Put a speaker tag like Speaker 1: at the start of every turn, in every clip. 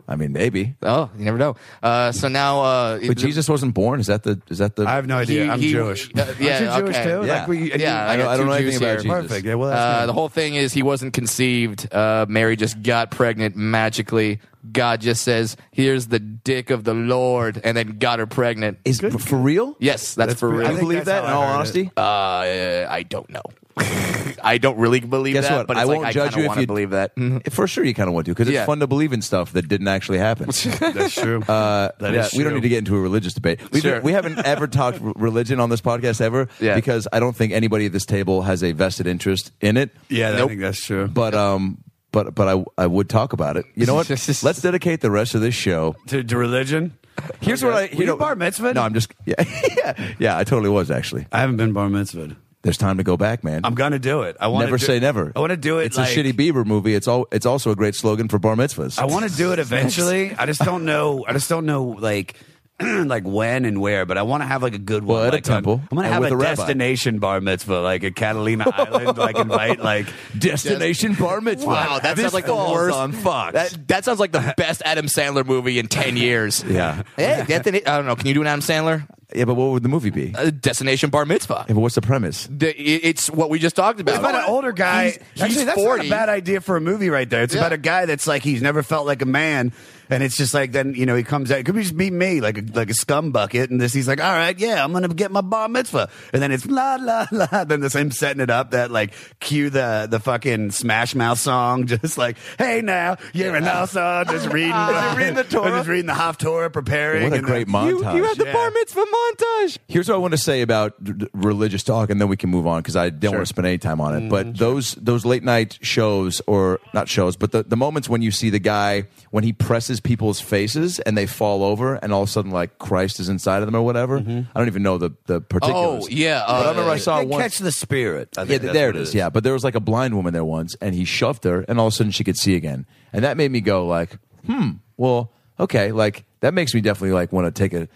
Speaker 1: I mean, maybe.
Speaker 2: Oh, you never know. Uh, so now, uh,
Speaker 1: But Jesus wasn't born. Is that the? Is that the?
Speaker 3: I have no idea.
Speaker 2: He-
Speaker 3: I'm
Speaker 2: he-
Speaker 3: Jewish.
Speaker 2: uh, yeah,
Speaker 3: Aren't you Jewish
Speaker 2: okay.
Speaker 3: too?
Speaker 1: Yeah.
Speaker 3: Like we, and
Speaker 2: Yeah,
Speaker 3: you-
Speaker 1: I don't,
Speaker 2: got
Speaker 1: I don't know
Speaker 2: two
Speaker 1: anything
Speaker 2: Jews
Speaker 1: about
Speaker 2: here.
Speaker 1: Jesus.
Speaker 3: perfect. Yeah, well,
Speaker 2: Uh,
Speaker 3: that's
Speaker 2: the whole thing is he wasn't conceived. Uh, Mary just got pregnant magically. God just says, "Here's the dick of the Lord," and then got her pregnant.
Speaker 1: Is for real?
Speaker 2: Yes, that's, for
Speaker 3: pretty-
Speaker 1: You
Speaker 3: I
Speaker 2: real.
Speaker 3: think
Speaker 1: believe
Speaker 3: that's
Speaker 1: that? In
Speaker 3: how I
Speaker 1: all
Speaker 3: heard it.
Speaker 1: honesty.
Speaker 2: Uh, I don't know. I don't really believe
Speaker 1: Guess
Speaker 2: that,
Speaker 1: what?
Speaker 2: but
Speaker 1: I
Speaker 2: it's like,
Speaker 1: won't
Speaker 2: I
Speaker 1: judge
Speaker 2: kinda
Speaker 1: you if
Speaker 2: wanna
Speaker 1: you
Speaker 2: believe that.
Speaker 3: Mm-hmm.
Speaker 1: Uh, For sure, you kind of want to because
Speaker 2: Yeah.
Speaker 1: it's fun to believe in stuff that didn't actually happen.
Speaker 3: that's true.
Speaker 1: Uh, yeah, we don't need to get into a religious debate. We,
Speaker 2: Sure.
Speaker 1: we haven't ever talked r- religion on this podcast ever
Speaker 2: Yeah.
Speaker 1: because I don't think anybody at this table has a vested interest in it.
Speaker 3: yeah, I
Speaker 2: Nope.
Speaker 3: think that's true.
Speaker 1: But um, but but I I would talk about it. You know what? Let's dedicate the rest of this show.
Speaker 3: to, to religion, Oh
Speaker 1: Here's what I
Speaker 3: Were you bar mitzvahed?
Speaker 1: No, I'm just yeah yeah yeah. I totally was actually.
Speaker 3: I haven't been bar mitzvahed.
Speaker 1: There's time to go back, man.
Speaker 3: I'm gonna do it. I want
Speaker 1: never
Speaker 3: do,
Speaker 1: say never.
Speaker 3: I want to do it.
Speaker 1: It's
Speaker 3: like,
Speaker 1: a shitty Bieber movie. It's all. It's also a great slogan for bar mitzvahs.
Speaker 3: I want to do it eventually. I just don't know. I just don't know like like when and where. But I want to have like a good one.
Speaker 1: Well, at a
Speaker 3: like, on-
Speaker 1: temple
Speaker 3: I'm gonna
Speaker 1: and
Speaker 3: have a,
Speaker 1: with a rabbi.
Speaker 3: destination bar mitzvah, like a Catalina Island. like invite like
Speaker 1: Destination Bar Mitzvah.
Speaker 2: Wow, that
Speaker 1: This
Speaker 2: sounds like the
Speaker 1: falls
Speaker 2: worst.
Speaker 1: on Fox.
Speaker 2: That, that sounds like the best Adam Sandler movie in ten years.
Speaker 1: Yeah.
Speaker 2: Hey, Anthony, I don't know. Can you do an Adam Sandler?
Speaker 1: yeah, but what would the movie be?
Speaker 2: Uh, Destination Bar Mitzvah.
Speaker 1: Yeah, but what's the premise?
Speaker 2: The- it- It's what we just talked about.
Speaker 3: It's about an older guy.
Speaker 2: He's- he's
Speaker 3: Actually, that's not
Speaker 2: 40.
Speaker 3: a bad idea for a movie right there. It's
Speaker 2: Yeah.
Speaker 3: about a guy that's like he's never felt like a man, and it's just like then you know he comes out. It could be just be me, like a, like a scum bucket, and this he's like, all right, yeah, I'm gonna get my bar mitzvah, and then it's la la la. Then this him setting it up that like cue the the fucking Smash Mouth song, just like hey now you're an awesome, just reading, just reading the Torah, just reading the Haftorah, preparing.
Speaker 1: What a
Speaker 3: and
Speaker 1: great
Speaker 3: then-
Speaker 1: montage.
Speaker 3: had the bar
Speaker 1: mitzvah montage. Here's what I want to say about d- d- religious talk, and then we can move on because I don't want to spend any time on it. but those those late night shows, or not shows, but the, the moments when you see the guy, when he presses people's faces and they fall over, and all of a sudden, like, Christ is inside of them or whatever. I don't even know the, the particulars.
Speaker 2: Oh yeah,
Speaker 1: But I
Speaker 2: uh,
Speaker 1: remember I saw
Speaker 3: They
Speaker 1: one.
Speaker 3: catch the spirit. I
Speaker 1: Yeah,
Speaker 3: think
Speaker 1: th-
Speaker 3: that's
Speaker 1: there
Speaker 3: what
Speaker 1: it is. Yeah, but there was like a blind woman there once, and he shoved her, and all of a sudden she could see again, and that made me go like, hmm, well, okay, like that makes me definitely like want to take a,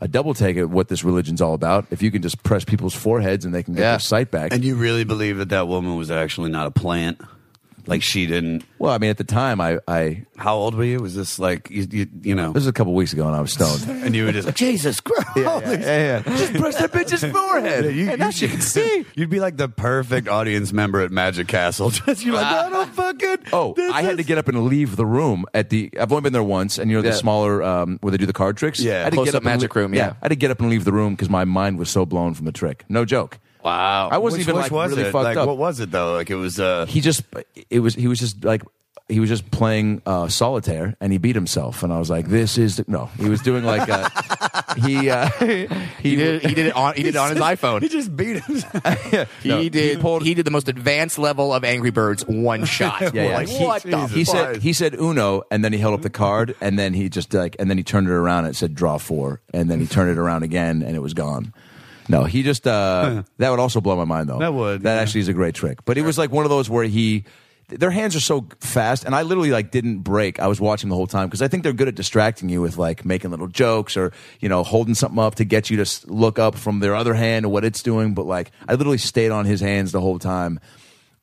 Speaker 1: a double take at what this religion's all about. If you can just press people's foreheads and they can get
Speaker 2: Yeah.
Speaker 1: their sight back.
Speaker 3: And you really believe that that woman was actually not a plant? Like she didn't.
Speaker 1: well, I mean, at the time, I, I
Speaker 3: How old were you? Was this like you? You, you know,
Speaker 1: this was a couple weeks ago, and I was stoned.
Speaker 3: and you were just like, Jesus Christ!
Speaker 1: yeah, yeah. just press that bitch's forehead,
Speaker 3: Yeah, you-
Speaker 1: and
Speaker 3: you-
Speaker 1: now she can see.
Speaker 3: You'd be like the perfect audience member at Magic Castle. Just you're like, I don't fucking.
Speaker 1: Oh,
Speaker 3: this
Speaker 1: I had to
Speaker 3: is-
Speaker 1: get up and leave the room at the. I've only been there once, and you know the
Speaker 2: Yeah.
Speaker 1: smaller um, where they do the card tricks.
Speaker 3: Yeah.
Speaker 1: I had to
Speaker 2: Close
Speaker 1: get
Speaker 2: up
Speaker 1: up and
Speaker 2: magic
Speaker 1: le-
Speaker 2: room, yeah.
Speaker 1: I had to get up and leave the room because my mind was so blown from the trick. No joke.
Speaker 2: Wow.
Speaker 1: I wasn't
Speaker 3: Which-
Speaker 1: even
Speaker 3: which
Speaker 1: like
Speaker 3: was
Speaker 1: really
Speaker 3: it?
Speaker 1: fucked
Speaker 3: like,
Speaker 1: up.
Speaker 3: What was it though? Like it was. uh
Speaker 1: he just it was he was just like he was just playing uh, solitaire and he beat himself and I was like this is the-" no he was doing like uh he uh, he,
Speaker 2: he did. He did it on. He did it on his iPhone.
Speaker 3: He just beat him.
Speaker 2: He
Speaker 1: No,
Speaker 2: did. He,
Speaker 1: pulled-
Speaker 2: did the most advanced level of Angry Birds one shot.
Speaker 1: Yeah, yeah.
Speaker 2: Like,
Speaker 1: He-
Speaker 2: what the?
Speaker 1: he
Speaker 3: Jesus
Speaker 1: said
Speaker 3: Christ.
Speaker 1: he said uno and then he held up the card and then he just like and then he turned it around and it said draw four and then he turned it around again and it was gone no he just uh that would also blow my mind though
Speaker 3: That would,
Speaker 1: that
Speaker 3: yeah.
Speaker 1: actually is a great trick but it was like one of those where he their hands are so fast and i literally like didn't break i was watching the whole time because i think they're good at distracting you with like making little jokes or you know holding something up to get you to s- look up from their other hand and what it's doing but like i literally stayed on his hands the whole time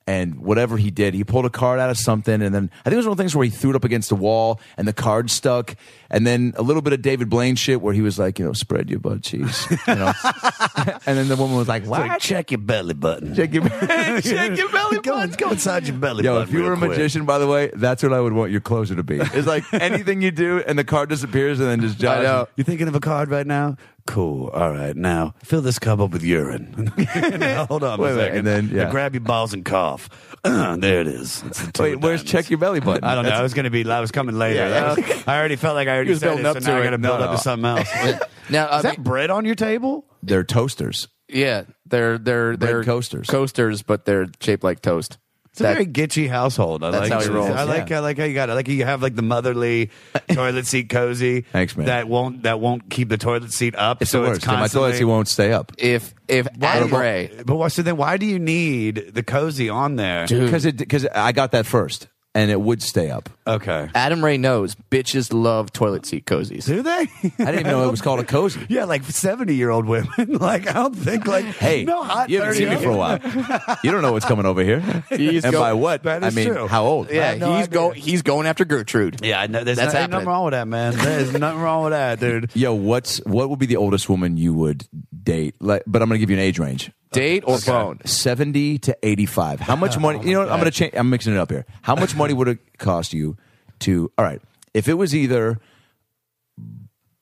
Speaker 1: and whatever he did, he pulled a card out of something, and then I think it was one of the things where he threw it up against the wall, and the card stuck, and then a little bit of David Blaine shit where he was like, you know, spread your butt cheeks, you know, and then the woman was like,
Speaker 3: Like,
Speaker 1: what?
Speaker 3: check your belly button.
Speaker 1: Check your, check your belly
Speaker 3: Go,
Speaker 1: button.
Speaker 3: in- go inside your belly
Speaker 1: Yo,
Speaker 3: button.
Speaker 1: if you
Speaker 3: real
Speaker 1: were a
Speaker 3: quick.
Speaker 1: magician, by the way, that's what I would want your closer to be. It's like anything you do, and the card disappears, and then just Josh.
Speaker 2: know.
Speaker 3: Oh. You thinking of a card right now? Cool. All right, now fill this cup up with urine. Now, hold on
Speaker 1: Wait a
Speaker 3: a
Speaker 1: minute,
Speaker 3: second.
Speaker 1: and then, yeah.
Speaker 3: Now grab your balls and cough. there it is. It's the two
Speaker 1: Wait,
Speaker 3: of
Speaker 1: where's
Speaker 3: diamonds.
Speaker 1: check your belly button?
Speaker 3: I don't know.
Speaker 1: That's-
Speaker 3: I was gonna be. I was coming later.
Speaker 1: Yeah, yeah.
Speaker 3: That was- I already felt like I already
Speaker 1: was
Speaker 3: said
Speaker 1: building
Speaker 3: it,
Speaker 1: up
Speaker 3: so
Speaker 1: to
Speaker 3: now
Speaker 1: it.
Speaker 3: I gotta build
Speaker 1: No,
Speaker 3: up
Speaker 1: no.
Speaker 3: to something else.
Speaker 2: Now, I
Speaker 3: is that
Speaker 2: mean-
Speaker 3: bread on your table?
Speaker 1: They're toasters.
Speaker 2: yeah, they're they're
Speaker 1: Bread
Speaker 2: they're
Speaker 1: coasters.
Speaker 2: Coasters, but they're shaped like toast.
Speaker 3: It's a
Speaker 2: That-
Speaker 3: very gitchy household. I like
Speaker 2: how he
Speaker 3: it.
Speaker 2: rolls,
Speaker 3: I like
Speaker 1: yeah.
Speaker 3: I like how you got it. I like you have like the motherly toilet seat cozy.
Speaker 1: Thanks, man.
Speaker 3: That won't that won't keep the toilet seat up.
Speaker 1: It's
Speaker 3: so
Speaker 1: the worst.
Speaker 3: it's
Speaker 1: Tim. I
Speaker 3: constantly
Speaker 1: told you, won't stay up.
Speaker 2: if if Adam Ray,
Speaker 3: But why? So then, why do you need the cozy on there?
Speaker 1: because it because I got that first. and it would stay up.
Speaker 3: Okay.
Speaker 2: Adam Ray knows bitches love toilet seat cozies.
Speaker 3: Do they?
Speaker 1: I didn't even know it was called a cozy.
Speaker 3: yeah, like seventy-year-old women. Like I don't think like
Speaker 1: Hey,
Speaker 3: no hot
Speaker 1: you haven't
Speaker 3: 30
Speaker 1: seen me for a while. You don't know what's coming over here.
Speaker 2: He's
Speaker 1: and
Speaker 2: go-
Speaker 1: by what?
Speaker 3: That
Speaker 1: I
Speaker 3: is
Speaker 1: mean,
Speaker 3: true.
Speaker 1: how old?
Speaker 2: Yeah,
Speaker 3: had no idea.
Speaker 2: he's going. He's going after Gertrude.
Speaker 3: Yeah, I know. There's
Speaker 2: That's
Speaker 3: no- ain't
Speaker 2: happening.
Speaker 3: nothing wrong with that, man. There's nothing wrong with that, dude.
Speaker 1: Yo, what's what would be the oldest woman you would date? Like, but I'm going to give you an age range.
Speaker 2: Date or phone?
Speaker 1: 70 to 85. How
Speaker 3: Oh
Speaker 1: much money? you know what? I'm going to change. I'm mixing it up here. How much money would it cost you to. All right. If it was either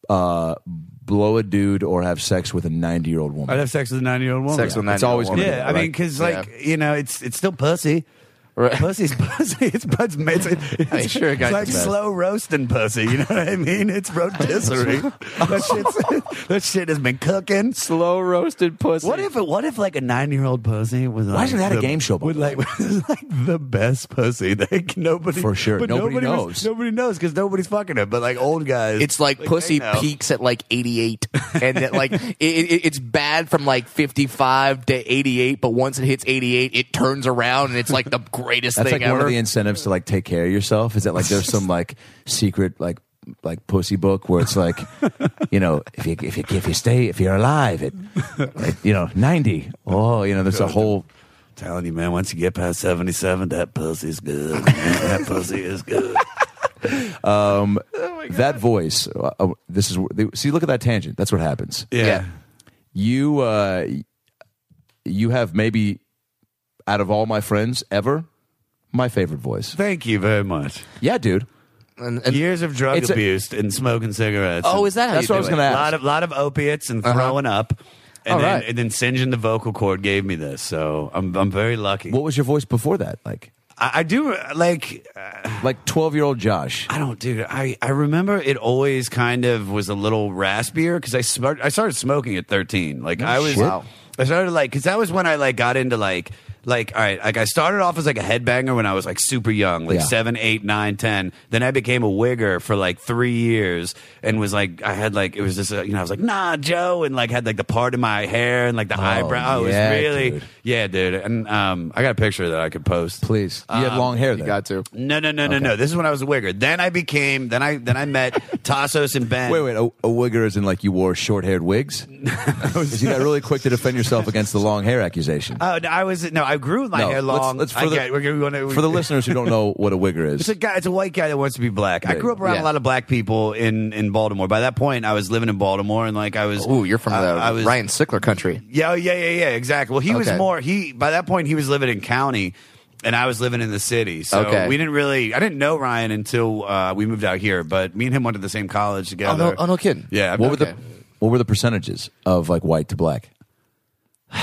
Speaker 1: uh, blow a dude or have sex with a 90 year old woman.
Speaker 3: I'd have sex with a nine-year-old woman.
Speaker 2: Sex with
Speaker 1: It's always
Speaker 2: woman.
Speaker 1: gonna be
Speaker 3: Yeah, I mean, because like
Speaker 2: yeah.
Speaker 3: you know, it's it's still pussy.
Speaker 2: Right.
Speaker 3: Pussy's pussy. It's pussy. It's, it's,
Speaker 2: I mean, sure,
Speaker 3: it's
Speaker 2: guys,
Speaker 3: like
Speaker 2: it's bad.
Speaker 3: slow roasting pussy. You know what I mean? It's rotisserie. that, shit's, that shit has been cooking.
Speaker 2: slow roasted pussy.
Speaker 3: What if what if like a nine year old pussy was like
Speaker 1: isn't that a
Speaker 3: the-
Speaker 1: game show, by
Speaker 3: Would
Speaker 1: the
Speaker 3: like, was, like the best pussy like nobody
Speaker 1: For sure.
Speaker 3: but
Speaker 1: Nobody
Speaker 3: was-
Speaker 1: knows.
Speaker 3: nobody knows because nobody's fucking it but like old guys
Speaker 2: It's like, pussy
Speaker 3: they know.
Speaker 2: peaks at like 88, and that like it, it, it's bad from like 55 to 88. But once it hits 88, it turns around and it's like the greatest
Speaker 1: That's
Speaker 2: thing
Speaker 1: like
Speaker 2: ever.
Speaker 1: one of the incentives to like take care of yourself. Is that like there's some like secret like like pussy book where it's like you know if you if you if you stay if you're alive at, at, you know 90 oh you know there's a whole
Speaker 3: telling you man once you get past seventy seven that pussy's good man. that pussy is good
Speaker 1: that voice uh, uh, this is see look at that tangent that's what happens
Speaker 2: Yeah.
Speaker 1: you uh you have maybe out of all my friends ever my favorite voice
Speaker 3: Thank you very much.
Speaker 1: yeah dude
Speaker 2: and, and-
Speaker 3: Years of drug
Speaker 1: It's a-
Speaker 3: abuse and smoking cigarettes.
Speaker 2: oh,
Speaker 3: and
Speaker 2: is that how
Speaker 1: that's
Speaker 2: you
Speaker 1: what I was
Speaker 2: do
Speaker 1: gonna
Speaker 2: it? Uh-huh.
Speaker 3: a
Speaker 1: ask
Speaker 3: lot of lot of opiates and throwing up. And
Speaker 2: All
Speaker 3: then,
Speaker 2: right.
Speaker 3: and then singeing the vocal cord gave me this, so I'm I'm very lucky.
Speaker 1: what was your voice before that like
Speaker 3: I, I do like
Speaker 1: like 12 year old josh
Speaker 3: I don't, dude. I, I remember it always kind of was a little raspier because I smart, I started smoking at thirteen. Like I was,
Speaker 1: shit.
Speaker 3: I started like because that was when I like got into like like all right, like I started off as like a headbanger when I was like super young, like
Speaker 1: Yeah.
Speaker 3: seven, eight, nine, ten. Then I became a wigger for like three years and was like I had like it was just uh, you know I was like nah Joe and like had like the part of my hair and like the eyebrow. It
Speaker 1: Oh, yeah,
Speaker 3: was really
Speaker 1: dude.
Speaker 3: yeah, dude. And um, I got a picture that I could post.
Speaker 1: please you had long hair then.
Speaker 2: Um, You got to.
Speaker 3: No, no, no, no, no. This is when I was a wigger. Then I became. Then I then I met Tassos and Ben.
Speaker 1: Wait, wait. A, a wigger is in like you wore short-haired wigs. 'Cause you got really quick to defend yourself against the long hair accusation.
Speaker 3: Oh no, I was no. I grew my
Speaker 1: No,
Speaker 3: hair long.
Speaker 1: let's- let's- for
Speaker 3: I
Speaker 1: the-
Speaker 3: get- we're gonna- we wanna- we-
Speaker 1: For the listeners who don't know what a wigger
Speaker 3: It's
Speaker 1: is,
Speaker 3: a guy. It's a white guy that wants to be black. I
Speaker 1: Yeah.
Speaker 3: grew up around
Speaker 2: Yeah.
Speaker 3: a lot of black people in in Baltimore. By that point, I was living in Baltimore, and like I was.
Speaker 2: Ooh, you're from
Speaker 3: I-
Speaker 2: the
Speaker 3: I was-
Speaker 2: Ryan Sickler country.
Speaker 3: Yeah, oh, yeah, yeah, yeah. Exactly. Well, he was
Speaker 2: Okay.
Speaker 3: more. He by that point he was living in county, and I was living in the city. So
Speaker 2: Okay.
Speaker 3: we didn't really. I didn't know Ryan until uh, we moved out here. But me and him went to the same college
Speaker 2: Oh
Speaker 3: together.
Speaker 2: no, oh no, kidding.
Speaker 3: Yeah.
Speaker 1: what were the
Speaker 2: okay.
Speaker 1: what were the percentages of like white to black?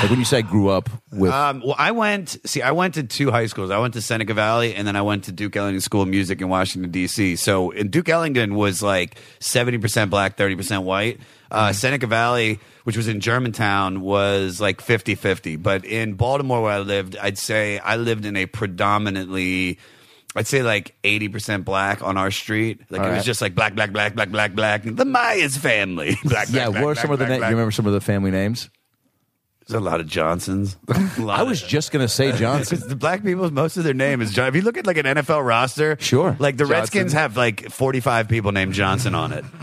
Speaker 1: Like when you say I grew up with,
Speaker 3: Um, well, I went. See, I went to two high schools. I went to Seneca Valley, and then I went to Duke Ellington School of Music in Washington D.C. So, and Duke Ellington was like seventy percent black, thirty percent white.
Speaker 1: Mm-hmm.
Speaker 3: Uh, Seneca Valley, which was in Germantown, was like 50-50. But in Baltimore, where I lived, I'd say I lived in a predominantly. I'd say like eighty percent black on our street. Like it was
Speaker 2: right.
Speaker 3: just like black, black, black, black, black, black. The Myers family. Black, black,
Speaker 1: yeah.
Speaker 3: black,
Speaker 1: what are
Speaker 3: black,
Speaker 1: some of the
Speaker 3: black,
Speaker 1: na-
Speaker 3: black.
Speaker 1: you remember some of the family names?
Speaker 3: There's a lot of Johnsons.
Speaker 1: I was just gonna say Johnson.
Speaker 3: Because the black people's most of their name is John. If you look at like an NFL roster,
Speaker 1: Sure.
Speaker 3: like the
Speaker 1: Johnson.
Speaker 3: Redskins have like forty five people named Johnson on it,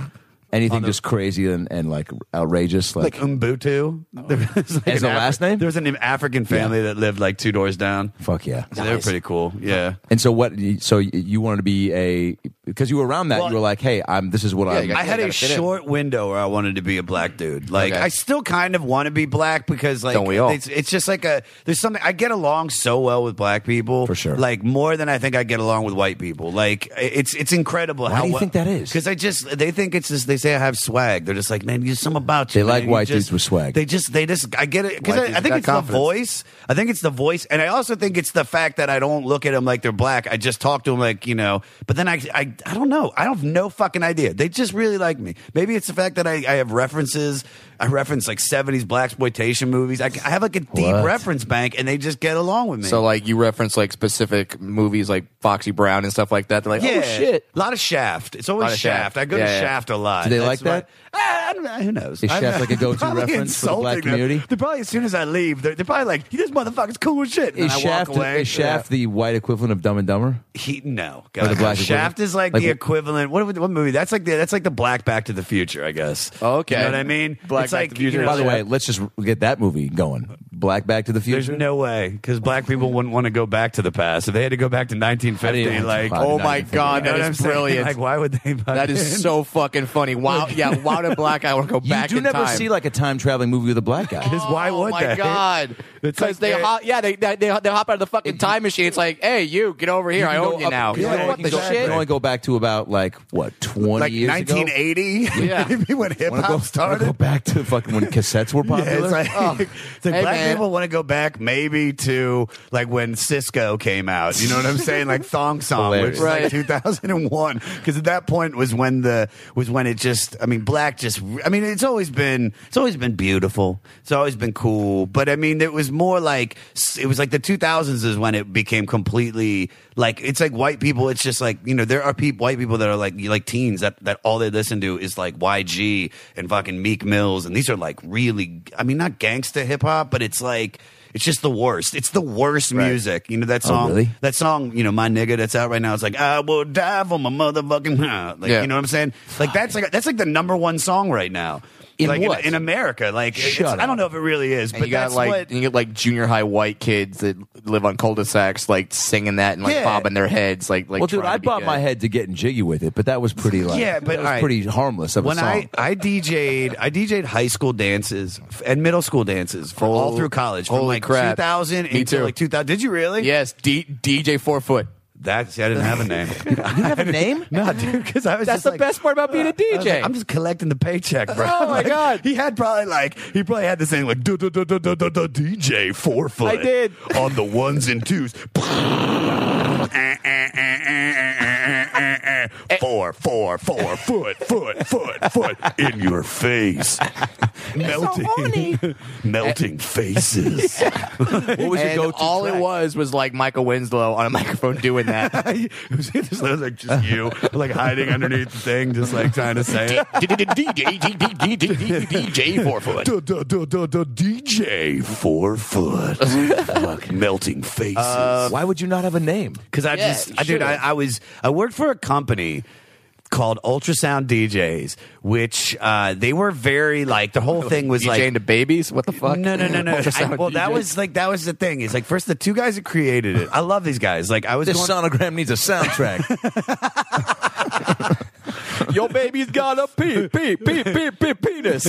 Speaker 1: Anything just crazy and, and like outrageous,
Speaker 3: like um,
Speaker 1: like,
Speaker 3: Umbutu. There was, like,
Speaker 1: As
Speaker 3: an
Speaker 1: a last name?
Speaker 3: There was an African family that lived like two doors down.
Speaker 1: fuck yeah.
Speaker 3: So They were pretty cool. Yeah.
Speaker 1: And so what? So you wanted to be a because you were around that.
Speaker 3: Well-
Speaker 1: you were like, hey, I'm. This is what I'm.
Speaker 2: you
Speaker 3: I had
Speaker 2: gotta
Speaker 3: a
Speaker 2: fit in.
Speaker 3: short window where I wanted to be a black dude. Like
Speaker 2: Okay.
Speaker 3: I still kind of want to be black because like
Speaker 2: Don't we all?
Speaker 3: It's, it's just like a there's something I get along so well with black people
Speaker 1: For sure.
Speaker 3: Like more than I think I get along with white people. Like it's it's incredible how
Speaker 1: do you think that is?
Speaker 3: Because I just they think it's just they say I have swag. They're just like man, you something about you.
Speaker 1: They like
Speaker 3: man. You
Speaker 1: white
Speaker 3: just-
Speaker 1: dudes with swag.
Speaker 3: They just they just I get it because
Speaker 2: White
Speaker 3: I,
Speaker 2: dudes
Speaker 3: I think
Speaker 2: got
Speaker 3: it's the
Speaker 2: confidence.
Speaker 3: voice. I think it's the voice, and I also think it's the fact that I don't look at them like they're black. I just talk to them like you know. But then I I I don't know. I have no fucking idea. They just really like me. Maybe it's the fact that I, I have references. I reference like seventies black exploitation movies. I, I have like a deep
Speaker 2: What?
Speaker 3: reference bank, and they just get along with me.
Speaker 1: oh,
Speaker 2: So like you reference like specific movies like Foxy Brown and stuff like that. They're like, oh shit.
Speaker 3: A lot of Shaft. It's
Speaker 2: Lot
Speaker 3: always
Speaker 2: of
Speaker 3: Shaft.
Speaker 2: Shaft.
Speaker 3: I go
Speaker 2: Yeah,
Speaker 3: to
Speaker 2: yeah.
Speaker 3: Shaft a lot.
Speaker 1: Do they like that?
Speaker 3: why- Ah, I don't know. Who knows?
Speaker 1: Is
Speaker 3: I'm
Speaker 1: Shaft
Speaker 3: not-
Speaker 1: like a go-to
Speaker 3: probably
Speaker 1: reference for the black
Speaker 3: insulting them.
Speaker 1: community?
Speaker 3: They're probably as soon as I leave, they're, they're probably like, "This motherfucker's cool as shit." And
Speaker 1: Is
Speaker 3: then I
Speaker 1: Shaft,
Speaker 3: walk away.
Speaker 1: is Shaft the white equivalent of Dumb and Dumber?
Speaker 3: He no.
Speaker 1: the
Speaker 3: God.
Speaker 1: black
Speaker 3: Shaft
Speaker 1: equivalent?
Speaker 3: is like,
Speaker 1: Like-
Speaker 3: the equivalent. What what movie? That's like the that's like the black Back to the Future, I guess.
Speaker 2: Okay.
Speaker 3: You know what I mean?
Speaker 2: Black
Speaker 3: it's
Speaker 2: Back
Speaker 3: like
Speaker 2: to the Future
Speaker 3: you know,
Speaker 1: By the
Speaker 3: like-
Speaker 1: way, let's just get that movie going. Black Back to the
Speaker 3: There's
Speaker 1: Future.
Speaker 3: no way because black people wouldn't want to go back to the past if they had to go back to 1950. Like,
Speaker 1: Probably
Speaker 2: oh
Speaker 1: not
Speaker 2: my
Speaker 1: even
Speaker 2: God,
Speaker 1: figured
Speaker 3: you know
Speaker 2: that
Speaker 3: what I'm
Speaker 2: is
Speaker 3: saying?
Speaker 2: brilliant.
Speaker 3: Like, why would they?
Speaker 2: that is so fucking funny. Wow, yeah, wow to black. I want to go
Speaker 1: You
Speaker 2: back
Speaker 1: do
Speaker 2: in
Speaker 1: never
Speaker 2: time.
Speaker 1: see like a time traveling movie with a black guy.
Speaker 3: Because why would
Speaker 2: oh my
Speaker 3: they?
Speaker 2: god!
Speaker 3: It's
Speaker 2: Because
Speaker 3: like
Speaker 2: they
Speaker 3: they're-
Speaker 2: hop, yeah, they, they they they hop out of the fucking time machine. It's like, hey, you get over here. I
Speaker 1: can
Speaker 2: own
Speaker 1: go
Speaker 2: you
Speaker 1: up-
Speaker 2: now.
Speaker 1: you
Speaker 3: Yeah,
Speaker 1: can go-
Speaker 2: Like, what
Speaker 1: you
Speaker 2: the
Speaker 1: can go- You
Speaker 2: shit?
Speaker 1: can only go back to about like what twenty
Speaker 3: Like
Speaker 1: years ago.
Speaker 3: 1980,
Speaker 2: Yeah.
Speaker 3: maybe when hip
Speaker 1: Wanna go-
Speaker 3: hop
Speaker 1: wanna
Speaker 3: started.
Speaker 1: Go back to fucking when cassettes were
Speaker 3: Yeah,
Speaker 1: popular.
Speaker 3: it's like, oh, it's like
Speaker 2: Oh. Hey,
Speaker 3: black
Speaker 2: man.
Speaker 3: people want to go back maybe to like when Cisco came out. You know what I'm saying? Like Thong Song, which is like
Speaker 2: Hilarious.
Speaker 3: 2001. Because at that point was when the was when it just. I mean, black just. I mean, it's always been it's always been beautiful. It's always been cool. But I mean, it was more like it was like the 2000s is when it became completely like it's like white people. It's just like you know there are people white people that are like like teens that that all they listen to is like YG and fucking Meek Mills, and these are like really. I mean, not gangsta hip hop, but it's like. It's just the worst. It's the worst music. You know that song.
Speaker 1: really?
Speaker 3: That song. You know my nigga. That's out right now. It's like I will die for my motherfucking. huh." Like
Speaker 2: Yeah.
Speaker 3: you know what I'm saying. Like that's like that's like the number one song right now.
Speaker 1: In
Speaker 3: like
Speaker 1: what?
Speaker 3: In, in America. Like it's-
Speaker 1: Shut
Speaker 3: I don't
Speaker 1: up.
Speaker 3: know if it really is,
Speaker 2: And
Speaker 3: but
Speaker 2: you got
Speaker 3: that's
Speaker 2: like
Speaker 3: what.
Speaker 2: and you get like junior high white kids that live on cul-de-sacs, like singing that and like
Speaker 3: Yeah.
Speaker 2: bobbing their heads, like like.
Speaker 1: well, dude,
Speaker 2: trying
Speaker 1: I
Speaker 2: to be
Speaker 1: bobbed
Speaker 2: good.
Speaker 1: my head to getting jiggy with it, but that was pretty like
Speaker 3: Yeah, but
Speaker 1: that was
Speaker 3: all right.
Speaker 1: pretty harmless of
Speaker 3: when
Speaker 1: a song.
Speaker 3: I, I DJ'd I DJ'd high school dances f- and middle school dances for all
Speaker 2: Holy-
Speaker 3: through college from
Speaker 2: holy
Speaker 3: like
Speaker 2: crap.
Speaker 3: 2000
Speaker 2: Me
Speaker 3: until
Speaker 2: too.
Speaker 3: like 2000 did you really
Speaker 2: Yes, D- DJ Fourfoot.
Speaker 3: that's see, I didn't have a name
Speaker 1: you have a name?
Speaker 3: no dude because I was
Speaker 2: That's
Speaker 3: just
Speaker 2: the
Speaker 3: like-
Speaker 2: best part about being a
Speaker 3: I was like,
Speaker 2: DJ.
Speaker 3: I'm just collecting the paycheck, bro.
Speaker 2: Oh, my
Speaker 3: Like,
Speaker 2: God.
Speaker 3: He had probably like he probably had this thing like duh, duh, duh, duh, duh, duh, duh, DJ four foot.
Speaker 2: I did.
Speaker 3: on the ones and twos. Eh, eh, eh, eh, eh, eh, eh, eh. Four, four, four, foot, foot, foot, foot in your face, melting, melting faces.
Speaker 1: What was your
Speaker 2: and
Speaker 1: go-to?
Speaker 2: all
Speaker 1: track?
Speaker 2: it was was like Michael Winslow on a microphone doing that.
Speaker 3: it was just like just you, like hiding underneath the thing, just like trying to say it.
Speaker 2: DJ Fourfoot.
Speaker 3: Duh, duh, duh, duh, duh, DJ four foot, Fuck, melting faces.
Speaker 1: Why would you not have a name?
Speaker 3: Because Um, I
Speaker 2: Yeah,
Speaker 3: just,
Speaker 2: you
Speaker 3: I, dude, I,
Speaker 2: should've.
Speaker 3: I was, I worked for a company called Ultrasound DJs, which uh, they were very like the whole thing was
Speaker 2: DJing
Speaker 3: like
Speaker 2: to babies? What the fuck?
Speaker 3: no, no, no, no. I,
Speaker 2: Ultrasound
Speaker 3: well, that
Speaker 2: DJ.
Speaker 3: was like that was the thing. Is like first the two guys that created it. I love these guys. Like I was
Speaker 1: This
Speaker 3: going,
Speaker 1: sonogram needs a soundtrack.
Speaker 2: Your baby's got a pee, pee, pee, pee, pee, penis.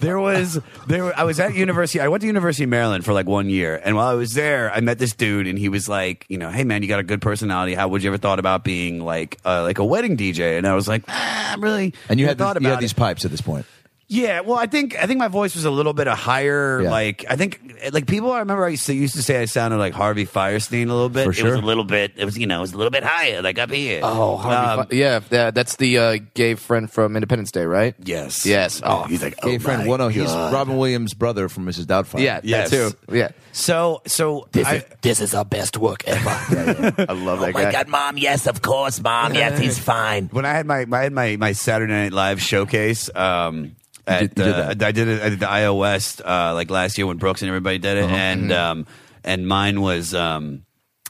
Speaker 3: there was there were- I was at university I went to University of Maryland for like one year and while I was there I met this dude and he was like you know hey man you got a good personality how would you ever thought about being like uh, like a wedding DJ and I was like ah, I'm really
Speaker 1: and you
Speaker 3: never
Speaker 1: had, these,
Speaker 3: thought
Speaker 1: you
Speaker 3: about
Speaker 1: had
Speaker 3: it."
Speaker 1: these pipes at this point.
Speaker 3: Yeah, well, I think I think my voice was a little bit a higher.
Speaker 1: Yeah.
Speaker 3: Like I think like people. I remember I used to, used to say I sounded like Harvey Firestein a little bit.
Speaker 1: For
Speaker 3: It was
Speaker 1: sure.
Speaker 3: a little bit. It was you know it was a little bit higher, like up here.
Speaker 2: Oh, Harvey
Speaker 3: Um,
Speaker 2: Fe- yeah, that, that's the uh, gay friend from Independence Day, right?
Speaker 3: yes,
Speaker 2: Yes. Oh,
Speaker 3: he's like
Speaker 1: Gay
Speaker 3: oh
Speaker 1: friend,
Speaker 3: my
Speaker 1: well, no, he's
Speaker 3: God.
Speaker 1: Robin Williams' brother from Mrs. Doubtfire.
Speaker 2: Yeah,
Speaker 3: Yes.
Speaker 2: that too. Yeah.
Speaker 3: So so I,
Speaker 4: this is our best work ever.
Speaker 2: I love that
Speaker 4: oh my
Speaker 2: guy.
Speaker 4: God, mom! Yes, of course, mom. Yes, he's fine.
Speaker 3: when I had my I had my, my Saturday Night Live showcase. Um, at,
Speaker 1: did- you did
Speaker 3: uh, I did it at the iOS uh, like last year when Brooks and everybody did
Speaker 2: Uh-huh.
Speaker 3: it,
Speaker 2: Mm-hmm.
Speaker 3: and um, and mine was um,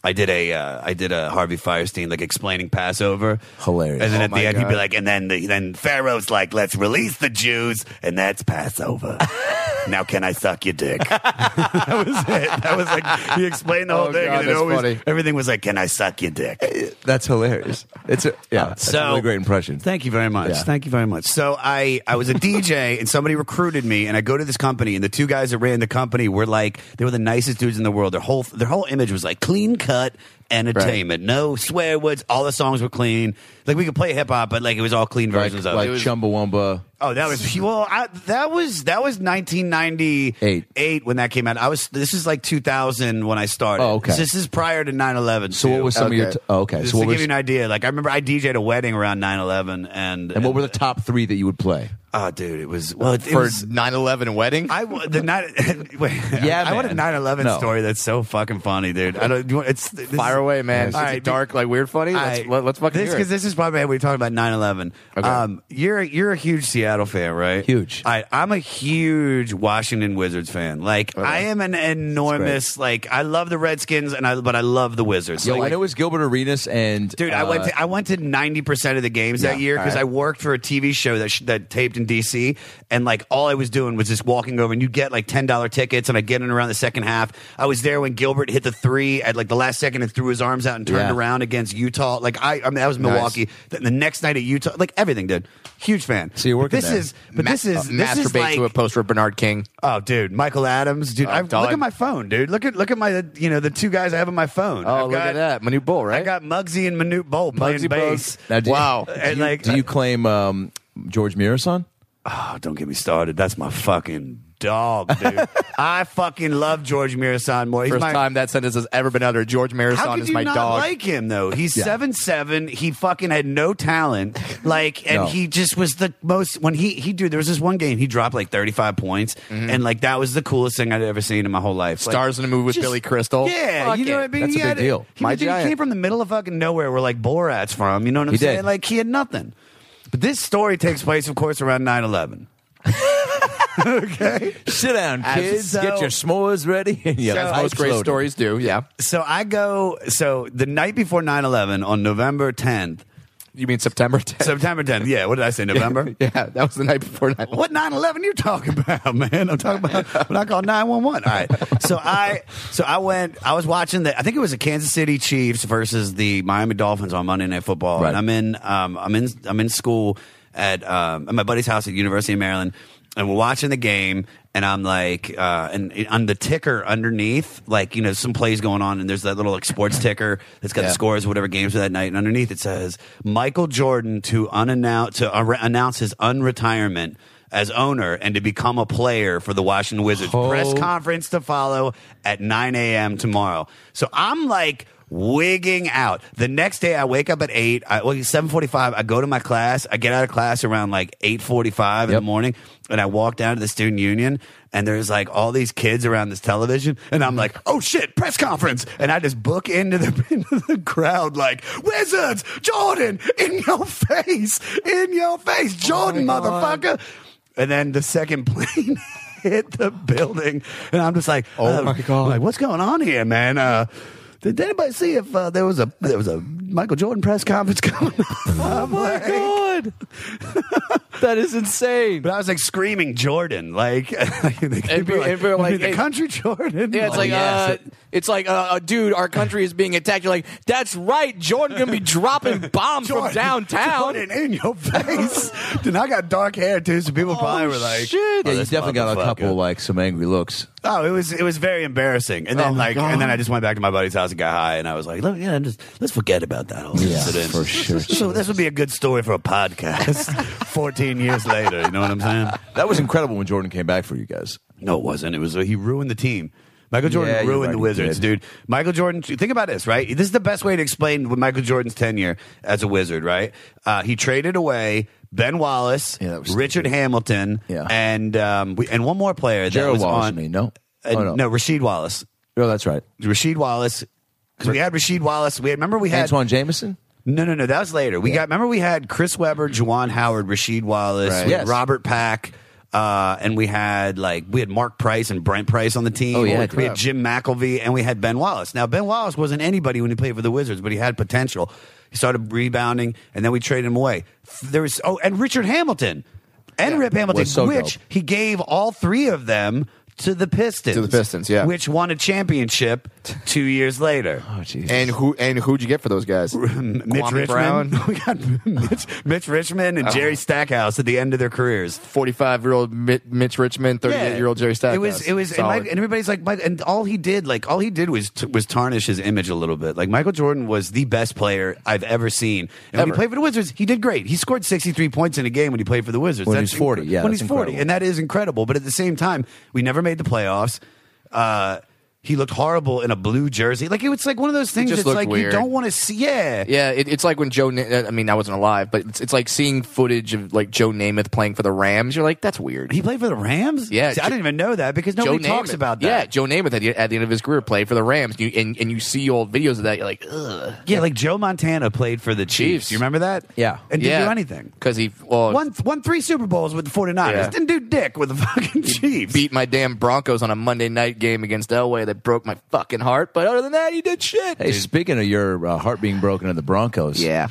Speaker 3: I did a uh, I did a Harvey Firestein like explaining Passover,
Speaker 1: Hilarious.
Speaker 3: and then
Speaker 2: Oh
Speaker 3: at
Speaker 2: my
Speaker 3: the end he'd be
Speaker 2: God.
Speaker 3: like, and then the, then Pharaoh's like, let's release the Jews, and that's Passover. now can I suck your dick? that was it. That was like he explained the whole
Speaker 2: Oh,
Speaker 3: thing,
Speaker 2: God,
Speaker 3: and it
Speaker 2: that's
Speaker 3: always
Speaker 2: funny. Eh,
Speaker 3: everything was like, can I suck your dick?
Speaker 1: That's hilarious. It's a, yeah, that's
Speaker 3: So-
Speaker 1: a really great impression.
Speaker 3: Thank you very much.
Speaker 1: Yeah.
Speaker 3: Thank you very much. So I, I was a DJ and somebody recruited me and I go to this company and the two guys that ran the company were like they were the nicest dudes in the world. Their whole their whole image was like clean cut entertainment. No swear words. All the songs were clean. Like we could play hip hop, but like it was all clean
Speaker 1: Like,
Speaker 3: versions of
Speaker 1: like
Speaker 3: it.
Speaker 1: Chumbawamba.
Speaker 3: Oh, that was well. I, that was that was 1998 when that came out. I was this is like 2000 when I started.
Speaker 1: Oh, okay.
Speaker 3: This is prior to 9/11.
Speaker 1: So what
Speaker 3: too.
Speaker 1: was some of your?
Speaker 2: Okay.
Speaker 1: T- oh, okay.
Speaker 3: Just
Speaker 1: So
Speaker 3: to
Speaker 1: what
Speaker 3: give
Speaker 1: was?
Speaker 3: you an idea, like I remember I DJ'd a wedding around 9/11, and
Speaker 1: and what were the top three that you would play?
Speaker 3: Oh, dude, it was well. It, it
Speaker 2: for
Speaker 3: was,
Speaker 2: 9/11 wedding.
Speaker 3: I wa- the night. wait,
Speaker 1: Yeah,
Speaker 3: I want a
Speaker 1: man.
Speaker 3: 9/11
Speaker 1: No.
Speaker 3: story that's so fucking funny, dude. I don't. You want, it's this,
Speaker 2: Fire away, man. Is
Speaker 3: All
Speaker 2: it
Speaker 3: right,
Speaker 2: dark, like weird, funny. Let's,
Speaker 3: I-
Speaker 2: let, us fucking
Speaker 3: this
Speaker 2: hear
Speaker 3: because
Speaker 2: it.
Speaker 3: this is probably we talking about 9-11.
Speaker 2: Okay.
Speaker 3: Um, you're you're a huge Seattle fan, right?
Speaker 1: Huge.
Speaker 3: I I'm a huge Washington Wizards fan. Like I am an enormous like I love the Redskins and I but I love the Wizards.
Speaker 1: Yo,
Speaker 3: Like,
Speaker 1: when it was Gilbert Arenas and
Speaker 3: Dude, I went
Speaker 1: uh,
Speaker 3: to I went to ninety percent of the games that
Speaker 1: Yeah,
Speaker 3: year because
Speaker 1: alright.
Speaker 3: I worked for a TV show that sh- that taped in DC, and like all I was doing was just walking over, and you'd get like ten dollar tickets, and I get in around the second half. I was there when Gilbert hit the three at like the last second and threw his arms out and turned
Speaker 1: Yeah.
Speaker 3: around against Utah. Like I, I mean, that was Milwaukee. The, the next night at Utah, like everything, dude. Huge fan.
Speaker 1: So you're working
Speaker 3: This
Speaker 1: there.
Speaker 3: is, but this
Speaker 2: Ma-
Speaker 3: is
Speaker 2: uh,
Speaker 3: this
Speaker 2: masturbate
Speaker 3: is like,
Speaker 2: to a poster of Bernard King.
Speaker 3: Oh, dude, Michael Adams, dude.
Speaker 2: Oh,
Speaker 3: I,
Speaker 2: dog.
Speaker 3: look at my phone, dude. Look at look at my you know the two guys I have on my phone.
Speaker 2: Oh,
Speaker 3: I've
Speaker 2: look
Speaker 3: got-
Speaker 2: at that, Manute Bull, right?
Speaker 3: I got Muggsy and Manute Bowl playing
Speaker 2: Muggsy
Speaker 3: bass.
Speaker 2: Bogues.
Speaker 1: do
Speaker 2: Wow.
Speaker 1: You, do
Speaker 3: And,
Speaker 1: you-
Speaker 3: like,
Speaker 1: do you claim um, George Mirasan?
Speaker 3: Oh, don't get me started. That's my fucking dog, dude. I fucking love George Mirasan more. He's
Speaker 2: First
Speaker 3: my,
Speaker 2: time that sentence has ever been uttered. George
Speaker 3: How
Speaker 2: Marison
Speaker 3: could
Speaker 2: is
Speaker 3: you
Speaker 2: my
Speaker 3: not
Speaker 2: dog.
Speaker 3: like him though? He's
Speaker 1: Yeah.
Speaker 3: seven seven. He fucking had no talent. Like, and
Speaker 1: No.
Speaker 3: he just was the most. When he he dude, there was this one game he dropped like thirty five points, and like that was the coolest thing I'd ever seen in my whole life. Like,
Speaker 2: Mm-hmm. Stars in a movie with
Speaker 3: just-
Speaker 2: Billy Crystal.
Speaker 3: Yeah,
Speaker 2: Fuck
Speaker 3: you know
Speaker 2: it.
Speaker 3: what I mean.
Speaker 1: That's
Speaker 3: he
Speaker 1: a big
Speaker 3: had
Speaker 1: deal.
Speaker 3: He,
Speaker 2: My
Speaker 3: dude, he
Speaker 2: giant.
Speaker 3: came from the middle of fucking nowhere, where like Borat's from. You know what I'm
Speaker 1: He
Speaker 3: saying?
Speaker 1: did.
Speaker 3: Like he had nothing. But this story takes place, of course, around 9-11.
Speaker 1: Sit down, kids.
Speaker 3: so-
Speaker 1: Get your s'mores ready. And your
Speaker 2: As
Speaker 1: pipes
Speaker 2: most great
Speaker 1: loaded.
Speaker 2: stories do. Yeah.
Speaker 3: So I go. So the night before 9-11, on November tenth,
Speaker 2: You mean September 10th?
Speaker 3: September tenth. Yeah, what did I say? November.
Speaker 2: yeah, that was the night before 9
Speaker 3: What 9-11 you talking about, man? I'm talking about when I call 911. All right. So I so I went I was watching the I think it was the Kansas City Chiefs versus the Miami Dolphins on Monday Night Football.
Speaker 1: Right.
Speaker 3: And I'm in um I'm in I'm in school at um at my buddy's house at University of Maryland and we're watching the game and I'm like uh and on the ticker underneath, like, you know, some plays going on and there's that little like sports ticker that's got the
Speaker 1: Yeah.
Speaker 3: score scores, whatever games for that night, and underneath it says Michael Jordan to unannounce to unre- announce his unretirement as owner and to become a player for the Washington Wizards. Press conference to follow at 9 a.m. tomorrow. So I'm like wigging out. The next day I wake up at eight. I, well, 7:45. I go to my class. I get out of class around like 8:45 in the
Speaker 1: Yep.
Speaker 3: morning, and I walk down to the student union. And there's like all these kids around this television, and I'm like, "Oh shit, press conference!" And I just book into the into the crowd like, "Wizards, Jordan, in your face, in your face, Jordan, motherfucker!" And then the second plane hit the building, and I'm just like, "Oh
Speaker 1: my God.
Speaker 3: like, what's going on here, man?" Uh, did anybody see if uh, there was a there was a Michael Jordan press conference coming up? Oh my
Speaker 1: God, that is insane.
Speaker 3: But I was like screaming Jordan, like, like, they could
Speaker 2: And
Speaker 3: be
Speaker 2: be-
Speaker 3: like,
Speaker 2: and be like,
Speaker 3: the
Speaker 2: hey-
Speaker 3: country Jordan.
Speaker 2: Yeah, it's like uh, it's like uh, uh, dude, our country is being attacked. You're like, that's right, Jordan gonna be dropping bombs
Speaker 3: Jordan,
Speaker 2: from downtown.
Speaker 3: Jordan in your face. Dude, I got dark hair too, so people probably were like,
Speaker 2: Oh, shit.
Speaker 1: Yeah, you
Speaker 3: this
Speaker 1: definitely got a
Speaker 3: Oh, motherfucker.
Speaker 1: couple like some angry looks.
Speaker 3: "Oh, it was it was very embarrassing." And then
Speaker 2: Oh, my
Speaker 3: like,
Speaker 2: God.
Speaker 3: and then I just went back to my buddy's house and got high, and I was like, "Look, yeah, just let's forget about that whole incident
Speaker 1: for sure.
Speaker 3: So this would be a good story for a podcast. Fourteen years later, you know what I'm saying?
Speaker 1: That was incredible when Jordan came back for you guys.
Speaker 3: No, it wasn't. It was he ruined the team. Michael Jordan
Speaker 1: Yeah, you're
Speaker 3: ruined
Speaker 1: right,
Speaker 3: the
Speaker 1: he
Speaker 3: Wizards,
Speaker 1: did.
Speaker 3: dude. Michael Jordan. Think about this, right? This is the best way to explain with Michael Jordan's tenure as a Wizard, right? Uh, he traded away Ben Wallace,
Speaker 1: Yeah, that was
Speaker 3: Richard Hamilton,
Speaker 1: Yeah.
Speaker 3: and um, we, and one more player that
Speaker 1: Gerald
Speaker 3: was
Speaker 1: Wallace,
Speaker 3: on.
Speaker 1: I mean, no?
Speaker 3: Uh,
Speaker 1: Oh, no.
Speaker 3: no, Rasheed Wallace.
Speaker 1: Oh, that's right.
Speaker 3: Rasheed Wallace. Because we had Rasheed Wallace. We had, remember we had
Speaker 1: Antoine Jameson.
Speaker 3: no, no, no. That was later. We got. Remember, we had Chris Webber, Juwan Howard, Rasheed Wallace,
Speaker 1: Right.
Speaker 3: we had
Speaker 1: Yes.
Speaker 3: Robert Pack, uh, and we had like we had Mark Price and Brent Price on the team.
Speaker 1: Oh, yeah,
Speaker 3: we,
Speaker 1: crap.
Speaker 3: had Jim McElvee, and we had Ben Wallace. Now, Ben Wallace wasn't anybody when he played for the Wizards, but he had potential. He started rebounding, and then we traded him away. There was oh, and Richard Hamilton and Rip Hamilton,
Speaker 1: Was so
Speaker 3: which
Speaker 1: dope.
Speaker 3: he gave all three of them to the Pistons.
Speaker 2: To the Pistons, yeah.
Speaker 3: Which won a championship two years later.
Speaker 1: Oh,
Speaker 2: And who and who'd you get for those guys?
Speaker 3: Mitch Richmond. We got Mitch, Mitch Richmond
Speaker 2: Oh.
Speaker 3: and Jerry Stackhouse at the end of their careers.
Speaker 2: Forty-five-year-old Mitch Richmond, thirty-eight-year-old Jerry Stackhouse.
Speaker 3: It was. It was. And,
Speaker 2: Solid.
Speaker 3: Mike, and everybody's like, Mike, and all he did, like, all he did was t- was tarnish his image a little bit. Like Michael Jordan was the best player I've ever seen. And when he
Speaker 2: Ever.
Speaker 3: played for the Wizards, he did great. He scored sixty three points in a game when he played for the Wizards.
Speaker 1: When he's 40,
Speaker 3: incre-
Speaker 1: yeah,
Speaker 3: when
Speaker 1: that's
Speaker 3: he's forty,
Speaker 1: incredible.
Speaker 3: and that is incredible. But at the same time, we never made the playoffs. Uh, he looked horrible in a blue jersey. Like it was like one of those things.
Speaker 2: just
Speaker 3: that's
Speaker 2: looked
Speaker 3: like you
Speaker 2: weird.
Speaker 3: don't want to see. Yeah,
Speaker 2: Yeah, it, it's like when Joe. Na- I mean, I wasn't alive, but it's, it's like seeing footage of like Joe Namath playing for the Rams. You're like, that's weird.
Speaker 3: He played for the Rams.
Speaker 2: Yeah,
Speaker 3: See, I
Speaker 2: Jo-
Speaker 3: didn't even know that because
Speaker 2: Joe
Speaker 3: nobody talks
Speaker 2: Namath.
Speaker 3: about
Speaker 2: Yeah,
Speaker 3: that.
Speaker 2: Joe Namath at the, at the end of his career played for the Rams. You, and and you see old videos of that. You're like, ugh.
Speaker 3: Yeah, like Joe Montana played for the Chiefs.
Speaker 2: Chiefs.
Speaker 3: You remember that?
Speaker 1: Yeah.
Speaker 3: and didn't
Speaker 2: yeah,
Speaker 3: do anything.
Speaker 2: because he well
Speaker 3: Won, won three Super Bowls with the 49ers.
Speaker 2: Yeah.
Speaker 3: Didn't do dick with the fucking Chiefs.
Speaker 2: beat my damn Broncos on a Monday night game against Elway that broke my fucking heart. But other than that, he did shit.
Speaker 1: Hey, speaking of your uh, heart being broken in the Broncos,
Speaker 2: Yeah,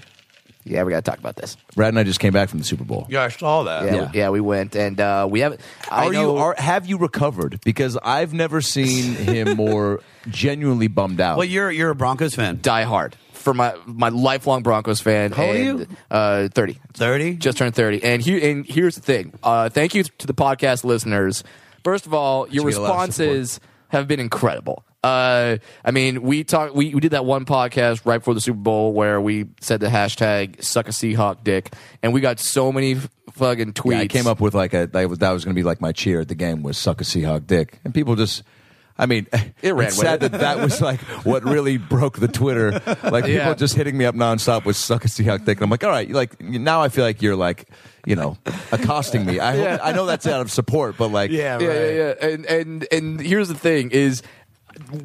Speaker 2: yeah, we gotta talk about this.
Speaker 1: Brad and I just came back from the Super Bowl.
Speaker 3: yeah, I saw that.
Speaker 2: Yeah,
Speaker 1: Yeah.
Speaker 2: We, yeah, we went and uh, we haven't. I
Speaker 1: Are
Speaker 2: know,
Speaker 1: you are have you recovered? Because I've never seen him more genuinely bummed out.
Speaker 3: Well, you're you're a Broncos fan.
Speaker 2: die hard for my my lifelong Broncos fan.
Speaker 3: How old are
Speaker 2: and,
Speaker 3: you?
Speaker 2: Uh, Thirty.
Speaker 3: 30?
Speaker 2: Just turned thirty. And here and here's the thing. Uh, thank you to the podcast listeners. First of all, your
Speaker 1: get a lot of
Speaker 2: responses have been incredible. Uh, I mean, we talked. We, we did that one podcast right before the Super Bowl where we said the hashtag "suck a Seahawk dick," and we got so many f- fucking tweets.
Speaker 1: Yeah, I came up with like a that was, that was going to be like my cheer at the game was suck a Seahawk dick, and people just. I mean,
Speaker 2: It ran
Speaker 1: it's
Speaker 2: with
Speaker 1: sad
Speaker 2: it.
Speaker 1: that that was like what really broke the Twitter. Like people
Speaker 2: Yeah.
Speaker 1: just hitting me up nonstop with "suck a Seahawk dick," and I'm like, all right, like now I feel like you're like, you know, accosting me. I hope, I know that's out of support, but like,
Speaker 3: Yeah,
Speaker 2: yeah,
Speaker 3: right.
Speaker 2: yeah, yeah. And and and here's the thing is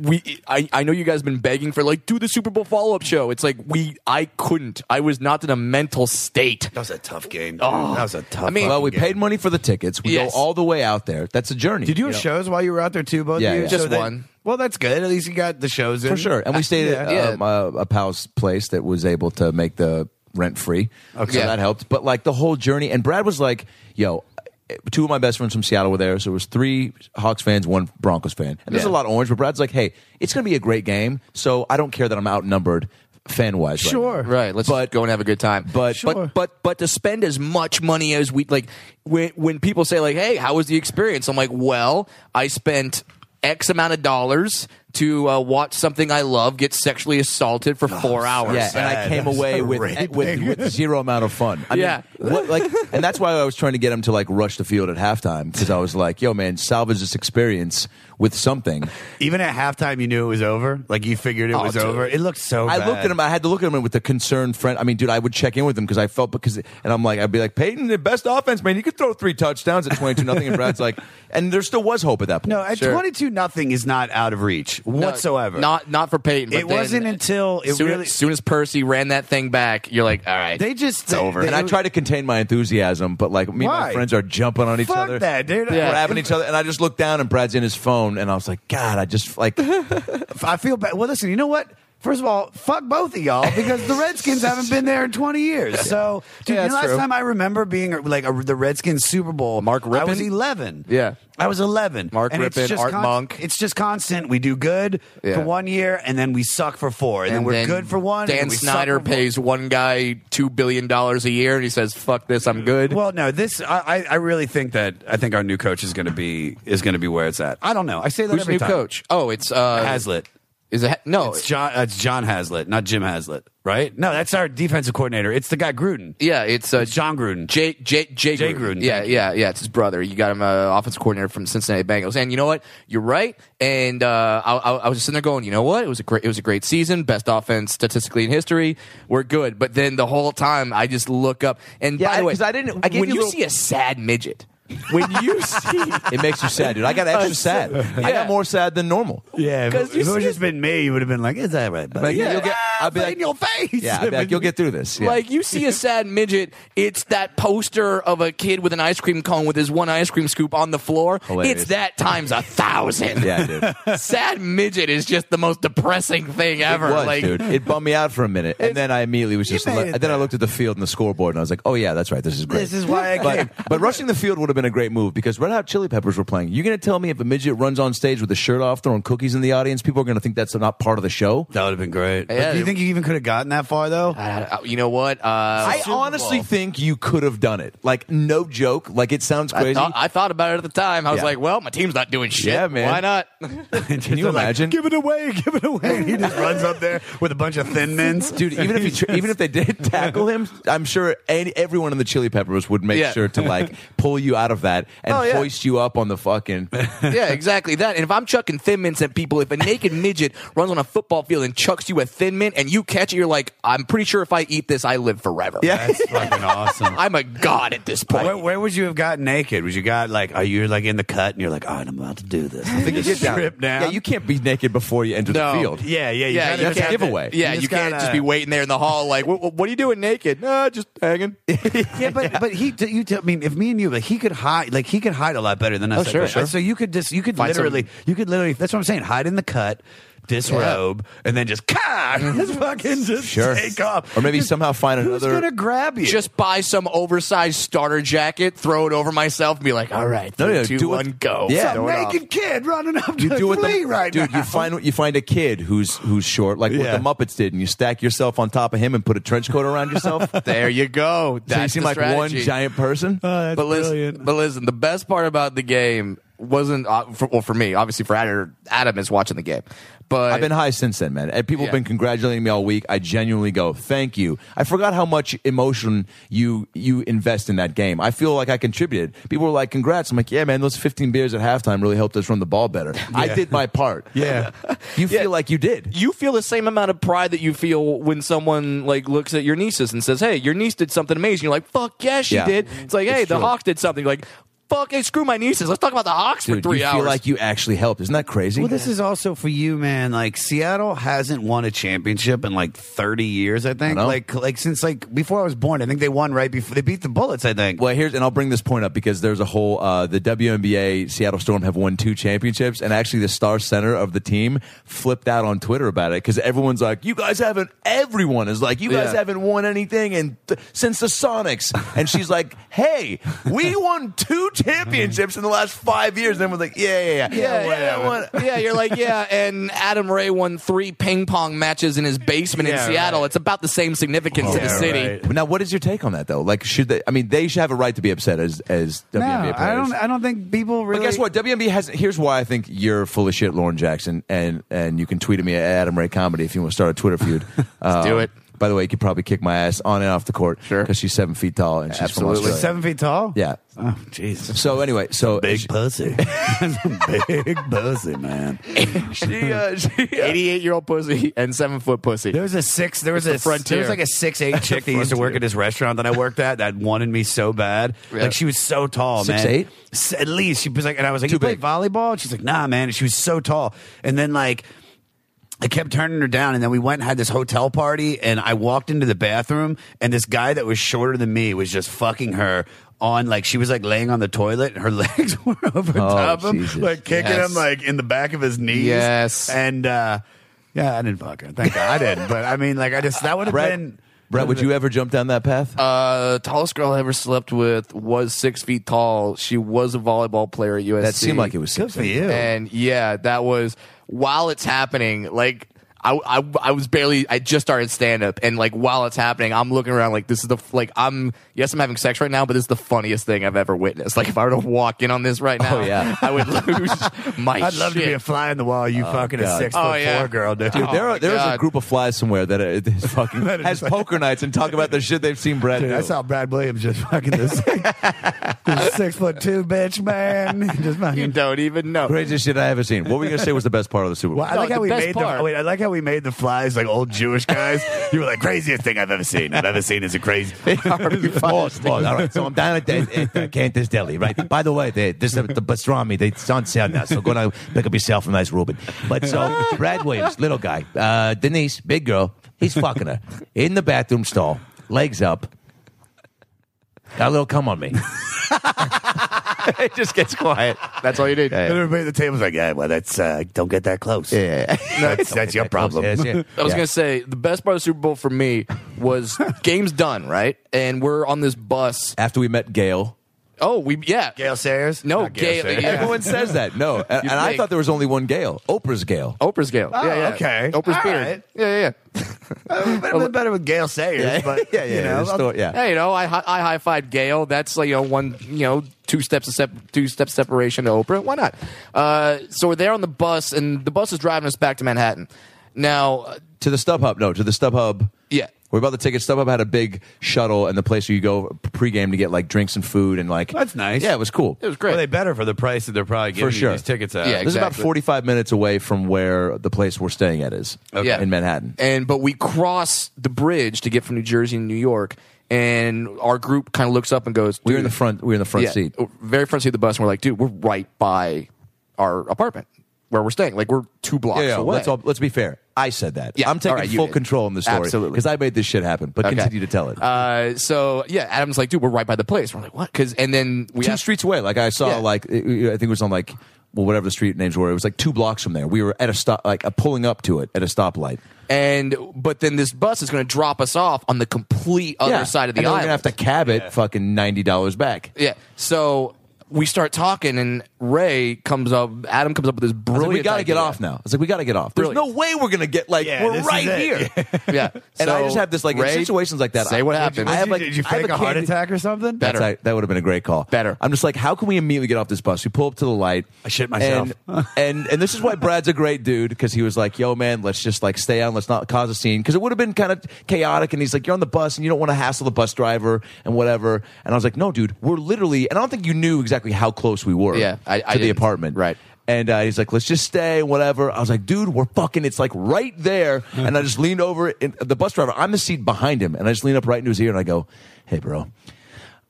Speaker 2: we I, I know you guys have been begging for like do the Super Bowl follow up show. It's like we I couldn't. I was not in a mental state.
Speaker 3: That was a tough game. Oh, that was a tough.
Speaker 2: I mean-
Speaker 1: well, we
Speaker 3: fucking
Speaker 1: paid money for the tickets. We
Speaker 2: Yes.
Speaker 1: go all the way out there. That's a journey.
Speaker 3: Did you have
Speaker 1: know?
Speaker 3: shows while you were out there too, both
Speaker 1: Yeah,
Speaker 3: of you?
Speaker 1: yeah.
Speaker 2: Just
Speaker 3: that-
Speaker 2: one.
Speaker 3: well, that's good. At least you got the shows in.
Speaker 1: for sure. And we stayed at
Speaker 2: yeah.
Speaker 1: um, a, a pal's place that was able to make the rent free. Okay, so
Speaker 2: Yeah.
Speaker 1: that helped. But like the whole journey, and Brad was like, "Yo." Two of my best friends from Seattle were there, so it was three Hawks fans, one Broncos fan, and there's a
Speaker 2: Yeah.
Speaker 1: lot of orange. But Brad's like, "Hey, it's going to be a great game, so I don't care that I'm outnumbered, fan wise."
Speaker 3: Sure.
Speaker 2: Right, let's
Speaker 1: But-
Speaker 2: go and have a good time.
Speaker 1: but-
Speaker 2: But
Speaker 1: Sure.
Speaker 2: but but but to spend as much money as we like when when people say like, "Hey, how was the experience?" I'm like, "Well, I spent X amount of dollars to uh, watch something I love get sexually assaulted for four hours."
Speaker 1: Yeah, and I
Speaker 3: sad.
Speaker 1: came
Speaker 3: That's
Speaker 1: away
Speaker 3: so
Speaker 1: with, with
Speaker 3: raping.
Speaker 1: with zero amount of fun. I mean,
Speaker 2: Yeah.
Speaker 1: what, like, and that's why I was trying to get him to like rush the field at halftime because I was like, "Yo, man, salvage this experience with something."
Speaker 3: Even at halftime, you knew it was over. Like you figured it
Speaker 2: Oh,
Speaker 3: was
Speaker 2: dude.
Speaker 3: over. It looked so.
Speaker 1: I
Speaker 3: bad.
Speaker 1: looked at him. I had to look at him with a concerned friend. I mean, dude, I would check in with him because I felt because, and I'm like, I'd be like, Peyton, the best offense, man. You could throw three touchdowns at 22 nothing, and Brad's like, and there still was hope at that point.
Speaker 3: No, at
Speaker 2: Sure.
Speaker 3: twenty-two, nothing is not out of reach
Speaker 2: No,
Speaker 3: whatsoever.
Speaker 2: Not not for Peyton. but
Speaker 3: It
Speaker 2: then-
Speaker 3: wasn't until it
Speaker 2: soon,
Speaker 3: really-
Speaker 2: soon as Percy ran that thing back, you're like, all right,
Speaker 3: They just
Speaker 2: It's over.
Speaker 3: They,
Speaker 1: and I
Speaker 3: they-
Speaker 1: try to contain my enthusiasm, but like me and my
Speaker 3: Why?
Speaker 1: friends are jumping on each
Speaker 3: Fuck
Speaker 1: other,
Speaker 3: that, dude.
Speaker 2: Yeah.
Speaker 1: grabbing each other, and I just looked down and Brad's in his phone, and I was like, God, I just like,
Speaker 3: I feel bad. Well, listen, you know what? First of all, fuck both of y'all because the Redskins haven't been there in 20 years. So, dude,
Speaker 2: Yeah,
Speaker 3: the
Speaker 2: that's
Speaker 3: last
Speaker 2: true.
Speaker 3: time I remember being like a, the Redskins Super Bowl,
Speaker 2: Mark
Speaker 3: I was
Speaker 2: Rippon?
Speaker 3: 11.
Speaker 2: Yeah.
Speaker 3: I was 11.
Speaker 2: Mark
Speaker 3: And it's
Speaker 2: Rippon,
Speaker 3: just
Speaker 2: Art Monk.
Speaker 3: It's just constant. We do good
Speaker 2: Yeah.
Speaker 3: for one year and then we suck for four. And, then we're good for one. and
Speaker 2: Dan
Speaker 3: then we suck
Speaker 2: Snyder
Speaker 3: for one.
Speaker 2: pays one guy two billion dollars a year, and he says, "Fuck this, I'm good."
Speaker 3: Well, no, this I, I, I really think that I think our new coach is going to be is going to be where it's at. I don't know. I say that
Speaker 2: who's the
Speaker 3: every
Speaker 2: new
Speaker 3: time.
Speaker 2: coach? Oh, it's uh,
Speaker 3: Hazlitt.
Speaker 2: Is it Ha-
Speaker 1: Oh,
Speaker 2: no?
Speaker 3: It's John. It's John Haslett, not Jim Haslett, right? No, that's our defensive coordinator. It's the guy Gruden.
Speaker 2: yeah, it's uh,
Speaker 3: It's John Gruden.
Speaker 2: Jay Jay Jay,
Speaker 3: Jay
Speaker 2: Gruden.
Speaker 3: Gruden,
Speaker 2: Yeah,
Speaker 3: thank
Speaker 2: yeah, yeah. It's his brother. You got him, uh, offensive coordinator from Cincinnati Bengals. And you know what? You're right. And uh, I, I, I was just sitting there going, you know what? It was a great, it was a great season, best offense statistically in history. We're good. But then the whole time, I just look up. And
Speaker 1: Yeah,
Speaker 2: by the way,
Speaker 1: 'cause I didn't- I gave
Speaker 2: when
Speaker 1: you
Speaker 2: you,
Speaker 1: a little-
Speaker 2: see a sad midget, when you see.
Speaker 1: it makes you sad, dude. I got extra sad. I
Speaker 2: yeah.
Speaker 1: got more sad than normal.
Speaker 3: yeah,
Speaker 2: if it- if it was
Speaker 3: just been me, you would have been like, "Is that right?"
Speaker 1: Like,
Speaker 3: yeah.
Speaker 1: you'll get, I'll be
Speaker 3: Laugh
Speaker 1: like-
Speaker 3: in your face.
Speaker 1: Yeah, I'd be like, you'll get through this. Yeah.
Speaker 2: Like you see a sad midget, it's that poster of a kid with an ice cream cone with his one ice cream scoop on the floor.
Speaker 1: Hilarious.
Speaker 2: It's that times a thousand.
Speaker 1: yeah, dude. It
Speaker 2: Sad midget is just the most depressing thing ever.
Speaker 1: was,
Speaker 2: like
Speaker 1: dude. It bummed me out for a minute, and then I immediately was just.
Speaker 5: made
Speaker 1: Like,
Speaker 5: it
Speaker 1: and then I looked at the field and the scoreboard, and I was like, "Oh yeah, that's right. This is great.
Speaker 3: This is why I came.
Speaker 1: But, but rushing the field would have been a great move because Red Hot Chili Peppers were playing. You're going to tell me if a midget runs on stage with a shirt off, throwing cookies in the audience, people are going to think that's not part of the show.
Speaker 3: That would have been great. But
Speaker 2: Yeah,
Speaker 3: do you
Speaker 2: it-
Speaker 3: think you even could have gotten that far though?
Speaker 2: Uh, you know what? Uh,
Speaker 1: I honestly think you could have done it. Like, no joke. Like, it sounds
Speaker 2: I
Speaker 1: crazy.
Speaker 2: thought, I thought about it at the time. I was
Speaker 1: Yeah.
Speaker 2: like, well, my team's not doing shit.
Speaker 1: Yeah, man.
Speaker 2: Why not?
Speaker 1: Can you imagine?
Speaker 5: Give it away, give it away.
Speaker 3: he just runs up there with a bunch of thin men.
Speaker 1: Dude, even if he, tr- even if they did tackle him, I'm sure any, everyone in the Chili Peppers would make
Speaker 2: Yeah.
Speaker 1: sure to like pull you out of that and
Speaker 2: Oh, yeah.
Speaker 1: hoist you up on the fucking.
Speaker 2: yeah, exactly that. And if I'm chucking thin mints at people, if a naked midget runs on a football field and chucks you a thin mint and you catch it, you're like, I'm pretty sure if I eat this, I live forever.
Speaker 3: That's fucking awesome.
Speaker 2: I'm a god at this point.
Speaker 3: Where, where would you have gotten naked? Would you got like are you like in the cut and you're like, all right, I'm about to do this.
Speaker 1: I think you get down.
Speaker 3: Strip down.
Speaker 1: Yeah, you can't be naked before you enter the
Speaker 2: No.
Speaker 1: field.
Speaker 3: yeah, yeah, you
Speaker 2: Yeah,
Speaker 3: gotta
Speaker 2: you
Speaker 3: just
Speaker 2: can't-
Speaker 3: have to-
Speaker 1: giveaway.
Speaker 2: Yeah,
Speaker 3: just
Speaker 2: you can't
Speaker 3: gotta-
Speaker 2: just be waiting there in the hall like, what, what are you doing naked? Nah, just hanging.
Speaker 3: Yeah, but but he you tell I mean if me and you like he could hide like he could hide a lot better than us.
Speaker 2: Oh,
Speaker 3: Like,
Speaker 2: sure, sure.
Speaker 3: So you could just you could
Speaker 2: Find some-
Speaker 3: literally you could literally that's what I'm saying hide in the cut, disrobe, and then just cock, just fucking just
Speaker 1: Sure.
Speaker 3: take off.
Speaker 1: Or maybe somehow find
Speaker 3: Who's
Speaker 1: another.
Speaker 3: gonna grab you?
Speaker 2: just buy some oversized starter jacket, throw it over myself, and be like, all right,
Speaker 1: No,
Speaker 2: three,
Speaker 1: yeah,
Speaker 2: two,
Speaker 1: do it-
Speaker 2: one, go.
Speaker 3: some
Speaker 1: Yeah. throw it
Speaker 3: naked kid running up to
Speaker 1: You do
Speaker 3: the
Speaker 1: it
Speaker 3: flea
Speaker 1: the,
Speaker 3: right
Speaker 1: dude.
Speaker 3: now.
Speaker 1: You find you find a kid who's who's short, like
Speaker 3: Yeah.
Speaker 1: what the Muppets did, and you stack yourself on top of him and put a trench coat around yourself.
Speaker 2: There you go.
Speaker 1: so you
Speaker 2: That's
Speaker 1: seem
Speaker 2: the
Speaker 1: like one
Speaker 2: strategy. Oh,
Speaker 1: giant person.
Speaker 2: but listen, but listen, the best part about the game wasn't uh, for, well for me. Obviously, for Adam, Adam is watching the game, but
Speaker 1: I've been high since then, man. And people have
Speaker 2: Yeah.
Speaker 1: been congratulating me all week. I genuinely go, thank you. I forgot how much emotion you you invest in that game. I feel like I contributed. People were like, congrats. I'm like, yeah, man, those 15 beers at halftime really helped us run the ball better. I did my part.
Speaker 3: Yeah.
Speaker 1: You feel like you did.
Speaker 2: you feel the same amount of pride that you feel when someone like looks at your nieces and says, "Hey, your niece did something amazing." You're like, "Fuck yeah, she
Speaker 1: Yeah.
Speaker 2: did." It's like, "Hey, the
Speaker 1: true.
Speaker 2: Hawks did something." You're like, "Fuck, hey, screw my nieces. Let's talk about the Hawks
Speaker 1: Dude,
Speaker 2: for three
Speaker 1: you
Speaker 2: hours."
Speaker 1: feel like you actually helped. Isn't that crazy?
Speaker 3: Well, this is also for you, man. Like Seattle hasn't won a championship in like 30 years, I think.
Speaker 1: I know.
Speaker 3: like like since like before I was born. I think they won right before they beat the Bullets, I think.
Speaker 1: Well, here's and I'll bring this point up because there's a whole uh, the WNBA Seattle Storm have won two championships, and actually the star center of the team flipped out on Twitter about it because everyone's like, "You guys haven't." Everyone is like, "You guys
Speaker 2: Yeah.
Speaker 1: haven't won anything and th- since the Sonics," and she's like, "Hey, we won two championships in the last five years." And everyone's like, "Yeah, yeah, yeah,
Speaker 2: Yeah,
Speaker 1: yeah,
Speaker 2: yeah,
Speaker 1: yeah."
Speaker 2: yeah, you're like, yeah, and Adam Ray won three ping pong matches in his basement
Speaker 3: Yeah,
Speaker 2: in Seattle. It's about the same significance to the
Speaker 3: Yeah,
Speaker 2: city.
Speaker 3: right.
Speaker 1: Now, what is your take on that though? Like, should they? I mean, they should have a right to be upset as as WNBA
Speaker 3: no,
Speaker 1: players.
Speaker 3: Uh, I don't I don't think people really
Speaker 1: But guess what? WNBA has. Here's why I think you're full of shit, Lauren Jackson, and and you can tweet at me at Adam Ray Comedy if you want to start a Twitter feud. Uh,
Speaker 2: do it.
Speaker 1: By the way, you could probably kick my ass on and off the court
Speaker 2: Sure.
Speaker 1: because she's seven feet tall and she's
Speaker 2: Absolutely.
Speaker 1: from
Speaker 3: Like
Speaker 1: Australia.
Speaker 3: seven feet tall?
Speaker 1: Yeah.
Speaker 3: Oh, Jesus.
Speaker 1: So anyway, so
Speaker 3: Big pussy. Big pussy, man.
Speaker 1: she, uh, she, uh,
Speaker 2: 88 year old pussy and seven foot pussy.
Speaker 3: There was a six. There was
Speaker 2: It's the
Speaker 3: a
Speaker 2: frontier.
Speaker 3: There was like a six eight chick that used to work at this restaurant that I worked at that wanted me so bad.
Speaker 2: Yeah.
Speaker 3: Like she was so tall, man.
Speaker 1: 6'8"?
Speaker 3: S- At least she was like, and I was like,
Speaker 1: Too
Speaker 3: you play
Speaker 1: big.
Speaker 3: volleyball? And she's like, nah, man. And she was so tall. And then like. I kept turning her down, and then we went and had this hotel party. And I walked into the bathroom, and this guy that was shorter than me was just fucking her on like she was like laying on the toilet, and her legs were over top him,
Speaker 1: Jesus.
Speaker 3: like kicking
Speaker 2: Yes.
Speaker 3: him like in the back of his knees.
Speaker 2: Yes.
Speaker 3: and uh, yeah, I didn't fuck her. Thank God I didn't. But I mean, like, I just that would have
Speaker 1: Brett,
Speaker 3: been.
Speaker 1: Brett, would you ever jump down that path?
Speaker 2: Uh, tallest girl I ever slept with was six feet tall. She was a volleyball player at USC.
Speaker 1: that seemed like it was
Speaker 3: Good for
Speaker 1: sexy.
Speaker 3: you.
Speaker 2: And yeah, that was while it's happening. Like I, I, I was barely. I just started stand up, and like while it's happening, I'm looking around like this is the like I'm yes I'm having sex right now, but this is the funniest thing I've ever witnessed. Like if I were to walk in on this right now,
Speaker 1: Oh, yeah.
Speaker 2: I would lose my.
Speaker 3: I'd love to be a fly on the wall. You fucking
Speaker 1: God.
Speaker 3: a six
Speaker 2: Oh,
Speaker 3: foot
Speaker 2: yeah.
Speaker 3: four girl, dude.
Speaker 1: Dude, there
Speaker 2: Oh
Speaker 1: are,
Speaker 2: my
Speaker 1: there is a
Speaker 2: God.
Speaker 1: group of flies somewhere that are, is fucking
Speaker 3: That is
Speaker 1: has
Speaker 3: like-
Speaker 1: poker nights and talk about the shit they've seen Brett
Speaker 3: Dude,
Speaker 1: do.
Speaker 3: I saw Brad Williams just fucking this, this six foot two bitch man. Just
Speaker 2: You
Speaker 3: fucking.
Speaker 2: don't even know.
Speaker 1: Craziest shit I ever seen. What were you gonna say was the best part of the Super Bowl?
Speaker 3: Well, I
Speaker 2: No,
Speaker 3: like how
Speaker 2: the
Speaker 3: we
Speaker 2: best
Speaker 3: made
Speaker 2: part-
Speaker 3: the wait. I like how we made the flies like old Jewish guys. you were like craziest thing I've ever seen. I've ever seen is a crazy.
Speaker 1: Small, small. All right. So I'm down at the, at the Cantus Deli, right? By the way, the, this uh, the pastrami they it's on sale now, so go to pick up yourself a nice Reuben. But so Brad Williams, little guy, uh, Denise, big girl.
Speaker 4: He's fucking her in the bathroom stall, legs up. Got a little cum on me.
Speaker 2: it just gets quiet. That's all you need.
Speaker 3: And everybody at the table's like, yeah, well, that's uh, don't get that close. Yeah, that's, that's your problem.
Speaker 4: Yes, yeah.
Speaker 2: I was
Speaker 4: Yeah.
Speaker 2: gonna say the best part of the Super Bowl for me was game's done, right? And we're on this bus.
Speaker 1: After we met Gail.
Speaker 2: Oh, we yeah.
Speaker 3: Gail Sayers?
Speaker 2: No,
Speaker 3: Not Gale
Speaker 2: Gail-
Speaker 3: Sayers.
Speaker 2: yeah.
Speaker 1: Everyone says that. No. And, and I
Speaker 2: think.
Speaker 1: thought there was only one Gail. Oprah's Gail.
Speaker 2: Oprah's Gail.
Speaker 1: Oh,
Speaker 2: yeah, yeah.
Speaker 3: okay.
Speaker 2: Oprah's
Speaker 3: All
Speaker 2: beard.
Speaker 3: right.
Speaker 2: Yeah, yeah, yeah.
Speaker 3: Uh, better, better, better with Gail Sayers, but
Speaker 1: yeah, yeah,
Speaker 3: you know,
Speaker 1: yeah.
Speaker 3: I'll-
Speaker 1: Still- yeah.
Speaker 2: Hey, you know, I hi- I high fived Gail. That's like you know one you know two steps a sep- two steps separation to Oprah. Why not? Uh, so we're there on the bus, and the bus is driving us back to Manhattan. Now, uh,
Speaker 1: To the StubHub. No, to the StubHub.
Speaker 2: yeah,
Speaker 1: We bought the tickets. StubHub had a big shuttle and the place where you go pregame to get like drinks and food and like.
Speaker 3: That's nice.
Speaker 1: Yeah, it was cool.
Speaker 2: it was great.
Speaker 3: Well, they better for the price that they're probably giving you
Speaker 1: sure.
Speaker 3: these tickets at.
Speaker 2: Yeah,
Speaker 1: This is about
Speaker 2: Exactly.
Speaker 1: 45 minutes away from where the place we're staying at is
Speaker 2: Yeah.
Speaker 1: in Manhattan.
Speaker 2: and but we cross the bridge to get from New Jersey to New York, and our group kind of looks up and goes,
Speaker 1: We were in
Speaker 2: "Dude."
Speaker 1: the front. We were in the front
Speaker 2: Yeah, Oh,
Speaker 1: seat.
Speaker 2: very front seat of the bus, and we're like, dude, we're right by our apartment where we're staying. Like we're two blocks
Speaker 1: Yeah, yeah,
Speaker 2: away.
Speaker 1: let's, all, let's be fair. I said that.
Speaker 2: Yeah,
Speaker 1: I'm taking
Speaker 2: all right, you
Speaker 1: full
Speaker 2: did.
Speaker 1: control in the story.
Speaker 2: Absolutely.
Speaker 1: Because I made this shit happen. But
Speaker 2: Okay.
Speaker 1: continue to tell it.
Speaker 2: Uh, so yeah, Adam's like, dude, we're right by the place. We're like, what? Because and then we
Speaker 1: two
Speaker 2: asked-
Speaker 1: streets away. Like I saw,
Speaker 2: Yeah.
Speaker 1: like it- it- I think it was on like well, whatever the street names were. It was like two blocks from there. We were at a stop, like a pulling up to it at a stoplight.
Speaker 2: and but then this bus is going to drop us off on the complete other side of the
Speaker 1: and then We're
Speaker 2: island.
Speaker 1: gonna have to cab it, fucking ninety dollars back.
Speaker 2: yeah, so. We start talking, and Ray comes up. Adam comes up with this
Speaker 1: I was
Speaker 2: brilliant.
Speaker 1: like, we got to get
Speaker 2: idea.
Speaker 1: off now. I was like, we got to get off. There's no
Speaker 2: Brilliant.
Speaker 1: way we're gonna get like
Speaker 3: Yeah,
Speaker 1: we're
Speaker 3: this is
Speaker 1: right
Speaker 3: it.
Speaker 1: here.
Speaker 2: Yeah,
Speaker 1: And I
Speaker 2: So,
Speaker 1: just have this like in
Speaker 2: Ray,
Speaker 1: situations like that.
Speaker 2: Say what happened.
Speaker 1: I have like
Speaker 3: did you
Speaker 1: I have
Speaker 3: fake a, heart
Speaker 1: candy-
Speaker 3: attack or something?
Speaker 1: That's
Speaker 2: Better.
Speaker 1: like- that would have been a great call.
Speaker 2: Better.
Speaker 1: I'm just like, how can we immediately get off this bus? We pull up to the light.
Speaker 3: I shit myself.
Speaker 1: And and, and this is why Brad's a great dude because he was like, yo, man, let's just like stay on. Let's not cause a scene because it would have been kind of chaotic. And he's like, you're on the bus and you don't want to hassle the bus driver and whatever. And I was like, no, dude, we're literally. And I don't think you knew exactly how close we were.
Speaker 2: Yeah, I- I
Speaker 1: to the
Speaker 2: didn't.
Speaker 1: apartment.
Speaker 2: Right.
Speaker 1: And uh, he's like, let's just stay, whatever. I was like, dude, we're fucking, it's like right there. And I just leaned over, and the bus driver, I'm the seat behind him, and I just lean up right into his ear and I go, hey, bro,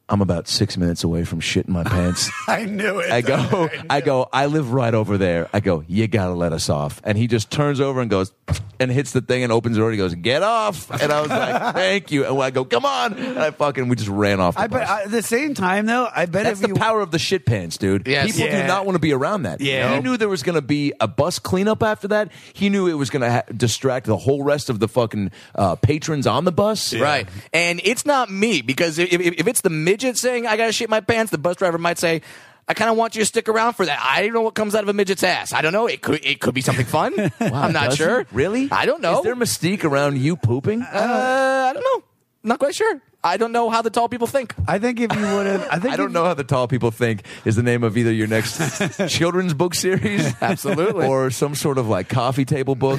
Speaker 1: I'm about six minutes away from shitting my pants.
Speaker 3: I knew it.
Speaker 1: I go, I go, I live right over there. I go, you gotta let us off. And he just turns over and goes, and hits the thing and opens the door and he goes, get off. And I was like, thank you. And I go, come on. And I fucking, we just ran off. The
Speaker 3: I bet
Speaker 1: bus.
Speaker 3: I, at the same time though, I bet
Speaker 1: That's
Speaker 3: if you,
Speaker 1: the power of the shit pants, dude.
Speaker 2: Yes.
Speaker 1: People
Speaker 3: Yeah.
Speaker 1: do not want to be around that.
Speaker 3: Yeah.
Speaker 1: He knew there was going to be a bus cleanup after that. He knew it was going to ha- distract the whole rest of the fucking uh, patrons on the bus.
Speaker 2: Right. And it's not me because if, if, if it's the midget saying, I got to shit my pants, the bus driver might say, I kind of want you to stick around for that. I don't know what comes out of a midget's ass. I don't know. It could it could be something fun. I'm not
Speaker 1: Does he?
Speaker 2: sure.
Speaker 1: Really?
Speaker 2: I don't know.
Speaker 1: Is there mystique around you pooping?
Speaker 2: uh, I don't know. Not quite sure. I don't know how the tall people think.
Speaker 3: I think if you would have, I think
Speaker 1: I
Speaker 3: if
Speaker 1: don't know how the tall people think is the name of either your next children's book series,
Speaker 2: Absolutely.
Speaker 1: or some sort of like coffee table book.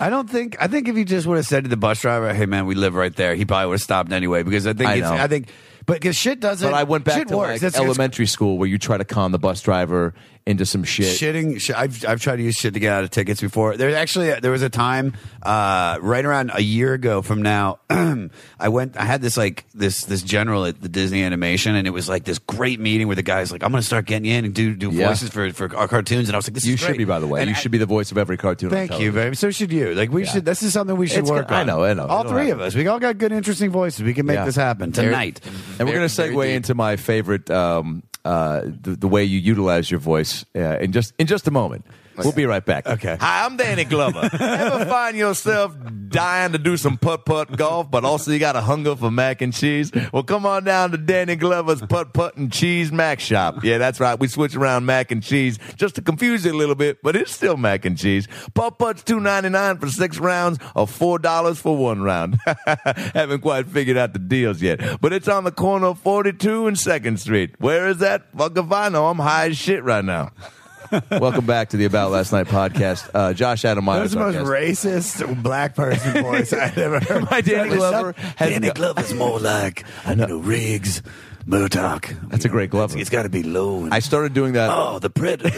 Speaker 3: I don't think. I think if you just would have said to the bus driver, "Hey man, we live right there," he probably would have stopped anyway. Because I think
Speaker 1: I
Speaker 3: it's,
Speaker 1: know.
Speaker 3: I think, but because shit doesn't.
Speaker 1: But I went back
Speaker 3: shit
Speaker 1: to
Speaker 3: works.
Speaker 1: like
Speaker 3: That's- it's-
Speaker 1: elementary school where you try to con the bus driver into some shit.
Speaker 3: Shitting, sh- I've I've tried to use shit to get out of tickets before. There's actually there was a time uh, right around a year ago from now. I went. I had this like this this general at the Disney Animation, and it was like this great meeting where the guy's like, "I'm going to start getting you in and do do
Speaker 1: Yeah.
Speaker 3: voices for for our cartoons," and I was like, "This
Speaker 1: You
Speaker 3: is
Speaker 1: should
Speaker 3: great."
Speaker 1: be, by the way.
Speaker 3: And
Speaker 1: you
Speaker 3: I-
Speaker 1: should be the voice of every cartoon. on
Speaker 3: Thank you,
Speaker 1: television.
Speaker 3: babe. So should you. Like we
Speaker 1: Yeah.
Speaker 3: should. This is something we should
Speaker 1: It's
Speaker 3: work
Speaker 1: good.
Speaker 3: on.
Speaker 1: I know, I know.
Speaker 3: All
Speaker 1: It'll
Speaker 3: three of
Speaker 1: happen.
Speaker 3: us. We all got good, interesting voices. We can make
Speaker 1: Yeah.
Speaker 3: this happen tonight.
Speaker 1: And we're
Speaker 2: Very-
Speaker 1: going to segue
Speaker 2: very deep.
Speaker 1: into my favorite, um, uh, the, the way you utilize your voice uh, in just in just a moment. We'll be right back.
Speaker 3: Okay.
Speaker 1: Hi, I'm Danny Glover. Ever find yourself dying to do some putt putt golf, but also you got a hunger for mac and cheese? Well, come on down to Danny Glover's Putt Putt and Cheese Mac Shop. Yeah, that's right. We switch around mac and cheese just to confuse you a little bit, but it's still mac and cheese. Putt Putt's two ninety nine for six rounds, or four dollars for one round. Haven't quite figured out the deals yet, but it's on the corner of 42 and Second Street. Where is that? Fuck if I know. I'm high as shit right now. Welcome back to the About Last Night podcast. Uh, Josh Adam
Speaker 3: That
Speaker 1: Myers.
Speaker 3: was the most
Speaker 1: our guest.
Speaker 3: racist black person voice I've ever heard.
Speaker 1: My Danny Glover has
Speaker 3: Danny
Speaker 1: no-
Speaker 3: Glover's more like I know Riggs.
Speaker 5: Murdoch.
Speaker 1: That's a great glove.
Speaker 5: It's got to be low. And,
Speaker 1: I started doing that.
Speaker 5: oh, the predator.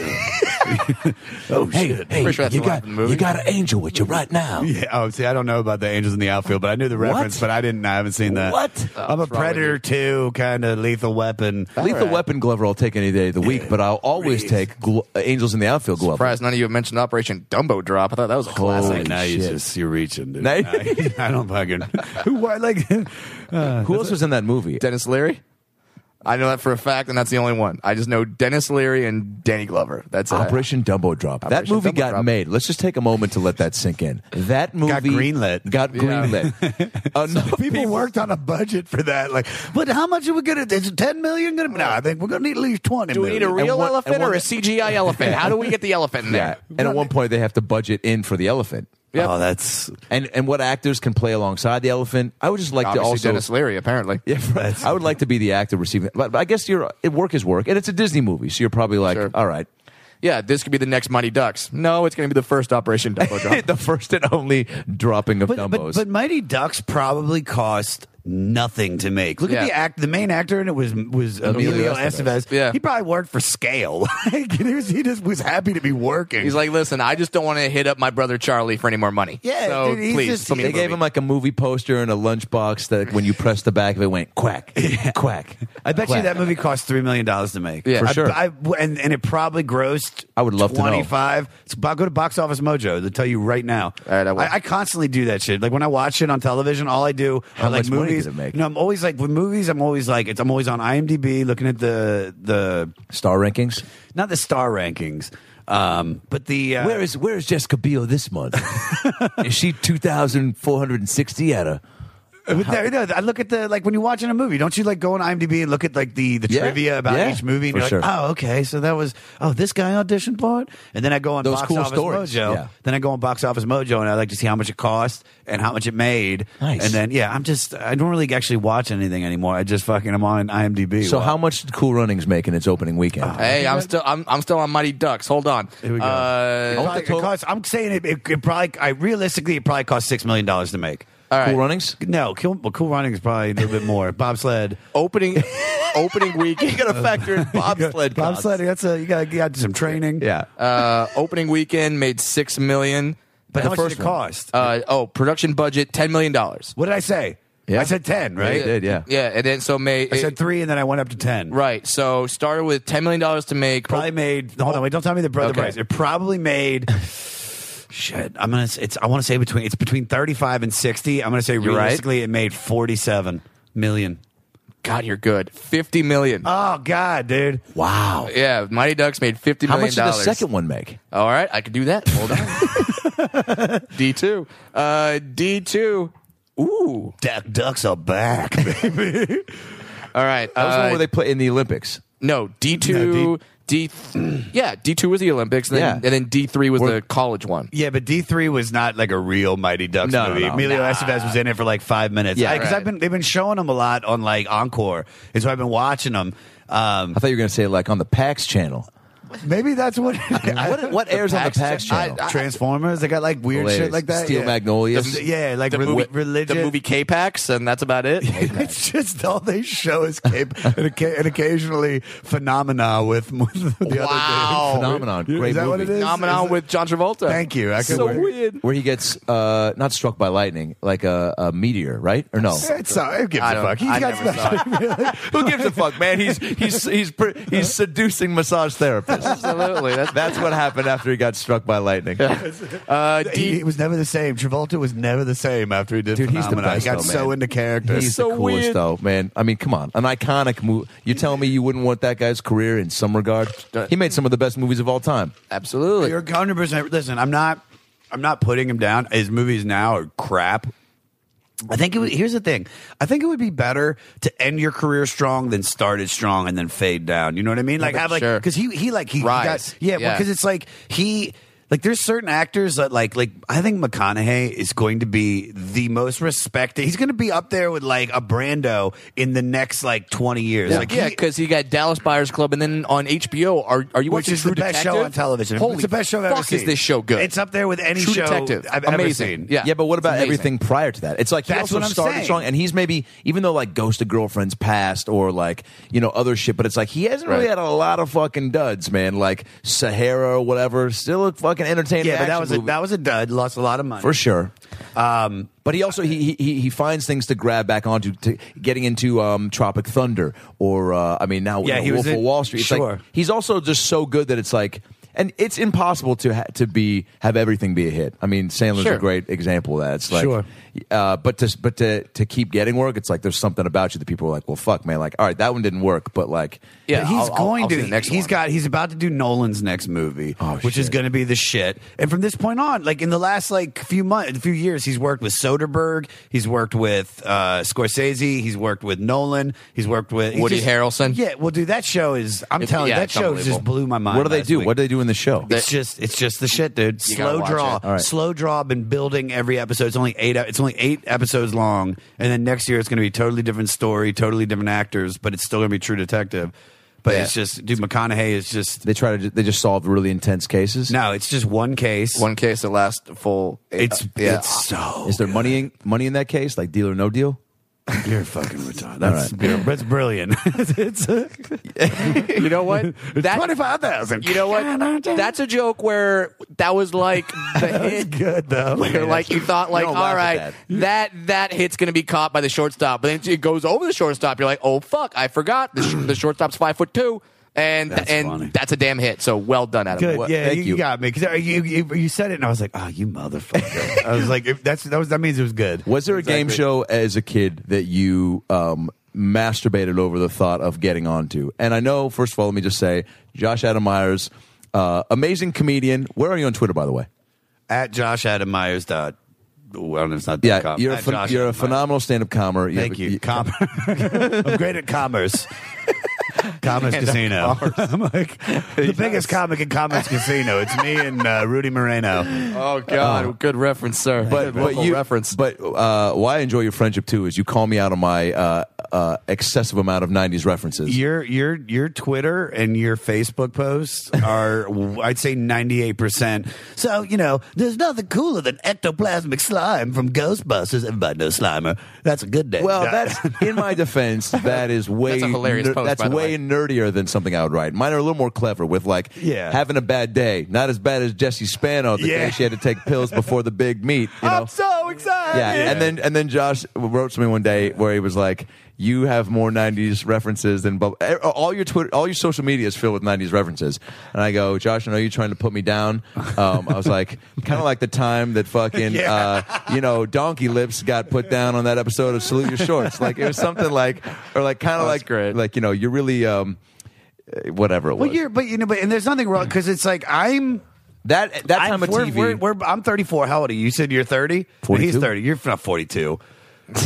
Speaker 5: oh
Speaker 4: Hey,
Speaker 5: shit.
Speaker 4: hey,
Speaker 2: Pretty sure that's
Speaker 4: you
Speaker 2: what
Speaker 4: got
Speaker 2: happened in the movie.
Speaker 4: you got an angel with you right now.
Speaker 3: Yeah. Oh, see, I don't know about the angels in the outfield, but I knew the reference, but I didn't. I haven't seen that.
Speaker 4: What?
Speaker 3: I'm a
Speaker 2: what's wrong with
Speaker 3: predator too, kind of lethal weapon.
Speaker 1: Lethal Weapon Glover, I'll take any day of the week, but I'll always take gl- uh, Angels in the Outfield Glover.
Speaker 2: Surprised none of you have mentioned Operation Dumbo Drop. I thought that was a classic.
Speaker 3: now you just you're reaching. Dude.
Speaker 1: Now you-
Speaker 3: I, I don't fucking. Who? Why? Like,
Speaker 1: Who else was in that movie?
Speaker 2: Dennis Leary. I know that for a fact, and that's the only one. I just know Dennis Leary and Danny Glover. That's it.
Speaker 1: Operation Dumbo Drop. that
Speaker 2: Operation
Speaker 1: movie
Speaker 2: Dumbo
Speaker 1: got
Speaker 2: Drop.
Speaker 1: made. Let's just take a moment to let that sink in. That movie
Speaker 3: greenlit.
Speaker 1: Got
Speaker 2: Yeah.
Speaker 1: greenlit. Enough
Speaker 3: people worked on a budget for that. Like, but how much are we gonna? Is it ten million gonna? No, I think we're gonna need at least twenty.
Speaker 2: Do we need a
Speaker 3: million.
Speaker 2: real
Speaker 1: what-
Speaker 2: elephant
Speaker 1: and what-
Speaker 2: or a CGI elephant? How do we get the elephant in
Speaker 1: Yeah.
Speaker 2: there?
Speaker 1: And at one point, they have to budget in for the elephant.
Speaker 2: Yep.
Speaker 3: Oh, that's
Speaker 1: And and what actors can play alongside the elephant? I would just like
Speaker 2: Obviously,
Speaker 1: to
Speaker 2: Dennis
Speaker 1: also.
Speaker 2: Leary, apparently.
Speaker 1: Yeah, right. I would like to be the actor receiving. But, but I guess your work is work, and it's a Disney movie, so you're probably like,
Speaker 2: Sure.
Speaker 1: all right,
Speaker 2: Yeah, this could be the next Mighty Ducks. No, it's going to be the first Operation Dumbo Drop.
Speaker 1: the first and only dropping of
Speaker 3: But,
Speaker 1: Dumbos.
Speaker 3: but, but Mighty Ducks probably cost nothing to make. Look at
Speaker 2: Yeah.
Speaker 3: the act. The main actor in it was was Emilio,
Speaker 1: Emilio
Speaker 3: Estevez.
Speaker 1: Estevez.
Speaker 2: Yeah.
Speaker 3: he probably worked for scale. like, he, was, he just was happy to be working.
Speaker 2: He's like, listen, I just don't want to hit up my brother Charlie for any more money.
Speaker 3: Yeah,
Speaker 2: so
Speaker 3: dude, he's
Speaker 2: please,
Speaker 3: just-
Speaker 2: put me in
Speaker 1: they
Speaker 2: the
Speaker 1: gave
Speaker 2: movie.
Speaker 1: him like a movie poster and a lunchbox that when you pressed the back of it went quack, quack.
Speaker 3: I bet you
Speaker 1: quack.
Speaker 3: that movie cost three million dollars to make.
Speaker 2: Yeah. For
Speaker 3: I-
Speaker 1: sure.
Speaker 3: I, and, and it probably grossed.
Speaker 1: I would love to know.
Speaker 3: twenty five. Go to Box Office Mojo. They'll tell you right now.
Speaker 2: All right, I will.
Speaker 3: I, constantly do that shit. Like when I watch it on television, all I do
Speaker 1: How
Speaker 3: are like
Speaker 1: much money
Speaker 3: movies.
Speaker 1: did it make?
Speaker 3: No, I'm always like with movies. I'm always like it's. I'm always on IMDb looking at the the
Speaker 1: Star rankings.
Speaker 3: not the star rankings, um, but the uh,
Speaker 1: where is where is Jessica Biel this month? is she two thousand four hundred and sixty at a?
Speaker 3: but there- no, I look at the like when you're watching a movie, don't you like go on IMDb and look at like the the
Speaker 1: Yeah.
Speaker 3: trivia about
Speaker 1: Yeah.
Speaker 3: each movie? And
Speaker 1: For
Speaker 3: you're
Speaker 1: sure.
Speaker 3: like, oh, okay, so that was oh this guy auditioned for it, and then I go on
Speaker 1: Those
Speaker 3: Box
Speaker 1: cool
Speaker 3: Office
Speaker 1: stories.
Speaker 3: Mojo,
Speaker 1: Yeah.
Speaker 3: then I go on Box Office Mojo, and I like to see how much it cost and how much it made,
Speaker 1: Nice.
Speaker 3: and then yeah, I'm just I don't really actually watch anything anymore. I just fucking I'm on IMDb.
Speaker 1: So
Speaker 3: Wow.
Speaker 1: how much did Cool Runnings make in its opening weekend?
Speaker 2: Hey, I'm still I'm, I'm still on Mighty Ducks. Hold on.
Speaker 3: Here we go.
Speaker 2: Uh,
Speaker 3: It probably- it cost- I'm saying it, it, it probably I realistically it probably cost six million dollars to make.
Speaker 2: all right.
Speaker 1: cool Runnings.
Speaker 3: No, cool, well, cool running is probably a little bit more. Bobsled.
Speaker 2: Opening opening week. you got to factor in bobsled.
Speaker 3: Bobsled, that's a, you got you got some training.
Speaker 1: Yeah.
Speaker 2: Uh, opening weekend made six million.
Speaker 3: But how
Speaker 1: The
Speaker 3: much did it
Speaker 1: first one.
Speaker 3: cost?
Speaker 2: Uh, oh, production budget ten million dollars.
Speaker 3: what did I say?
Speaker 1: Yeah.
Speaker 3: I said 10, right?
Speaker 1: You did, yeah.
Speaker 2: Yeah, and then so made
Speaker 3: I said 3 and then I went up to 10.
Speaker 2: right. So started with ten million dollars to make.
Speaker 3: Probably made Hold on, wait, don't tell me the brother
Speaker 2: Okay.
Speaker 3: price. It probably made shit. I'm going to it's I want to say between it's between 35 and 60. I'm going to say
Speaker 2: right.
Speaker 3: realistically it made 47 million.
Speaker 2: God, you're good. Fifty million.
Speaker 3: Oh god, dude.
Speaker 1: Wow.
Speaker 2: yeah, Mighty Ducks made fifty
Speaker 1: How
Speaker 2: million
Speaker 1: much did the
Speaker 2: dollars.
Speaker 1: second one make?
Speaker 2: All right, I could do that. Hold on. D two. Uh, D two. Ooh.
Speaker 3: Duck, ducks are back. baby.
Speaker 2: All right.
Speaker 1: That was the
Speaker 2: uh,
Speaker 1: one where they play in the Olympics.
Speaker 2: No, D two, D, yeah, D two was the Olympics, and then,
Speaker 1: Yeah.
Speaker 2: and then D three was
Speaker 1: We're-
Speaker 2: the college one.
Speaker 3: Yeah, but D three was not like a real Mighty Ducks
Speaker 1: No, no,
Speaker 3: movie.
Speaker 1: no.
Speaker 3: Emilio Estevez was in it for like five minutes.
Speaker 1: Yeah,
Speaker 3: because
Speaker 2: right.
Speaker 3: I've been they've been showing them a lot on like Encore, and so I've been watching them. Um,
Speaker 1: I thought you were going to say like on the PAX channel.
Speaker 3: maybe that's what
Speaker 1: What, what airs on the
Speaker 2: PAX
Speaker 1: PAX
Speaker 2: cha- I-
Speaker 1: channel?
Speaker 3: Transformers. They got like weird shit
Speaker 1: Hilarious.
Speaker 3: like that.
Speaker 1: Steel
Speaker 3: yeah.
Speaker 1: Magnolias.
Speaker 3: The- yeah, like re- religion.
Speaker 2: the movie K Pax, and that's about it.
Speaker 3: It's just all they show is cape and, oca- and occasionally phenomena with, with the
Speaker 2: Wow.
Speaker 3: other dude.
Speaker 1: Phenomenon, great
Speaker 3: Is that what it
Speaker 1: movie.
Speaker 3: is?
Speaker 2: Phenomenon
Speaker 3: Is it-
Speaker 2: with John Travolta.
Speaker 3: Thank you. I could
Speaker 2: so
Speaker 3: work.
Speaker 2: weird.
Speaker 1: where he gets uh, not struck by lightning, like a, a meteor, right? Or no?
Speaker 3: It's all, who gives
Speaker 2: I
Speaker 3: a
Speaker 2: don't.
Speaker 3: fuck? He's
Speaker 2: I
Speaker 3: got
Speaker 2: never
Speaker 3: special-
Speaker 2: saw it.
Speaker 1: Who gives a fuck, man? He's he's he's pr- he's seducing massage therapists.
Speaker 2: Absolutely. That's,
Speaker 1: That's what happened after he got struck by lightning.
Speaker 2: uh,
Speaker 3: he,
Speaker 2: D.
Speaker 3: he was never the same. Travolta was never the same after he did
Speaker 1: Dude, he's the
Speaker 3: Phenomena.
Speaker 1: best,
Speaker 3: he got
Speaker 1: though,
Speaker 3: so
Speaker 1: man.
Speaker 3: into character.
Speaker 1: He's
Speaker 2: so
Speaker 1: the coolest,
Speaker 2: weird.
Speaker 1: though, man. I mean, come on, an iconic movie. You telling me you wouldn't want that guy's career in some regard?
Speaker 3: Uh,
Speaker 1: He made some of the best movies of all time.
Speaker 2: Absolutely.
Speaker 3: You're 100. percent Listen, I'm not. I'm not putting him down. His movies now are crap. I think it would, here's the thing. I think it would be better to end your career strong than start it strong and then fade down. You know what I mean? Like
Speaker 2: but
Speaker 3: have like
Speaker 2: sure.
Speaker 3: because he he like he he
Speaker 2: Rise.
Speaker 3: got yeah
Speaker 2: Yeah.
Speaker 3: because it's like he. Like there's certain actors that like like I think McConaughey is going to be the most respected. He's going to be up there with like a Brando in the next like 20 years. Like
Speaker 2: yeah,
Speaker 3: he-
Speaker 2: because he got Dallas Buyers Club, and then on HBO, are are you
Speaker 3: which
Speaker 2: watching
Speaker 3: is
Speaker 2: True
Speaker 3: the best
Speaker 2: Detective?
Speaker 3: show on television.
Speaker 2: Holy
Speaker 3: it's the best show I've
Speaker 2: fuck
Speaker 3: ever seen.
Speaker 2: is this show good?
Speaker 3: It's up there with any
Speaker 2: True
Speaker 3: show
Speaker 2: Detective.
Speaker 3: I've
Speaker 2: Amazing.
Speaker 3: ever seen.
Speaker 2: Yeah.
Speaker 1: Yeah, but what
Speaker 2: It's
Speaker 1: about
Speaker 2: amazing.
Speaker 1: everything prior to that? It's like he
Speaker 3: That's
Speaker 1: also
Speaker 3: what I'm
Speaker 1: started
Speaker 3: saying.
Speaker 1: strong, and he's maybe even though like Ghost of Girlfriends Past or like you know other shit, but it's like he hasn't really
Speaker 2: Right.
Speaker 1: had a lot of fucking duds, man. Like Sahara or whatever, still a fucking entertainment.
Speaker 3: Yeah,
Speaker 1: action
Speaker 3: that was a,
Speaker 1: movie.
Speaker 3: that was a dud. Lost a lot of money
Speaker 1: for sure.
Speaker 3: Um,
Speaker 1: But he also he, he he finds things to grab back onto, to getting into um, Tropic Thunder or uh, I mean now
Speaker 3: Yeah,
Speaker 1: you know,
Speaker 3: he was
Speaker 1: Wolf of
Speaker 3: in-
Speaker 1: Wall Street. It's like,
Speaker 3: sure.
Speaker 1: he's also just so good that it's like, and it's impossible to ha- to be have everything be a hit. I mean, Sandler's
Speaker 2: Sure.
Speaker 1: a great example of that. It's like,
Speaker 3: Sure.
Speaker 1: uh, but to but to to keep getting work, it's like there's something about you that people are like, well, fuck, man, like all right, that one didn't work, but like,
Speaker 2: Yeah,
Speaker 3: he's
Speaker 2: I'll- I'll-
Speaker 3: going
Speaker 2: I'll
Speaker 3: to.
Speaker 2: see the next
Speaker 3: he's
Speaker 2: one.
Speaker 3: got. He's about to do Nolan's next movie,
Speaker 1: Oh,
Speaker 3: which is
Speaker 1: shit.
Speaker 3: going to be the shit. And from this point on, like in the last like few months, few years, he's worked with Soderbergh. He's worked with uh, Scorsese. He's worked with Nolan. He's worked with he's
Speaker 2: Woody Harrelson.
Speaker 3: Yeah, well, dude, that show is. I'm
Speaker 2: It's-
Speaker 3: telling
Speaker 2: yeah,
Speaker 3: you, that
Speaker 2: it's
Speaker 3: show
Speaker 2: unbelievable.
Speaker 3: just blew my mind.
Speaker 1: what do they
Speaker 3: last
Speaker 1: do?
Speaker 3: week.
Speaker 1: What do they do in the show?
Speaker 3: It's just it's just the shit, dude.
Speaker 2: You gotta
Speaker 3: Slow
Speaker 2: watch
Speaker 3: draw,
Speaker 2: it.
Speaker 1: All right.
Speaker 3: slow draw. Been building every episode. It's only eight. It's only eight episodes long, and then next year it's going to be totally different story, totally different actors, but it's still going to be True Detective. But
Speaker 2: Yeah.
Speaker 3: it's just, dude, McConaughey is just
Speaker 1: they try to ju- they just solve really intense cases.
Speaker 3: no. It's just one case.
Speaker 2: one case, the last full.
Speaker 3: It's
Speaker 2: yeah.
Speaker 3: it's so.
Speaker 1: is there money in, money in that case, like deal or no deal?
Speaker 3: You're fucking retarded. That's
Speaker 1: right.
Speaker 3: you're- that's brilliant. it's uh,
Speaker 2: you know what? That-
Speaker 3: twenty five thousand.
Speaker 2: You know what? That's a joke where that was like the hit.
Speaker 3: good though.
Speaker 2: Where like you thought like,
Speaker 1: Don't laugh
Speaker 2: all
Speaker 1: at
Speaker 2: right, that. that hit's gonna be caught by the shortstop, but then it goes over the shortstop. You're like, oh fuck, I forgot the, sh- the shortstop's five foot two, and
Speaker 3: That's
Speaker 2: and
Speaker 3: funny.
Speaker 2: that's a damn hit. So well done, Adam.
Speaker 3: Good.
Speaker 1: What-
Speaker 3: yeah,
Speaker 1: thank
Speaker 3: you,
Speaker 1: you.
Speaker 3: you got me because you, you you said it, and I was like, "Oh, you motherfucker!" I was like, if "That's that was that means it was good."
Speaker 1: Was there a game show as a kid that you um, masturbated over the thought of getting onto? And I know, first of all, let me just say, Josh Adam Myers, uh, amazing comedian. Where are you on Twitter, by the way?
Speaker 3: At Josh Adam Myers dot. Well, it's not.
Speaker 1: Yeah,
Speaker 3: dot com.
Speaker 1: you're a,
Speaker 3: At
Speaker 1: phen-
Speaker 3: Josh
Speaker 1: you're a
Speaker 3: Adam Myers.
Speaker 1: phenomenal stand-up comer. You
Speaker 3: Thank
Speaker 1: have a-
Speaker 3: you. Com- I'm great at commerce. Commerce
Speaker 1: uh,
Speaker 3: Casino. I'm like the biggest comic in Commerce Casino. It's me and uh, Rudy Moreno.
Speaker 2: Oh god, good reference, sir.
Speaker 1: but but you but uh, why I enjoy your friendship too is you call me out on my uh, uh, excessive amount of '90s references.
Speaker 3: Your your your Twitter and your Facebook posts are I'd say ninety eight percent. So you know, there's nothing cooler than ectoplasmic slime from Ghostbusters. Everybody knows Slimer. That's a good day.
Speaker 1: Well, that's in my defense. That is way
Speaker 2: That's a hilarious post,
Speaker 1: that's
Speaker 2: by the
Speaker 1: way
Speaker 2: way.
Speaker 1: nerdier than something I would write. Mine are a little more clever with like
Speaker 3: Yeah.
Speaker 1: having a bad day, not as bad as Jesse Spano the
Speaker 3: Yeah.
Speaker 1: day she had to take pills before the big meet. You know?
Speaker 2: so excited.
Speaker 1: yeah. and then and then Josh wrote to me one day where he was like. You have more '90s references than blah- eh, all your Twitter, all your social media is filled with '90s references. And I go, Josh, I know you're trying to put me down. Um, I was like, kind of like the time that fucking
Speaker 3: Yeah.
Speaker 1: uh, you know Donkey Lips got put down on that episode of Salute Your Shorts. Like it was something like, or like kind of
Speaker 2: That's
Speaker 1: like,
Speaker 2: great.
Speaker 1: like you know, you're really um, eh, whatever it was.
Speaker 3: Well, you're, but you know, but and there's nothing wrong because it's like I'm.
Speaker 1: that that
Speaker 3: I'm,
Speaker 1: time of
Speaker 3: we're,
Speaker 1: TV.
Speaker 3: We're, we're, I'm 34. How old are you? You said you're 30. And He's
Speaker 1: 42.
Speaker 3: 30. You're not 42.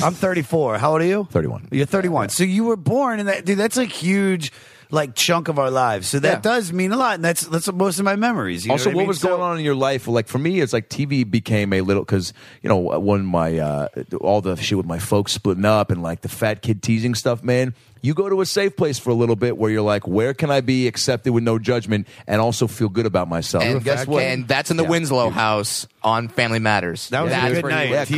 Speaker 3: I'm 34. How old are you?
Speaker 1: 31.
Speaker 3: You're 31. So you were born, and that dude, that's a huge like chunk of our lives. So that
Speaker 2: Yeah.
Speaker 3: does mean a lot, and that's that's most of my memories. You know
Speaker 1: also,
Speaker 3: I
Speaker 1: what
Speaker 3: mean?
Speaker 1: was
Speaker 3: So-
Speaker 1: going on in your life? Like for me, it's like TV became a little because you know when my uh, all the shit with my folks splitting up and like the fat kid teasing stuff, man. You go to a safe place for a little bit where you're like, where can I be accepted with no judgment and also feel good about myself?
Speaker 2: And guess what? And that's in the
Speaker 1: Yeah.
Speaker 2: Winslow house on Family Matters.
Speaker 3: That was a
Speaker 2: That's
Speaker 3: good
Speaker 2: where you
Speaker 3: night.
Speaker 2: were.
Speaker 1: Yeah,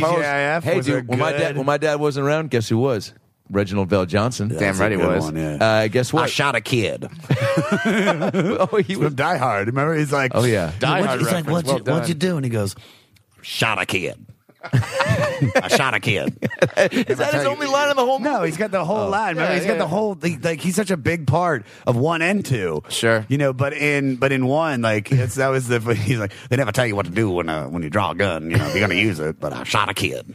Speaker 3: TGIF
Speaker 1: Carl's- Hey,
Speaker 3: was a
Speaker 1: dude. When my dad
Speaker 3: good-
Speaker 1: when my dad wasn't around, guess who was? Reginald Bell Johnson.
Speaker 2: Damn
Speaker 3: That's a
Speaker 2: right he
Speaker 3: good
Speaker 2: was.
Speaker 3: one, yeah.
Speaker 1: Uh, guess what?
Speaker 3: I shot a kid
Speaker 1: oh, he was.
Speaker 3: from Die Hard. Remember, he's like,
Speaker 1: Oh, yeah.
Speaker 2: Die
Speaker 3: What'd
Speaker 2: Hard
Speaker 3: you- He's like,
Speaker 2: reference.
Speaker 3: what'd,
Speaker 2: Well
Speaker 3: you, what'd
Speaker 2: done.
Speaker 3: you do? And he goes, shot a kid. I shot a kid.
Speaker 1: Is that his only line in the whole? Oh.
Speaker 3: No, he's got the whole line. Remember,
Speaker 2: Yeah,
Speaker 3: he's got
Speaker 2: yeah,
Speaker 3: the
Speaker 2: yeah.
Speaker 3: whole the- like he's such a big part of one and two.
Speaker 2: Sure.
Speaker 3: you know, but in but in one, like it's, that was the he's like they never tell you what to do when uh, when you draw a gun. You know, if you're gonna use it, but I shot a kid.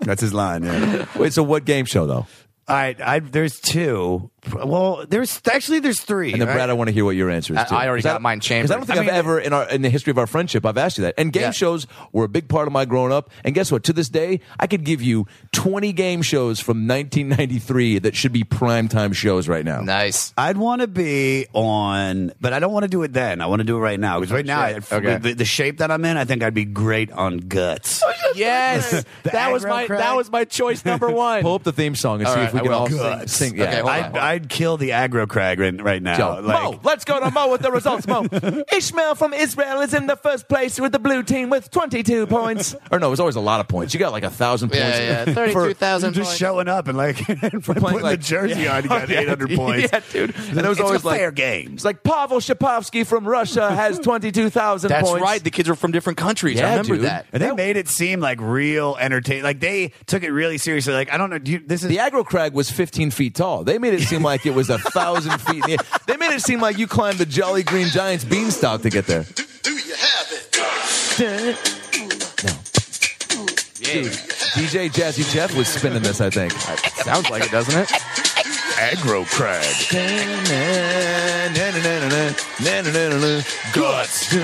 Speaker 3: That's his line. Yeah.
Speaker 1: Wait, so what game show though?
Speaker 3: All right, I, there's two Well, there's actually there's three.
Speaker 1: And then,
Speaker 3: right?
Speaker 1: Brad, I want to hear what your answer is.
Speaker 2: I-
Speaker 1: too.
Speaker 2: I already
Speaker 1: 'Cause
Speaker 2: got mine chambered.
Speaker 1: Because I don't think I
Speaker 2: I
Speaker 1: have
Speaker 2: mean-
Speaker 1: ever in our in the history of our friendship I've asked you that. And game
Speaker 2: Yeah.
Speaker 1: shows were a big part of my growing up. And guess what? To this day, I could give you 20 game shows from 1993 that should be primetime shows right now.
Speaker 2: Nice.
Speaker 3: I'd want to be on, but I don't want to do it then. I want to do it right now
Speaker 1: Oh,
Speaker 3: because right now, I,
Speaker 2: Sure. Okay.
Speaker 3: the, the shape that I'm in, I think I'd be great on guts.
Speaker 1: Oh,
Speaker 2: Yes,
Speaker 3: The
Speaker 2: that was
Speaker 3: aggro
Speaker 2: my
Speaker 3: crack.
Speaker 2: that was my choice number one.
Speaker 1: Pull up the theme song and
Speaker 2: All
Speaker 1: see
Speaker 2: right,
Speaker 1: if we
Speaker 2: I
Speaker 1: can
Speaker 2: will.
Speaker 1: all sing.
Speaker 3: Guts.
Speaker 1: sing- yeah.
Speaker 2: Okay, hold on.
Speaker 3: I'd, I'd kill the aggro crag right, right now.
Speaker 1: Joe.
Speaker 3: Like,
Speaker 1: Mo, let's go to Mo with the results. Mo, Ishmael from Israel is in the first place with the blue team with 22 points. Or no, it was always a lot of points. You got like a thousand
Speaker 2: Yeah,
Speaker 1: points.
Speaker 2: yeah,
Speaker 1: for-
Speaker 2: thirty-two thousand.
Speaker 3: just showing up and like putting
Speaker 1: playing,
Speaker 3: the
Speaker 1: like-
Speaker 3: jersey on, you got 800 points.
Speaker 1: Yeah, dude. And it was
Speaker 3: It's
Speaker 1: always
Speaker 3: a
Speaker 1: like
Speaker 3: fair game.
Speaker 1: It's like Pavel Shapovsky from Russia has 22,000
Speaker 2: That's
Speaker 1: points.
Speaker 2: right. The kids were from different countries.
Speaker 1: Yeah,
Speaker 2: I remember
Speaker 1: dude.
Speaker 2: that.
Speaker 3: And they made it seem like real entertain. Like they took it really seriously. Like I don't know. Do you, this is
Speaker 1: The aggro crag was 15 feet tall. They made it seem like it was a thousand feet. In the air. They made it seem like you climbed the Jolly Green Giants beanstalk to get there.
Speaker 6: Do you have it?
Speaker 1: DJ Jazzy Jeff was spinning this, I think.
Speaker 2: Sounds like it, doesn't it?
Speaker 3: aggro crag.
Speaker 1: Guts. Guts.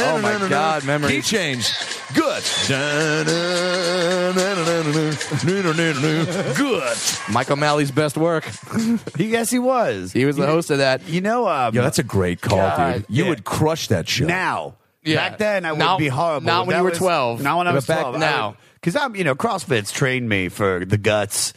Speaker 1: Oh
Speaker 2: my God, memories.
Speaker 1: Key change. Guts. Guts.
Speaker 2: Mike O'Malley's best work.
Speaker 3: Yes, he was.
Speaker 2: He was the host of that.
Speaker 3: You know, um,
Speaker 1: Yo, that's a great call,
Speaker 2: God.
Speaker 1: dude. You
Speaker 3: Yeah.
Speaker 1: would crush that show.
Speaker 3: now.
Speaker 2: Yeah.
Speaker 3: Back then, I would
Speaker 2: Now-
Speaker 3: would be horrible.
Speaker 2: now when
Speaker 3: That
Speaker 2: you were
Speaker 3: was-
Speaker 2: 12.
Speaker 3: Now when I
Speaker 1: But
Speaker 3: was
Speaker 1: back
Speaker 3: 12.
Speaker 2: now.
Speaker 3: Because I'm, you know, CrossFit's trained me for the guts.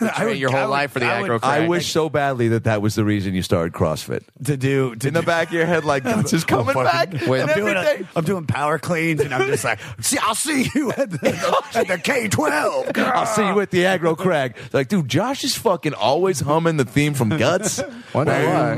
Speaker 3: I
Speaker 2: Train your whole life for the
Speaker 3: I would-
Speaker 2: aggro crack.
Speaker 1: I wish so badly that that was the reason you started CrossFit.
Speaker 3: to do. To
Speaker 1: In the
Speaker 3: do-
Speaker 1: back of your head, like, guts is coming back.
Speaker 2: Wait.
Speaker 1: and
Speaker 3: I'm doing,
Speaker 1: everything.
Speaker 3: I'm doing power cleans, and I'm just like, see, I'll see you at the, at the K-12. girl."
Speaker 1: I'll see you at the aggro crag. Like, dude, Josh is fucking always humming the theme from Guts. Mm-hmm.
Speaker 2: Wonder why.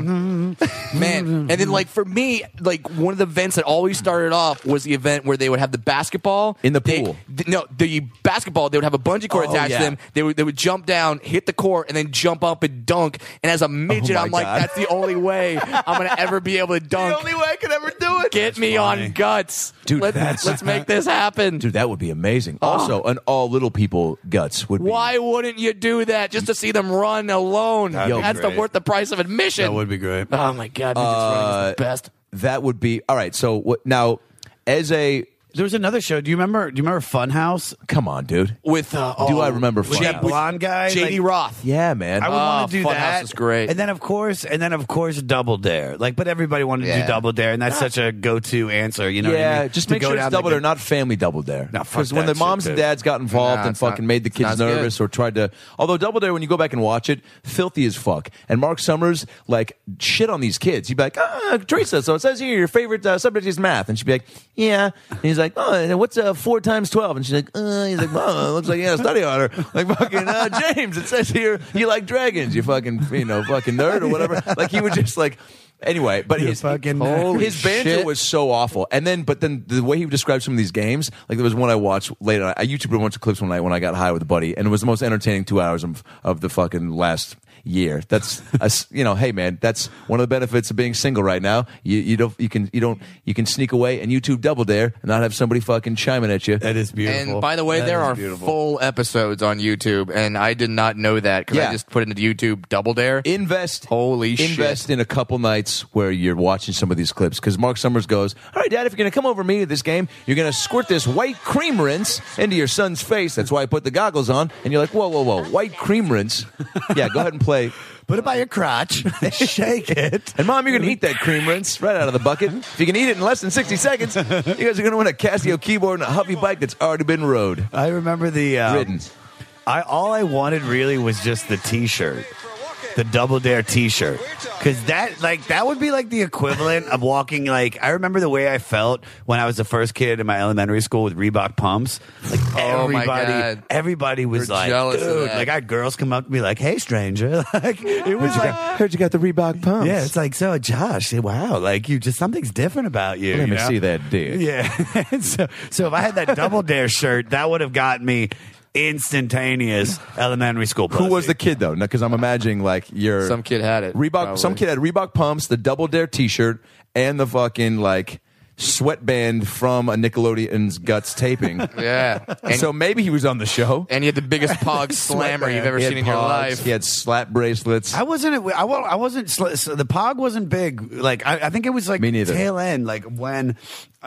Speaker 2: Man, and then like for me, like one of the events that always started off was the event where they would have the basketball
Speaker 1: In the
Speaker 2: They-
Speaker 1: pool.
Speaker 2: th- no, the basketball. They would have a bungee cord
Speaker 1: Oh,
Speaker 2: attached
Speaker 1: yeah.
Speaker 2: to them. They would they would jump down, hit the court, and then jump up and dunk. And as a midget,
Speaker 1: my
Speaker 2: I'm like,
Speaker 1: God.
Speaker 2: that's the only way I'm gonna ever be able to dunk. the only way I could ever do it. Get me on guts,
Speaker 1: Dude,
Speaker 2: Let,
Speaker 1: that's-
Speaker 2: let's make this happen.
Speaker 1: Dude, that would be amazing.
Speaker 3: Oh.
Speaker 1: Also, an all little people Guts would be.
Speaker 2: Why wouldn't you do that just to see them run alone?
Speaker 3: That'd be
Speaker 2: That's the
Speaker 3: great.
Speaker 2: worth the price of admission.
Speaker 3: That would be great.
Speaker 2: Oh my god, dude, this running is the best.
Speaker 1: That would be. All right, so what now, as a.
Speaker 3: There was another show. Do you remember? Do you remember Funhouse?
Speaker 1: Come on, dude.
Speaker 2: with uh,
Speaker 1: Do
Speaker 2: oh,
Speaker 1: I remember
Speaker 2: with
Speaker 1: Funhouse?
Speaker 2: that
Speaker 3: That
Speaker 1: With
Speaker 3: blonde guy,
Speaker 2: JD
Speaker 3: like-
Speaker 2: Roth.
Speaker 1: Yeah, man.
Speaker 3: I would want
Speaker 2: Oh,
Speaker 3: to do
Speaker 2: Funhouse
Speaker 3: that.
Speaker 2: is great.
Speaker 3: And then of course, and then of course, Double Dare. Like, but everybody wanted to
Speaker 2: Yeah.
Speaker 3: do Double Dare, and that's such a go-to answer. You know? what I
Speaker 1: yeah,
Speaker 3: mean?
Speaker 1: just
Speaker 3: To
Speaker 1: make
Speaker 3: go
Speaker 1: sure it's
Speaker 3: down
Speaker 1: double
Speaker 3: the-
Speaker 1: dare, not family double dare.
Speaker 3: No, fuck
Speaker 1: when the
Speaker 3: that
Speaker 1: moms
Speaker 3: shit,
Speaker 1: and
Speaker 3: dude.
Speaker 1: dads got involved
Speaker 2: No,
Speaker 1: and
Speaker 2: it's not-
Speaker 1: fucking made the
Speaker 2: it's
Speaker 1: kids
Speaker 2: not good.
Speaker 1: nervous or tried to. Although double dare, when you go back and watch it, filthy as fuck. And Mark Summers like shit on these kids. He'd be like, ah, Teresa, so it says here your favorite uh, subject is math, and she'd be like, yeah. And he's like, oh, and what's uh, four times twelve? And she's like, uh, he's like, oh, it looks like you had a study on her. Like fucking uh, James, it says here you like dragons, you fucking you know fucking nerd or whatever. Like he would just like. Anyway, but his
Speaker 3: fucking nerd.
Speaker 1: his banter
Speaker 2: shit.
Speaker 1: was so awful. And then, but then the way he described some of these games, like there was one I watched later. I YouTubed a bunch of clips one night when I got high with a buddy, and it was the most entertaining two hours of, of the fucking last year. That's a s you know, hey man, that's one of the benefits of being single right now. You you don't you can you don't you can sneak away and YouTube Double Dare and not have somebody fucking chiming at you.
Speaker 3: That is beautiful.
Speaker 2: And by the way,
Speaker 3: That
Speaker 2: there
Speaker 3: is
Speaker 2: are
Speaker 3: beautiful.
Speaker 2: full episodes on YouTube, and I did not know that because
Speaker 1: Yeah.
Speaker 2: I just put into YouTube Double Dare.
Speaker 1: Invest,
Speaker 2: Holy shit.
Speaker 1: invest in a couple nights where you're watching some of these clips because Mark Summers goes, "All right, Dad, if you're going to come over to me to this game, you're going to squirt this white cream rinse into your son's face. That's why I put the goggles on." And you're like, "Whoa, whoa, whoa, white cream rinse? Yeah, go ahead and play."
Speaker 3: Put it by your crotch, shake it.
Speaker 1: And mom, you're going to eat that cream rinse right out of the bucket. If you can eat it in less than 60 seconds, you guys are going to win a Casio keyboard and a Huffy bike that's already been rode.
Speaker 3: I remember the um,
Speaker 1: Ridden.
Speaker 3: I all I wanted really was just the T-shirt, the Double Dare T-shirt, because that like that would be like the equivalent of walking. Like I remember the way I felt when I was the first kid in my elementary school with Reebok pumps. Like
Speaker 2: Oh, my
Speaker 3: everybody,
Speaker 2: God.
Speaker 3: everybody was
Speaker 2: We're
Speaker 3: like,
Speaker 2: jealous of
Speaker 3: dude.
Speaker 2: that.
Speaker 3: Like I had girls come up to me like, hey stranger, like it was like.
Speaker 1: heard you got the Reebok pumps.
Speaker 3: Yeah, it's like so, Josh. Wow, like you just something's different about you.
Speaker 1: Let
Speaker 3: you
Speaker 1: me
Speaker 3: know?
Speaker 1: see that dick.
Speaker 3: Yeah. And so, so if I had that double dare shirt, that would have gotten me instantaneous elementary school.
Speaker 1: Who was the
Speaker 3: pussy.
Speaker 1: kid though? Because I'm imagining like your
Speaker 2: Some kid had it,
Speaker 1: Reebok.
Speaker 2: probably.
Speaker 1: Some kid had Reebok pumps, the Double Dare T-shirt, and the fucking like sweatband from a Nickelodeon's Guts taping.
Speaker 2: Yeah. And,
Speaker 1: so maybe he was on the show.
Speaker 2: and he had the biggest pog slammer you've ever
Speaker 1: He had
Speaker 2: seen in your
Speaker 1: pogs,
Speaker 2: life.
Speaker 1: He had slap bracelets.
Speaker 3: I wasn't. aw- I wa- I wasn't. sl- so The pog wasn't big. Like I, I think it was like
Speaker 1: Me neither.
Speaker 3: tail end. Like when,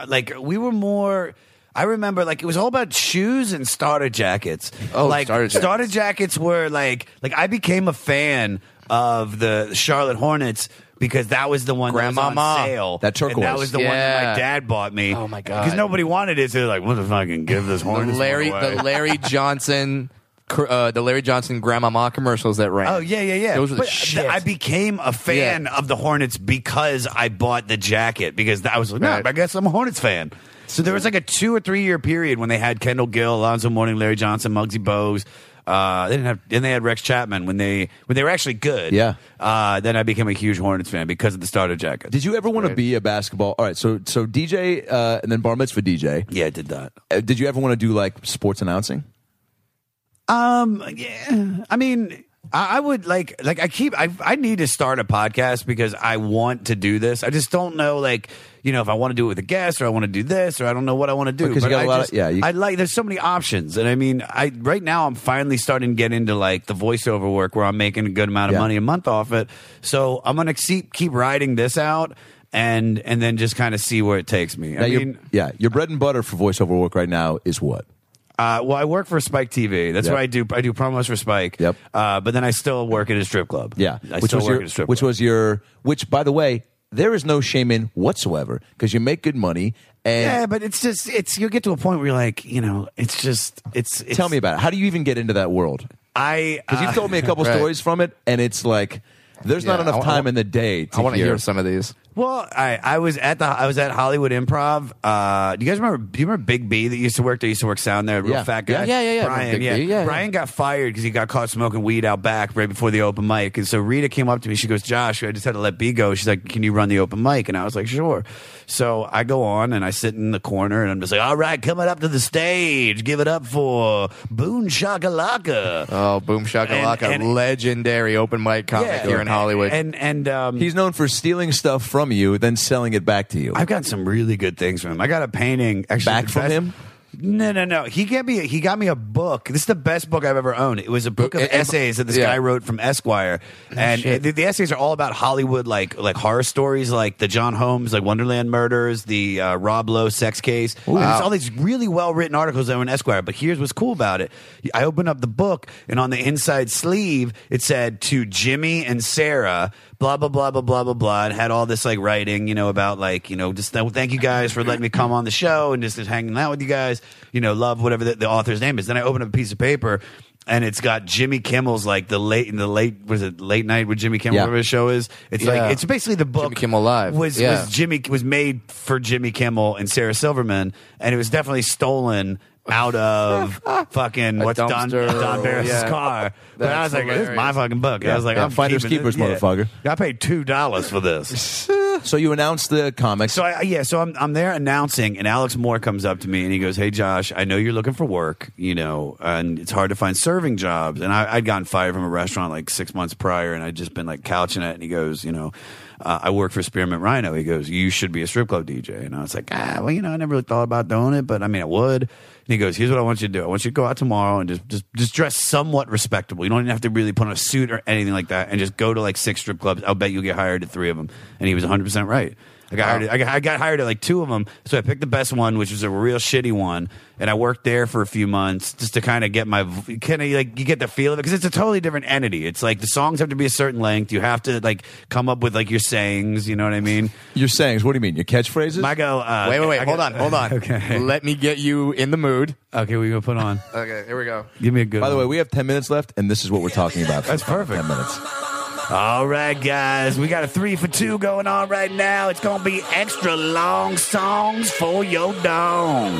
Speaker 3: like we were more. I remember like it was all about shoes and starter jackets.
Speaker 2: Oh,
Speaker 3: like
Speaker 2: starter jackets.
Speaker 3: jackets were like like I became a fan of the Charlotte Hornets. Because that was the one that was
Speaker 2: Grandmama.
Speaker 3: on sale.
Speaker 1: That turquoise.
Speaker 3: And that was the one that
Speaker 2: Yeah.
Speaker 3: my dad bought me.
Speaker 2: Oh, my God.
Speaker 3: Because nobody wanted it, so they're like, "What if I can give this
Speaker 2: the
Speaker 3: hornet?"
Speaker 2: Larry, the Larry Johnson, cr- uh, the Larry Johnson Grandmama commercials that ran.
Speaker 3: Oh yeah, yeah, yeah.
Speaker 2: Those were the
Speaker 3: But th-
Speaker 2: shit.
Speaker 3: I became a fan
Speaker 2: Yeah.
Speaker 3: of the Hornets because I bought the jacket because I was like, no,
Speaker 2: Right.
Speaker 3: I guess I'm a Hornets fan. So there was like a two or three year period when they had Kendall Gill, Alonzo Mourning, Larry Johnson, Muggsy Bogues. Uh, they didn't have, and they had Rex Chapman when they when they were actually good.
Speaker 1: Yeah.
Speaker 3: Uh, then I became a huge Hornets fan because of the starter jacket.
Speaker 1: Did you ever want to be a basketball? All right, so so DJ uh, and then bar mitzvah DJ.
Speaker 3: yeah, I did that.
Speaker 1: Uh, Did you ever want to do like sports announcing?
Speaker 3: Um, yeah, I mean, I, I would like, like I keep, I, I need to start a podcast because I want to do this. I just don't know, like, you know, if I want to do it with a guest or I want to do this or I don't know what I want to do.
Speaker 1: Because you
Speaker 3: But
Speaker 1: got a
Speaker 3: I
Speaker 1: lot of-
Speaker 3: just-
Speaker 1: yeah, you-
Speaker 3: I like. There's so many options, and I mean, I right now I'm finally starting to get into like the voiceover work where I'm making a good amount of
Speaker 1: Yeah.
Speaker 3: money a month off it. So I'm gonna keep keep riding this out. And and then just kind of see where it takes me.
Speaker 1: Now,
Speaker 3: I
Speaker 1: your-
Speaker 3: mean,
Speaker 1: yeah, your bread and butter for voiceover work right now is what?
Speaker 3: uh, well, I work for Spike TV. That's
Speaker 1: Yep.
Speaker 3: what I do. I do promos for Spike.
Speaker 1: Yep.
Speaker 3: Uh, but then I still work at a strip club.
Speaker 1: Yeah,
Speaker 3: I still
Speaker 1: was
Speaker 3: work
Speaker 1: your,
Speaker 3: at a strip
Speaker 1: which
Speaker 3: club.
Speaker 1: was your, which by the way, there is no shame in whatsoever because you make good money. And
Speaker 3: yeah, but it's just it's you get to a point where you're like, you know, it's just it's. it's
Speaker 1: tell me about it. How do you even get into that world?
Speaker 3: I
Speaker 1: Because
Speaker 3: uh,
Speaker 1: you've told me a couple
Speaker 2: Ah. right.
Speaker 1: stories from it, and it's like there's not
Speaker 2: Yeah, I
Speaker 1: enough
Speaker 2: wa- I
Speaker 1: time
Speaker 2: wa-
Speaker 1: in the day. To
Speaker 2: I want to hear some of these.
Speaker 3: well, I I was at the I was at Hollywood Improv. Uh, do you guys remember? Do you remember Big B that used to work there? Used to work sound there, real
Speaker 1: Yeah.
Speaker 3: fat guy.
Speaker 2: Yeah, yeah, yeah, yeah.
Speaker 3: Brian,
Speaker 2: Big
Speaker 3: yeah.
Speaker 2: B, yeah, yeah.
Speaker 3: Brian got fired because he got caught smoking weed out back right before the open mic. And so Rita came up to me. She goes, "Josh, I just had to let B go." She's like, "Can you run the open mic?" And I was like, "Sure." So I go on and I sit in the corner and I'm just like, "All right, coming up to the stage, give it up for Boone Shakalaka."
Speaker 2: Oh, Boom Shakalaka,
Speaker 3: And- and-
Speaker 2: legendary open mic comic here in Hollywood.
Speaker 3: and and um,
Speaker 1: He's known for stealing stuff from you, then selling it back to you.
Speaker 3: I've got some really good things from him. I got a painting actually
Speaker 1: Back
Speaker 3: the
Speaker 1: from
Speaker 3: best-
Speaker 1: him?
Speaker 3: No, no, no. He got me. He got me a book. This is the best book I've ever owned. It was a book of
Speaker 2: And- and-
Speaker 3: essays that this
Speaker 2: yeah. Oh,
Speaker 3: guy wrote from Esquire, and
Speaker 2: shit.
Speaker 3: the, the essays are all about Hollywood, like like horror stories, like the John Holmes, like Wonderland murders, the uh, Rob Lowe sex case. And it's all these really well written articles that were in Esquire. But here's what's cool about it. I opened up the book, and on the inside sleeve, it said to Jimmy and Sarah, blah blah blah blah blah blah blah, and had all this like writing, you know, about like you know, just th- thank you guys for letting me come on the show and just, just hanging out with you guys, you know, love whatever the, the author's name is. Then I open up a piece of paper. And it's got Jimmy Kimmel's like the late in the late was it late night with Jimmy Kimmel
Speaker 1: Yeah.
Speaker 3: whatever his show is. It's
Speaker 2: Yeah.
Speaker 3: like it's basically the book
Speaker 2: Jimmy Kimmel Live.
Speaker 3: was
Speaker 2: Yeah.
Speaker 3: was Jimmy was made for Jimmy Kimmel and Sarah Silverman, and it was definitely stolen out of fucking
Speaker 2: A
Speaker 3: what's Don
Speaker 2: dumpster.
Speaker 3: Don Barris'
Speaker 2: Yeah.
Speaker 3: car. But I was
Speaker 2: That's
Speaker 3: like, this is my
Speaker 2: hilarious.
Speaker 3: fucking book. I was like,
Speaker 1: Yeah,
Speaker 3: I'm
Speaker 1: finders
Speaker 3: keeping
Speaker 1: keepers,
Speaker 3: this- yeah.
Speaker 1: motherfucker.
Speaker 3: I paid two dollars for this.
Speaker 1: so you announced the comics.
Speaker 3: So I yeah, so I'm I'm there announcing, and Alex Moore comes up to me and he goes, "Hey Josh, I know you're looking for work, you know, and it's hard to find serving jobs." And I, I'd gotten fired from a restaurant like six months prior, and I'd just been like couching it. And he goes, "You know, uh, I work for Spearmint Rhino." He goes, "You should be a strip club DJ." And I was like, "Ah, well, you know, I never really thought about doing it, but I mean, I would." And he goes, "Here's what I want you to do. I want you to go out tomorrow and just just just dress somewhat respectable. You don't even have to really put on a suit or anything like that, and just go to like six strip clubs. I'll bet you'll get hired at three of them." And he was 100 percent right. I got, hired at, I, got, I got hired at like two of them, so I picked the best one, which was a real shitty one, and I worked there for a few months just to kind of get my kind of like you get the feel of it because it's a totally different entity. It's like the songs have to be a certain length. You have to like come up with like your sayings. You know what I mean?
Speaker 1: your sayings. What do you mean? Your catchphrases?
Speaker 3: I go. Uh,
Speaker 2: wait, wait, wait.
Speaker 3: I go-
Speaker 2: Hold on, hold on.
Speaker 3: Okay.
Speaker 2: Let me get you in the mood.
Speaker 3: Okay, we gonna put on.
Speaker 2: Okay, here we go.
Speaker 3: Give me a good.
Speaker 1: By the
Speaker 3: one.
Speaker 1: way, we have 10 minutes left, and this is what we're talking about.
Speaker 3: That's perfect.
Speaker 1: 10 minutes.
Speaker 3: All right, guys, we got a three for two going on right now. It's gonna be extra long songs for your dong.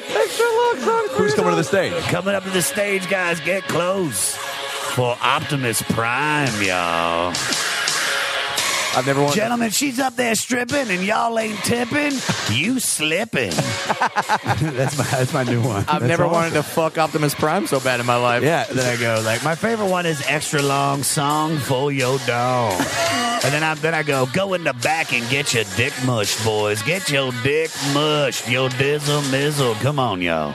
Speaker 1: Who's coming to the stage?
Speaker 3: Coming up to the stage, guys, get close for Optimus Prime, y'all.
Speaker 2: I've never wanted.
Speaker 3: Gentlemen, she's up there stripping and y'all ain't tipping. You slipping. that's my that's my new one.
Speaker 2: I've
Speaker 3: That's
Speaker 2: never
Speaker 3: awesome.
Speaker 2: wanted to fuck Optimus Prime so bad in my life.
Speaker 3: Yeah, there I go. Like my favorite one is extra long song for your dog. and then I then I go go in the back and get your dick mush, boys. Get your dick mush, your dizzle mizzle. Come on, y'all.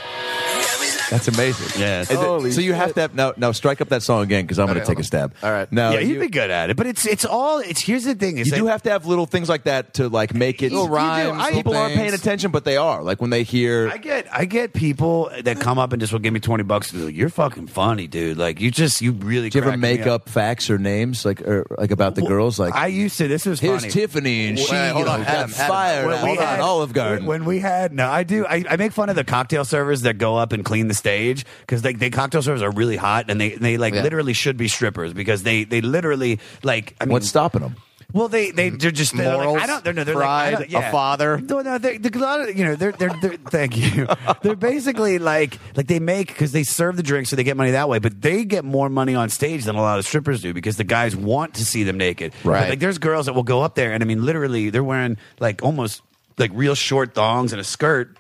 Speaker 1: That's amazing.
Speaker 3: Yeah,
Speaker 1: Is it- so you have to have, now, now strike up that song again because I'm going to take a stab.
Speaker 2: All right.
Speaker 1: Now,
Speaker 3: yeah, he'd
Speaker 1: you,
Speaker 3: be good at it. But it's it's all it's here's the thing. It's
Speaker 1: you do
Speaker 3: like-
Speaker 1: have to have little things like that to like make it.
Speaker 2: Little rhymes, little
Speaker 1: People aren't paying
Speaker 2: things.
Speaker 1: attention, but they are. Like when they hear.
Speaker 3: I get I get people that come up and just will give me twenty bucks and be like, You're fucking funny, dude. Like you just you really
Speaker 1: do you ever
Speaker 3: crack me
Speaker 1: make up facts or names like or like about the
Speaker 3: Well,
Speaker 1: girls? Like
Speaker 3: I used to this was
Speaker 1: here's
Speaker 3: funny.
Speaker 1: Tiffany and
Speaker 3: Wait,
Speaker 1: she you
Speaker 2: hold
Speaker 1: know,
Speaker 2: on,
Speaker 1: got
Speaker 2: Adam, Adam.
Speaker 1: fired
Speaker 3: When
Speaker 1: at
Speaker 3: we
Speaker 1: hold on,
Speaker 3: had-
Speaker 1: Olive Garden.
Speaker 3: When we had no, I do. I, I make fun of the cocktail servers that go up and clean the stage because like the cocktail servers are really hot and they they like
Speaker 2: Yeah.
Speaker 3: literally should be strippers because they they literally like I mean
Speaker 1: What's stopping them?
Speaker 3: well they they they're just they're
Speaker 2: Morals,
Speaker 3: like, I don't they're, no, they're
Speaker 2: pride,
Speaker 3: like, I don't, yeah.
Speaker 2: a father.
Speaker 3: No, no, they, they, a lot of- you know they're they're, they're thank you. they're basically like like they make because they serve the drinks so they get money that way, but they get more money on stage than a lot of strippers do because the guys want to see them naked. But,
Speaker 2: Right.
Speaker 3: like there's girls that will go up there and I mean literally they're wearing like almost like real short thongs and a skirt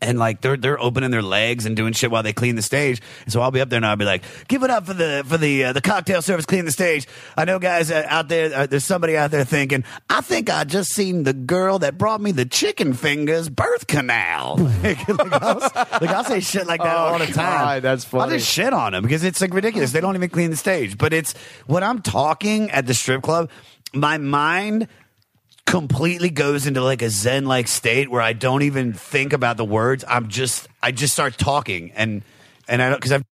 Speaker 3: and like they're they're opening their legs and doing shit while they clean the stage. And so I'll be up there and I'll be like, "Give it up for the for the uh, the cocktail service cleaning the stage." I know guys uh, out there, uh, there's somebody out there thinking, "I think I just seen the girl that brought me the chicken fingers birth canal." like, I'll, s- like, I'll say shit like that
Speaker 2: Oh,
Speaker 3: all the time.
Speaker 2: God, that's
Speaker 3: I'll
Speaker 2: funny.
Speaker 3: just shit on them because it's like ridiculous. They don't even clean the stage. But it's when I'm talking at the strip club, my mind completely goes into like a zen like state where I don't even think about the words. I'm just I just start talking and and I don't because I've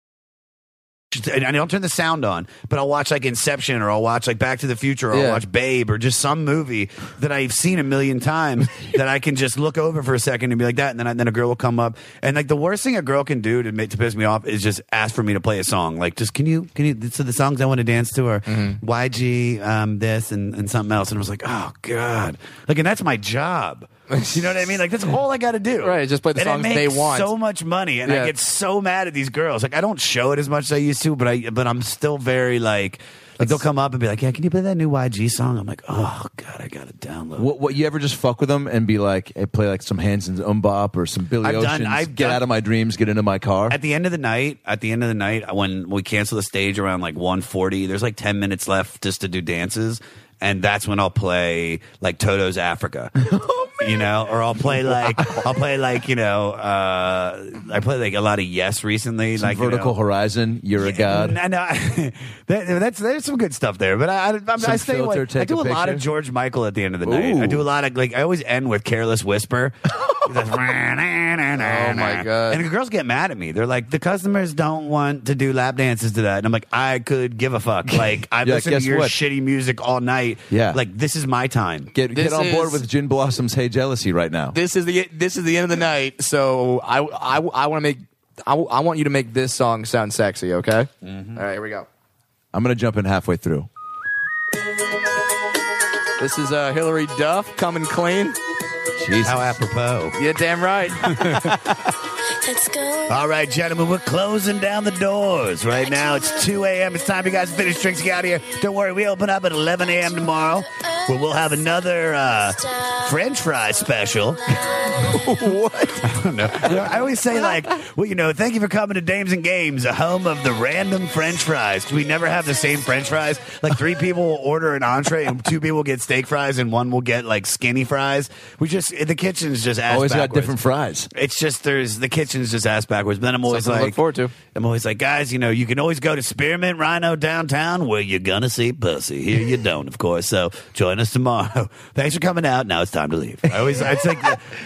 Speaker 3: and I don't turn the sound on, but I'll watch like Inception or I'll watch like Back to the Future or
Speaker 1: Yeah.
Speaker 3: I'll watch Babe or just some movie that I've seen a million times that I can just look over for a second and be like that. And then, I, then a girl will come up. And like the worst thing a girl can do to, make, to piss me off is just ask for me to play a song. Like, just can you, can you, so the songs I want to dance to are
Speaker 2: Mm-hmm.
Speaker 3: YG, um, this and, and something else. And I was like, oh God. Like, and that's my job. You know what I mean? Like that's all I got to do.
Speaker 2: Right, just play the
Speaker 3: And I
Speaker 2: songs
Speaker 3: make
Speaker 2: they want.
Speaker 3: So much money, and
Speaker 2: Yeah.
Speaker 3: I get so mad at these girls. Like I don't show it as much as I used to, but I but I'm still very like like they'll come up and be like, "Yeah, can you play that new YG song?" I'm like, "Oh God, I gotta download."
Speaker 1: What, what you ever just fuck with them and be like, hey, play like some Hanson's Umbop or some Billy
Speaker 3: I've done-
Speaker 1: Ocean's,
Speaker 3: I've
Speaker 1: get
Speaker 3: done-
Speaker 1: out of my dreams, get into my car.
Speaker 3: At the end of the night, at the end of the night, when we cancel the stage around like 1:40, there's like 10 minutes left just to do dances, and that's when I'll play like Toto's Africa.
Speaker 1: Oh,
Speaker 3: You know, or I'll play like I'll play like you know uh, I play like a lot of Yes recently, like you know.
Speaker 1: Vertical Horizon, you're a god.
Speaker 3: No, no, I- that, that's there's some good stuff there, but I I, I'm,
Speaker 1: Some
Speaker 3: I stay away.
Speaker 1: filter,
Speaker 3: I
Speaker 1: take
Speaker 3: do a,
Speaker 1: a
Speaker 3: lot of
Speaker 1: picture.
Speaker 3: George Michael at the end of the night. I do a lot of like I always end with "Careless Whisper." oh
Speaker 1: Oh
Speaker 3: my
Speaker 2: God.
Speaker 3: And the girls get mad at me. They're like, "The customers don't want to do lap dances to that," and I'm like, "I could give a fuck. Like I
Speaker 1: Yeah,
Speaker 3: listen
Speaker 1: guess
Speaker 3: to your
Speaker 1: what?
Speaker 3: shitty music all night.
Speaker 1: Yeah.
Speaker 3: like this is my time.
Speaker 1: Get, get
Speaker 2: This
Speaker 1: on board
Speaker 2: is-
Speaker 1: with Gin Blossom's Hey Jealousy right now.
Speaker 2: This is the this is the end of the night. So I I, I want to make I, I want you to make this song sound sexy. Okay. All right. Here we go.
Speaker 1: I'm going to jump in halfway through.
Speaker 2: This is uh, Hillary Duff coming clean.
Speaker 1: Jesus.
Speaker 3: How apropos."
Speaker 2: Yeah, damn right.
Speaker 6: Let's go.
Speaker 3: All right, gentlemen, we're closing down the doors right now. It's 2 a.m. It's time you guys to finish drinks. Get out of here. Don't worry, we open up at 11 a.m. tomorrow, where we'll have another uh, French fry special. what? I don't know. I always say like, well, you know, thank you for coming to Dames and Games, a home of the random French fries. We never have the same French fries. Like three people will order an entree, and two people get steak fries, and one will get like skinny fries. We just the kitchen's just ass
Speaker 1: Always got
Speaker 3: backwards.
Speaker 1: different fries.
Speaker 3: It's just there's the kitchen's just ass backwards. But then I'm always
Speaker 2: Something to
Speaker 3: like,
Speaker 2: look forward to.
Speaker 3: I'm always like, guys, you know, you can always go to Spearmint Rhino downtown where you're gonna see pussy. Here you don't, of course. So join us tomorrow. Thanks for coming out. Now it's time to leave. I always, it's like,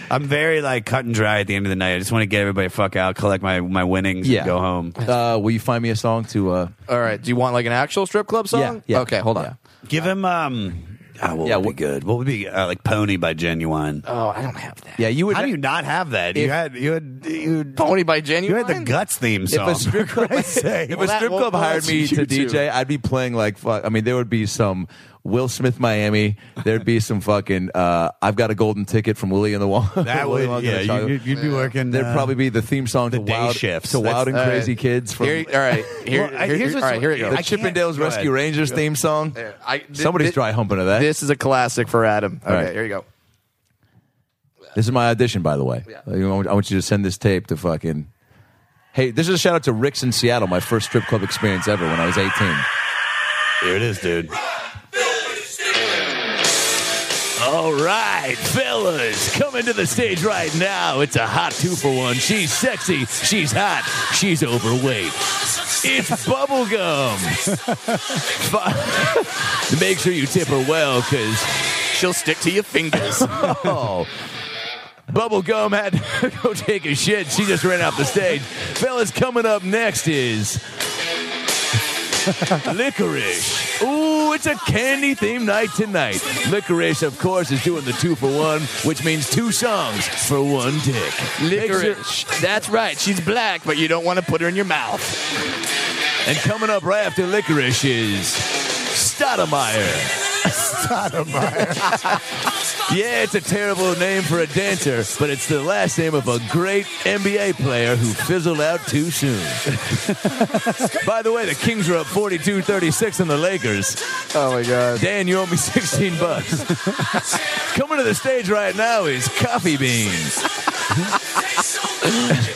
Speaker 3: I'm very like cut and dry at the end of the night. I just want to get everybody the fuck out, collect my my winnings,
Speaker 1: Yeah.
Speaker 3: and go home.
Speaker 1: Uh, will you find me a song to. Uh,
Speaker 2: All right. Do you want like an actual strip club song?
Speaker 1: Yeah, yeah.
Speaker 2: Okay. Hold on.
Speaker 1: Yeah.
Speaker 3: Give him um. Oh, what
Speaker 1: Yeah,
Speaker 3: would
Speaker 1: what-
Speaker 3: be good? What would be uh, like Pony by Genuine?
Speaker 2: Oh, I don't have that.
Speaker 1: yeah, you would.
Speaker 3: How do you not have that? you
Speaker 1: If-
Speaker 3: had you had you.
Speaker 2: Pony by
Speaker 3: You
Speaker 2: Genuine.
Speaker 3: had the guts theme
Speaker 1: If
Speaker 3: song.
Speaker 1: a strip club,
Speaker 3: Christ's sake.
Speaker 1: if
Speaker 2: Well,
Speaker 1: a
Speaker 2: that-
Speaker 1: strip
Speaker 2: well,
Speaker 1: club
Speaker 2: well,
Speaker 1: hired
Speaker 2: that's
Speaker 1: me to
Speaker 2: you too.
Speaker 1: DJ, I'd be playing like fuck. I mean, there would be some Will Smith Miami, there'd be some fucking. Uh, I've got a golden ticket from Willie and the Wall.
Speaker 3: That
Speaker 1: Willy
Speaker 3: would,
Speaker 1: Wonka and the
Speaker 3: yeah,
Speaker 1: Chocolate-
Speaker 3: you, you'd be working.
Speaker 1: There'd
Speaker 3: uh,
Speaker 1: probably be the theme song to
Speaker 3: the day
Speaker 1: Wild
Speaker 3: shifts.
Speaker 1: to
Speaker 3: That's- uh,
Speaker 1: Wild and
Speaker 2: all right.
Speaker 1: Crazy Kids from
Speaker 2: Here, all right, here,
Speaker 3: Well, I-
Speaker 2: here-
Speaker 3: here's
Speaker 2: all
Speaker 3: what's-
Speaker 2: right, here we go.
Speaker 1: the
Speaker 3: I can't-
Speaker 1: Chippendales
Speaker 3: go
Speaker 1: Rescue
Speaker 3: ahead.
Speaker 1: Rangers theme song.
Speaker 2: I- th-
Speaker 1: Somebody's
Speaker 2: thi-
Speaker 1: dry humping to that. This,
Speaker 2: This is a classic for Adam. Okay,
Speaker 1: right.
Speaker 2: here you go.
Speaker 1: is my audition, by the way.
Speaker 2: Yeah.
Speaker 1: You know, I want- I want you to send this tape to fucking. Hey, this is a shout out to Rick's in Seattle, my first strip club experience ever when I was 18.
Speaker 3: Here it is, dude.
Speaker 7: All right, fellas, coming to the stage right now. It's a hot two for one. She's sexy, she's hot, she's overweight. It's bubblegum. Fi- Make sure you tip her well, because
Speaker 2: She'll stick to your fingers.
Speaker 1: Oh.
Speaker 7: Bubblegum had to go take a shit. She just ran off the stage. Fellas, coming up next is Licorice. Ooh, it's a candy themed night tonight. Licorice, of course, is doing the two for one, which means two songs for one dick. Make sure-
Speaker 2: Licorice. That's right. She's black, but you don't want to put her in your mouth.
Speaker 7: and coming up right after Licorice is Stoudemire. Yeah, it's a terrible name for a dancer, but it's the last name of a great NBA player who fizzled out too soon. By the way, the Kings are up 42 36 on the Lakers.
Speaker 2: Oh my god.
Speaker 7: Dan, you owe me 16 bucks. Coming to the stage right now is Coffee Beans.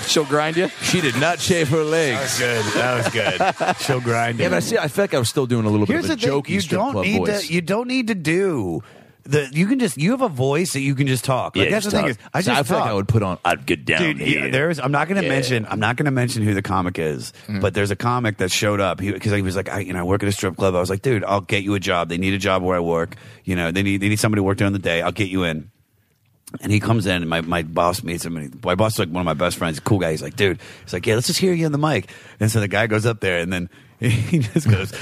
Speaker 2: She'll grind you.
Speaker 7: She did not shave her legs.
Speaker 3: Good. That was good. She'll grind
Speaker 1: Yeah,
Speaker 3: it.
Speaker 1: but I see. I feel like I was still doing a little
Speaker 3: Here's
Speaker 1: bit
Speaker 3: the
Speaker 1: of
Speaker 3: thing:
Speaker 1: a jokey
Speaker 3: you
Speaker 1: strip
Speaker 3: don't
Speaker 1: club
Speaker 3: need
Speaker 1: voice.
Speaker 3: to. You don't need to do. The, you can just you have a voice that you can just talk. Like,
Speaker 7: Yeah,
Speaker 3: that's
Speaker 7: just
Speaker 3: the thing
Speaker 7: talk.
Speaker 3: is, I
Speaker 1: So
Speaker 3: just
Speaker 1: I feel like
Speaker 3: talk.
Speaker 1: I would put on. I,
Speaker 7: I'd get down
Speaker 3: Dude, yeah,
Speaker 7: here.
Speaker 3: there's. I'm not going to
Speaker 7: Yeah. Mm-hmm.
Speaker 3: mention. I'm not going to mention who the comic is, but there's a comic that showed up because he, was like, I, you know, I work at a strip club. I was like, dude, I'll get you a job. They need a job where I work. You know, they need they need somebody to work during the day. I'll get you in. And he comes in, and my, my boss meets him. And he, my boss is like one of my best friends, cool guy. He's like, dude, he's like, yeah, let's just hear you on the mic. And so the guy goes up there, and then he just goes,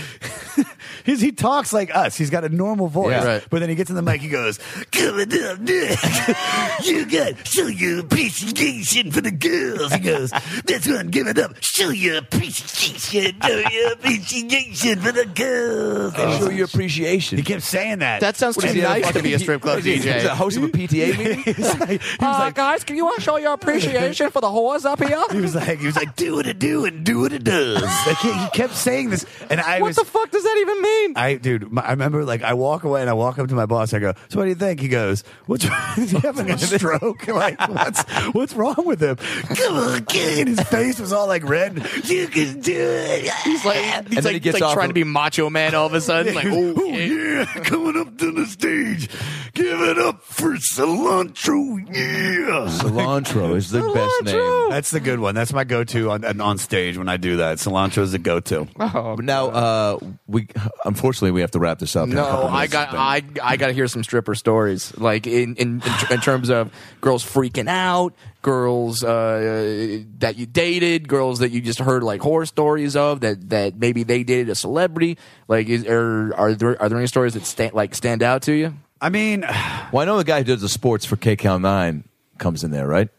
Speaker 3: he's, he talks like us. He's got a normal voice,
Speaker 1: Yeah. Right.
Speaker 3: but then he gets in the mic. He goes, coming up next, you got show you appreciation for the girls. He goes, this one, give it up, show you appreciation, show you appreciation for the girls. And
Speaker 1: show your appreciation.
Speaker 3: he kept saying that.
Speaker 2: That sounds
Speaker 3: What is
Speaker 2: too
Speaker 3: he, a
Speaker 2: nice to
Speaker 3: fucking-
Speaker 2: be a strip club
Speaker 1: What is he,
Speaker 2: DJ.
Speaker 1: He's the host of a PTA meeting.
Speaker 3: He was like- he was
Speaker 2: Uh,
Speaker 3: like,
Speaker 2: guys, can you want to show your appreciation for the whores up here?
Speaker 3: He was like, he was like, do what it do and do what it does. Like, he, he kept saying this, and I was,
Speaker 2: fuck does that even mean?
Speaker 3: I dude, my, I remember like I walk away and I walk up to my boss. I go, so what do you think? He goes, what's is he having a stroke? Like, what's what's wrong with him? Come on, kid. His face was all like red. You can do it.
Speaker 2: He's like, he's
Speaker 1: then
Speaker 2: like,
Speaker 1: he gets
Speaker 2: like
Speaker 1: off
Speaker 2: trying
Speaker 1: of-
Speaker 2: to be macho man all of a sudden. Like,
Speaker 3: oh,
Speaker 2: oh, yeah.
Speaker 3: yeah, coming up to the stage, give it up for cilantro, yeah.
Speaker 1: Cilantro is the best
Speaker 2: Oh,
Speaker 1: name.
Speaker 3: That's the good one. That's my go-to on on stage when I do that. Cilantro is the go-to.
Speaker 1: But now, uh, we unfortunately we have to wrap this up. in a
Speaker 2: No,
Speaker 1: couple
Speaker 2: I
Speaker 1: minutes.
Speaker 2: got I I got to hear some stripper stories, like in in in, tr- in terms of girls freaking out, girls uh, that you dated, girls that you just heard like horror stories of that that maybe they dated a celebrity. Like, is, are are there are there any stories that stand like stand out to you?
Speaker 3: I mean,
Speaker 1: Well, I know the guy who does the sports for KCAL nine comes in there, right?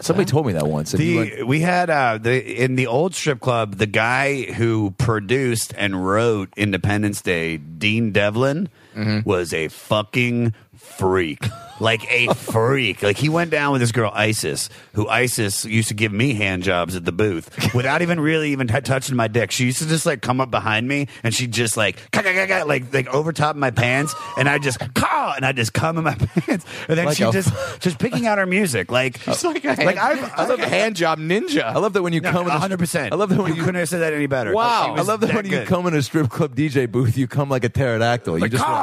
Speaker 1: Somebody told me that once. and he went-
Speaker 3: the we had uh, the in the old strip club, the guy who produced and wrote Independence Day, Dean Devlin,
Speaker 1: Mm-hmm.
Speaker 3: was a fucking freak. Like a freak. Like he went down with this girl Isis, who Isis used to give me hand jobs at the booth without even really even t- touching my dick. She used to just like come up behind me and she just like "Ka-ka-ka-ka," like like over top my pants and I just caw and I just come in my pants and then
Speaker 1: Like
Speaker 3: she
Speaker 1: a-
Speaker 3: just just picking out her music like
Speaker 2: like a hand,
Speaker 3: like I've,
Speaker 2: I love a hand job ninja.
Speaker 1: I love that when you come. in a-
Speaker 3: one hundred percent.
Speaker 1: I love that when you.
Speaker 3: couldn't have said that any better.
Speaker 2: Wow.
Speaker 3: She
Speaker 1: I
Speaker 3: was
Speaker 1: love that when you
Speaker 3: good.
Speaker 1: come in a strip club DJ booth, you come like a pterodactyl. You
Speaker 3: Like,
Speaker 1: just
Speaker 3: come.
Speaker 1: want-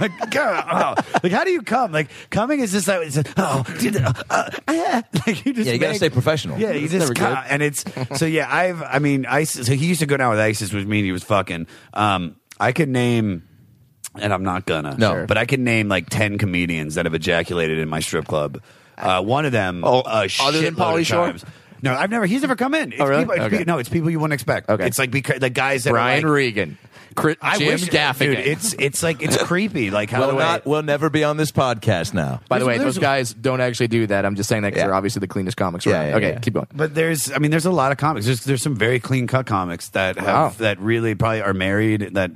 Speaker 3: like, God, oh. Like, how do you come? Like, coming is just like, it's just, oh, did- uh, uh, ah. like you just
Speaker 1: Yeah, you gotta
Speaker 3: make-
Speaker 1: stay professional.
Speaker 3: Yeah, you
Speaker 1: It's
Speaker 3: just
Speaker 1: never
Speaker 3: come.
Speaker 1: good.
Speaker 3: And it's so yeah. I've, I mean, ISIS. So he used to go down with ISIS, which means he was fucking. Um, I could name. And I'm not gonna.
Speaker 1: No. Sure.
Speaker 3: but I can name like ten comedians that have ejaculated in my strip club. Uh, one of them. Oh, uh,
Speaker 2: other than Pauly Shore? Oh,
Speaker 3: No, I've never. He's never come in. It's
Speaker 2: really?
Speaker 3: People, it's
Speaker 2: Okay.
Speaker 3: pe- no, it's people you wouldn't expect.
Speaker 2: Okay.
Speaker 3: it's like because the guys that
Speaker 2: Brian
Speaker 3: are like,
Speaker 2: Regan, Chris, Jim Gaffigan.
Speaker 3: dude, it's it's like it's creepy. Like how
Speaker 1: Well,
Speaker 3: do I-
Speaker 1: not, we'll never be on this podcast now.
Speaker 2: By the way,
Speaker 3: There's-
Speaker 2: those guys don't actually do that. I'm just saying that 'cause
Speaker 1: Yeah.
Speaker 2: they're obviously the cleanest comics.
Speaker 1: Yeah,
Speaker 2: around.
Speaker 1: yeah,
Speaker 2: okay,
Speaker 1: yeah.
Speaker 2: keep going.
Speaker 3: But there's, I mean, there's a lot of comics. There's there's some very clean cut comics that have
Speaker 2: Wow.
Speaker 3: that really probably are married that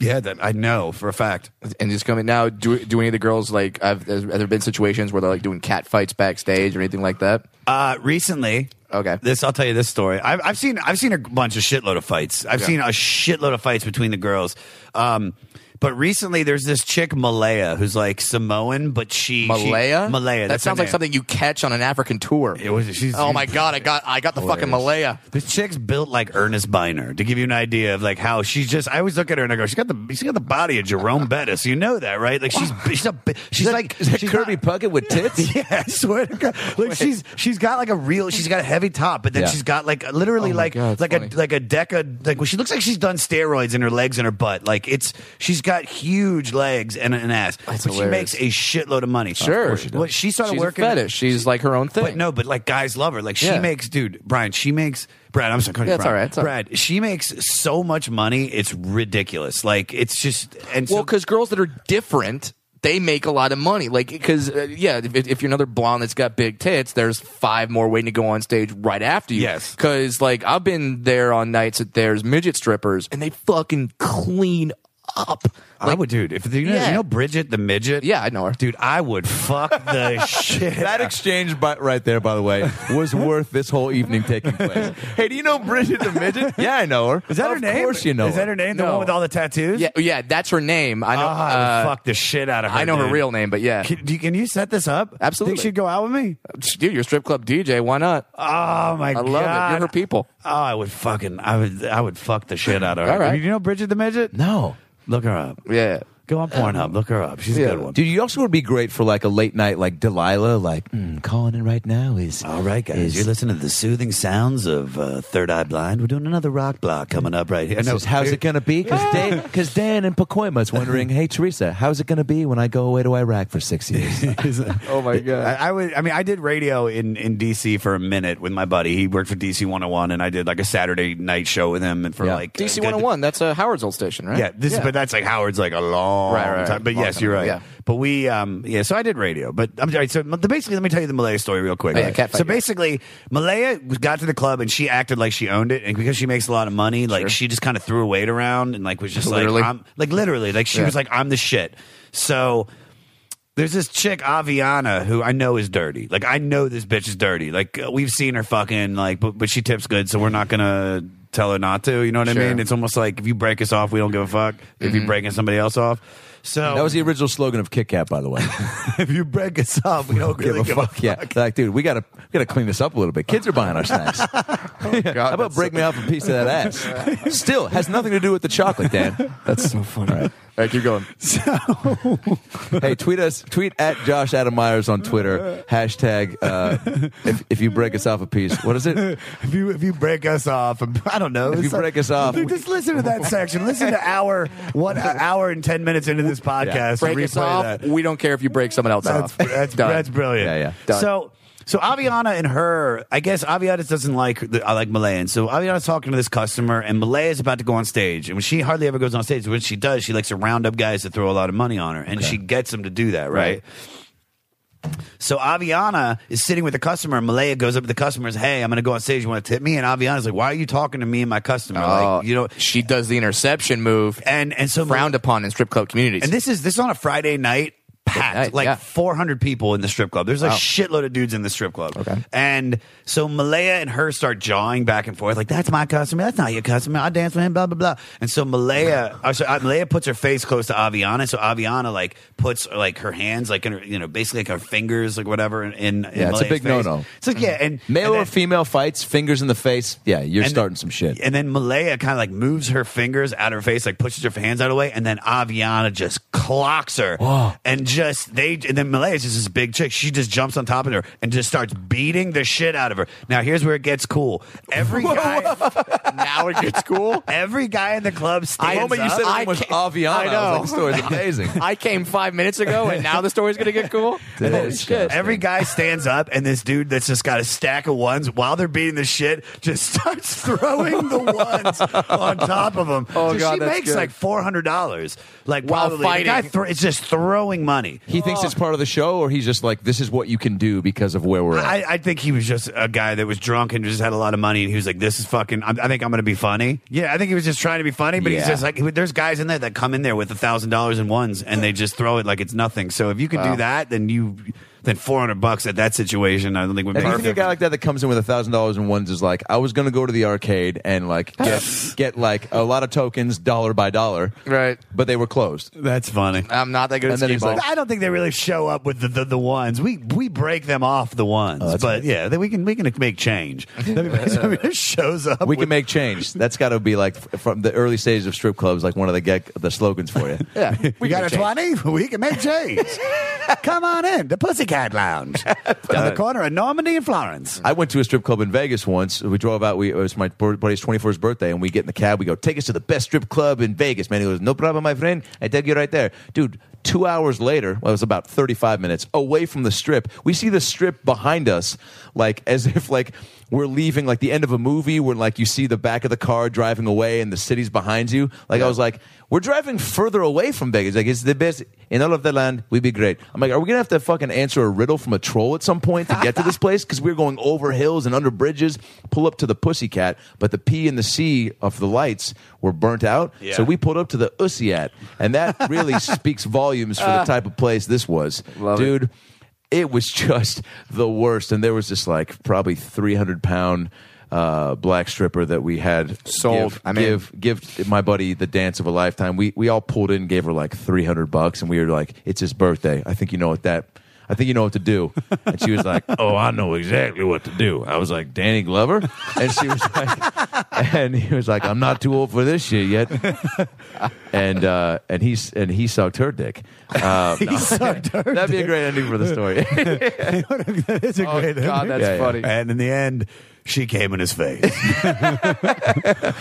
Speaker 3: Yeah, that I know for a fact.
Speaker 2: and just coming now. Do do any of the girls like? I've, has, have there been situations where they're like doing cat fights backstage or anything like that?
Speaker 3: Uh, recently,
Speaker 2: Okay.
Speaker 3: This I'll tell you this story. I've, I've seen I've seen a bunch of shitload of fights. I've
Speaker 2: Yeah.
Speaker 3: seen a shitload of fights between the girls. Um, but recently, there's this chick Malaya who's like Samoan, but she
Speaker 2: Malaya,
Speaker 3: she, Malaya.
Speaker 2: That
Speaker 3: that's her
Speaker 2: sounds like
Speaker 3: name.
Speaker 2: something you catch on an African tour.
Speaker 3: It was- she's-
Speaker 2: oh my god, I got I got the fucking Malaya.
Speaker 3: This chick's built like Ernest Biner to give you an idea of like how she's just. I always look at her and I go, she's got the she's got the body of Jerome Bettis. You know that, right? Like she's she's a bi- she's like
Speaker 4: Is that
Speaker 3: she's
Speaker 4: Kirby
Speaker 3: not-
Speaker 4: Puckett with tits?
Speaker 3: Yeah, I swear to God. Like she's she's got like a real she's got a heavy top, but then
Speaker 4: Yeah.
Speaker 3: she's got like literally like
Speaker 2: God, it's
Speaker 3: like
Speaker 2: funny.
Speaker 3: a like a deca like well, she looks like she's done steroids in her legs and her butt. Like it's she's got huge legs and an ass. but
Speaker 2: hilarious.
Speaker 3: she makes a shitload of money.
Speaker 2: Sure.
Speaker 3: Well, she, started
Speaker 2: She's
Speaker 3: working
Speaker 2: a fetish. She's like her own thing.
Speaker 3: But no, but like guys love her. Like she
Speaker 2: Yeah.
Speaker 3: makes, dude, Brian. She makes, Brad. I'm sorry,
Speaker 2: Yeah,
Speaker 3: Brad.
Speaker 2: it's all right, it's all
Speaker 3: Brad. She makes so much money. It's ridiculous. Like it's just and so,
Speaker 2: Well, because girls that are different, they make a lot of money. Like, because uh, yeah, if, if you're another blonde that's got big tits, there's five more waiting to go on stage right after you.
Speaker 3: Yes.
Speaker 2: Because like I've been there on nights that there's midget strippers and they fucking clean up.
Speaker 3: I would, dude. If you know,
Speaker 2: Yeah.
Speaker 3: you know Bridget the midget.
Speaker 2: Yeah, I know her.
Speaker 3: Dude, I would fuck the shit.
Speaker 1: That exchange by, right there, by the way, was worth this whole evening taking place. Hey, do you know Bridget the Midget? Yeah, I know her.
Speaker 3: Is that
Speaker 1: of
Speaker 3: her name?
Speaker 1: Of course you know
Speaker 3: Is that her name? The
Speaker 2: No.
Speaker 3: one with all the tattoos?
Speaker 2: Yeah, yeah, that's her name. I know.
Speaker 3: Oh, I
Speaker 2: uh,
Speaker 3: would fuck the shit out of her.
Speaker 2: I know her
Speaker 3: dude.
Speaker 2: real name, but yeah,
Speaker 3: Can, do you- can you set this up?
Speaker 2: Absolutely.
Speaker 3: Think she'd go out with me?
Speaker 2: dude, you're a strip club DJ. Why not?
Speaker 3: Oh my
Speaker 2: I
Speaker 3: god!
Speaker 2: love it. You're her people.
Speaker 3: Oh, I would fucking, I would, I would fuck the shit out of her.
Speaker 2: All right.
Speaker 3: You know Bridget the midget?
Speaker 4: No.
Speaker 3: Look her up.
Speaker 2: Yeah.
Speaker 3: Go on Pornhub. Look her up. She's a good one.
Speaker 4: Dude, you also would be great for like a late night, like Delilah, like mm, calling in right now is.
Speaker 3: All right, guys,
Speaker 4: is-
Speaker 3: you're listening to the soothing sounds of uh, Third Eye Blind. We're doing another rock block coming up right here.
Speaker 4: This is, how's it going to be? Because Dan in Pacoima is wondering, hey, Teresa, how's it going to be when I go away to Iraq for six years?
Speaker 2: Oh my god.
Speaker 3: I, I would. I mean, I did radio in in DC for a minute with my buddy. He worked for DC 101, and I did like a Saturday night show with him. And for
Speaker 4: Yeah.
Speaker 3: like a
Speaker 2: DC
Speaker 3: good-
Speaker 2: 101. That's uh, Howard's old station, right?
Speaker 3: Yeah, this is, but that's like Howard's like a long
Speaker 2: Right, right,
Speaker 3: time. But
Speaker 2: long
Speaker 3: yes,
Speaker 2: time
Speaker 3: you're
Speaker 2: ago,
Speaker 3: right.
Speaker 2: yeah.
Speaker 3: But we, um, yeah. So I did radio. But I'm sorry. So the, basically, let me tell you the Malaya story real quick.
Speaker 2: Oh, yeah, catfight,
Speaker 3: so
Speaker 2: yeah.
Speaker 3: basically, Malaya got to the club and she acted like she owned it, and because she makes a lot of money, like she just kind of threw her weight around and like was just
Speaker 2: Literally.
Speaker 3: like, I'm, like literally, like she
Speaker 2: Yeah.
Speaker 3: was like, I'm the shit. So there's this chick Aviana who I know is dirty. Like I know this bitch is dirty. Like uh, we've seen her fucking like, but but she tips good, so we're not gonna tell her not to. You know what
Speaker 2: Sure.
Speaker 3: I mean? It's almost like if you break us off, we don't give a fuck. If you're breaking somebody else off, so
Speaker 4: Mm-hmm. That was the original slogan of Kit Kat, by the way.
Speaker 3: Oh. if you break us up, we don't really
Speaker 4: give a fuck. Yeah, like, dude, we gotta we gotta clean this up a little bit. Kids are buying our snacks. How about break me off a piece of that ass? Still has nothing to do with the chocolate, Dan.
Speaker 2: That's so funny. All right, keep going.
Speaker 4: Hey, tweet us. Tweet at Josh Adam Myers on Twitter. Hashtag uh, if, if you break us off a piece. What is it?
Speaker 3: If you if you break us off, I don't know.
Speaker 4: If you
Speaker 3: It's like-
Speaker 4: break us off.
Speaker 3: Dude, just listen to that section. Listen to hour one hour and ten minutes into this podcast.
Speaker 2: break
Speaker 3: and
Speaker 2: us
Speaker 3: replay
Speaker 2: off.
Speaker 3: that.
Speaker 2: We don't care if you break someone else
Speaker 3: That's
Speaker 2: off.
Speaker 3: that's,
Speaker 2: Done.
Speaker 3: that's brilliant.
Speaker 4: Yeah, yeah.
Speaker 2: Done.
Speaker 3: So so Aviana and her, I guess Aviana doesn't like the, I like Malayan. So Aviana's talking to this customer, and Malaya is about to go on stage. And when she hardly ever goes on stage, when she does, she likes to round up guys that throw a lot of money on her, and she gets them to do that, right? So Aviana is sitting with the customer, and Malaya goes up to the customer and says, Hey, I'm going to go on stage. You want to tip me? And Aviana's like, Why are you talking to me and my customer?
Speaker 2: Oh,
Speaker 3: like, you know,
Speaker 2: she does the interception move,
Speaker 3: and and so Malaya-
Speaker 2: frowned upon in strip club communities.
Speaker 3: and this is this is on a Friday night, packed
Speaker 2: night,
Speaker 3: like
Speaker 2: yeah.
Speaker 3: 400 people in the strip club. There's a shitload of dudes in the strip club. Okay. And so Malaya and her start jawing back and forth, like that's my customer, that's not your customer. I dance with him, blah blah blah. And so Malaya, uh, so, uh, Malaya puts her face close to Aviana, so Aviana like puts like her hands, like in her, you know, basically like her fingers, like whatever. In, in
Speaker 4: Yeah, it's a
Speaker 3: Malaya's
Speaker 4: big
Speaker 3: face.
Speaker 4: no-no. Mm-hmm.
Speaker 3: It's like yeah, and
Speaker 4: Male
Speaker 3: and
Speaker 4: or
Speaker 3: then-
Speaker 4: female fights, fingers in the face. Yeah, you're
Speaker 3: and
Speaker 4: starting
Speaker 3: then-
Speaker 4: some shit.
Speaker 3: And then Malaya kind of like moves her fingers out of her face, like pushes her hands out of the way, and then Aviana just clocks her. And just they and then Malaya's just this big chick. She just jumps on top of her and just starts beating the shit out of her. Now here's where it gets cool. Every guy
Speaker 2: now it gets cool.
Speaker 3: everver guy in the club
Speaker 2: I-
Speaker 3: stands
Speaker 4: the moment you
Speaker 3: up.
Speaker 4: said it
Speaker 2: I
Speaker 4: was
Speaker 2: can't-
Speaker 4: Aviana,
Speaker 2: I
Speaker 4: I,
Speaker 2: know.
Speaker 4: was like, the story's amazing.
Speaker 2: I came five minutes ago, and now the story's gonna get cool.
Speaker 4: It
Speaker 2: Holy
Speaker 4: is.
Speaker 2: shit!
Speaker 3: Every guy stands up, and this dude that's just got a stack of ones while they're beating the shit just starts throwing the ones on top of them.
Speaker 2: Oh,
Speaker 3: so
Speaker 2: God,
Speaker 3: she
Speaker 2: that's
Speaker 3: makes
Speaker 2: good.
Speaker 3: like four hundred dollars, like
Speaker 2: While
Speaker 3: probably. The guy
Speaker 2: fighting.
Speaker 3: thro- it's just throwing money. funny.
Speaker 1: He thinks it's part of the show, or he's just like, this is what you can do because of where we're at.
Speaker 3: I, I think he was just a guy that was drunk and just had a lot of money, and he was like, "This is fucking." I, I think I'm going to be funny. Yeah, I think he was just trying to be funny, but he's
Speaker 1: Yeah.
Speaker 3: just like, "There's guys in there that come in there with a thousand dollars in ones, and they just throw it like it's nothing." So if you could do that, then you then four hundred bucks at that situation, I don't think would be
Speaker 1: And you think a
Speaker 3: perfect.
Speaker 1: guy like that that comes in with a thousand dollars in ones is like, I was gonna go to the arcade and like get get like a lot of tokens dollar by dollar,
Speaker 2: Right.
Speaker 1: But they were closed.
Speaker 3: That's funny.
Speaker 2: I'm not that good at
Speaker 1: And then
Speaker 2: skee
Speaker 1: he's
Speaker 2: ball.
Speaker 1: like-
Speaker 3: I don't think they really show up with the, the, the ones. We we break them off the ones,
Speaker 1: that's
Speaker 3: but
Speaker 1: nice.
Speaker 3: yeah, then we can we can make change. Somebody just shows up.
Speaker 1: We
Speaker 3: with-
Speaker 1: can make change. That's got to be like f- from the early stages of strip clubs, like one of the get the slogans for you.
Speaker 2: yeah.
Speaker 3: We got a
Speaker 2: change.
Speaker 3: twenty. We can make change. Come on in the Pussycat Lounge on the corner of Normandy and Florence.
Speaker 1: I went to a strip club in Vegas once. We drove out. We, it was my bur- buddy's 21st birthday, and we get in the cab. We go, take us to the best strip club in Vegas, man. He goes, no problem, my friend. I take you right there. Dude, two hours later, well, it was about 35 minutes away from the strip. We see the strip behind us, like as if like we're leaving like the end of a movie where like you see the back of the car driving away and the city's behind you. Like I was like, we're driving further away from Vegas. Like it's the best in all of the land. We'd be great. I'm like, are we gonna have to fucking answer a riddle from a troll at some point to get to this place? Because we're going over hills and under bridges. Pull up to the Pussycat, but the P and the C of the lights were burnt out. So we pulled up to the Ussiat, and that really speaks volumes for the type of place this was, dude. It. was just the worst, and there was this like probably 300 pound. Uh, black stripper that we had
Speaker 2: Sold.
Speaker 1: give-
Speaker 2: I mean-
Speaker 1: give give my buddy the dance of a lifetime. We we all pulled in, gave her like three hundred bucks, and we were like, "It's his birthday. I think you know what that. I think you know what to do." And she was like, "Oh, I know exactly what to do." I was like, "Danny Glover," and she was like, and he was like, "I'm not too old for this shit yet." And uh, and he's and he sucked her dick. Uh, no. That'd be a great ending for the story.
Speaker 3: That's a
Speaker 2: Oh,
Speaker 3: great
Speaker 2: God, that's
Speaker 1: Yeah, yeah.
Speaker 2: funny.
Speaker 3: And in the end, she came in his face.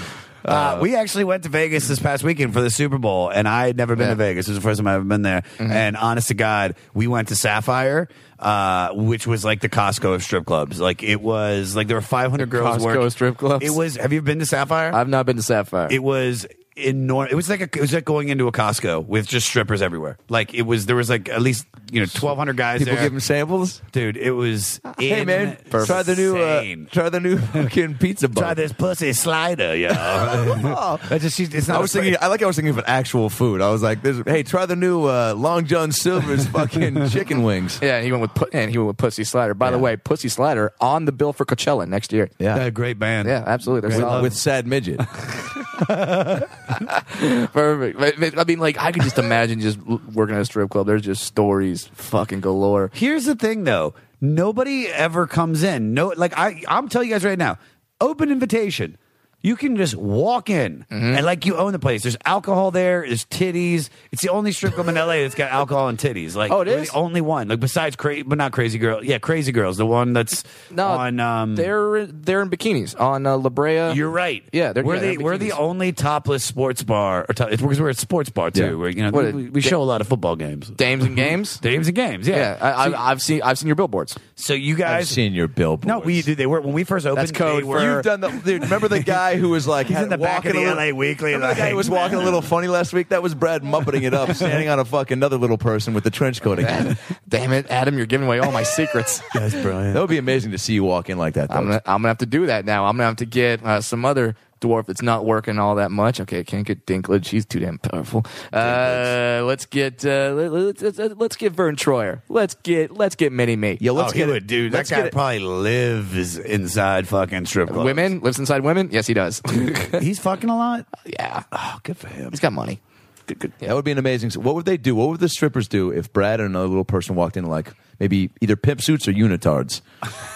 Speaker 3: Uh, we actually went to Vegas this past weekend for the Super Bowl, and I had never been to Vegas. It was the first time I've ever been there.
Speaker 2: Mm-hmm.
Speaker 3: And honest to God, we went to Sapphire, uh, which was like the Costco of strip clubs. Like it was like there were 500 girls.
Speaker 2: Costco
Speaker 3: working-
Speaker 2: of strip clubs?
Speaker 3: It was. Have you been to Sapphire?
Speaker 2: I've not been to Sapphire.
Speaker 3: It was enormous. It was like a, it was like going into a Costco with just strippers everywhere. Like it was. There was like at least you know 1,200 guys.
Speaker 1: People
Speaker 3: there.
Speaker 1: give him samples.
Speaker 3: Dude, it was.
Speaker 1: Hey man, try the new uh,
Speaker 3: insane.
Speaker 1: try the new fucking pizza. Bun.
Speaker 3: Try this pussy slider, yo. That's just, she's- it's not
Speaker 1: I was
Speaker 3: a-
Speaker 1: thinking. I like. I was thinking of an actual food. I was like, this, "Hey, try the new uh, Long John Silver's fucking chicken wings."
Speaker 2: yeah, and he went with pu- and he went with Pussy Slider. By the way, Pussy Slider on the bill for Coachella next year.
Speaker 1: Yeah,
Speaker 3: a great band.
Speaker 2: Yeah, absolutely. They're
Speaker 1: with,
Speaker 2: solid.
Speaker 1: with sad midget.
Speaker 2: Perfect. But- but, I mean, like, I could just imagine just l- working at a strip club. There's just stories fucking galore.
Speaker 3: Here's the thing, though. Nobody ever comes in. No, like I, I'm telling you guys right now. Open invitation. You can just walk in and like you own the place. There's alcohol there. There's titties. It's the only strip club in LA that's got alcohol and titties. Like
Speaker 2: Oh, it
Speaker 3: we're
Speaker 2: is?
Speaker 3: the only one. Like besides crazy, but not Crazy Girl. Yeah, Crazy Girl's the one that's
Speaker 2: No,
Speaker 3: on. Um,
Speaker 2: they're they're in bikinis on uh, La Brea.
Speaker 3: You're right.
Speaker 2: Yeah, they're-
Speaker 3: we're
Speaker 2: yeah,
Speaker 3: the
Speaker 2: they're
Speaker 3: we're the
Speaker 2: bikinis.
Speaker 3: only topless sports bar, or to, it's because we're a sports bar too.
Speaker 1: Yeah.
Speaker 3: Where you know
Speaker 2: What a-
Speaker 3: we, we show a lot of football games,
Speaker 2: Dames and games.
Speaker 3: games and games. Yeah,
Speaker 2: Yeah, I, I, I've seen I've seen your billboards.
Speaker 3: so you
Speaker 1: I've
Speaker 3: guys,
Speaker 1: seen your billboards.
Speaker 3: no, we did. They were when we first opened.
Speaker 2: That's code
Speaker 3: they
Speaker 2: for-
Speaker 3: were,
Speaker 1: You've done the. Dude, remember the guy who was like
Speaker 3: He's in the back
Speaker 1: walking
Speaker 3: of the
Speaker 1: a little,
Speaker 3: LA Weekly.
Speaker 1: Remember
Speaker 3: Like,
Speaker 1: the guy who was walking a little funny last week. That was Brad muppeting it up, standing on a fucking another little person with the trench coat again.
Speaker 2: Damn it, Adam, you're giving away all my secrets.
Speaker 3: That's brilliant.
Speaker 1: That would be amazing to see you walk in like that. Though.
Speaker 2: I'm gonna, I'm gonna have to do that now. I'm gonna have to get uh, some other dwarf that's not working all that much. Okay, can't get Dinklage. He's too damn powerful. Uh, let's get uh, let, let's, let's let's get Vern Troyer. Let's get let's get Mini Me.
Speaker 1: yeah,
Speaker 3: Let's
Speaker 1: let's
Speaker 3: oh,
Speaker 1: get
Speaker 3: he
Speaker 1: it.
Speaker 3: would, dude. That
Speaker 1: let's get
Speaker 3: guy
Speaker 1: it-
Speaker 3: probably lives inside fucking strip clubs.
Speaker 2: Women lives inside women. Yes, he does.
Speaker 3: He's fucking a lot.
Speaker 2: yeah,
Speaker 3: Oh, good for him.
Speaker 2: he's got money. Good, good.
Speaker 1: That would be an amazing. What would they do? What would the strippers do if Brad and another little person walked in like maybe either pimp suits or unitards?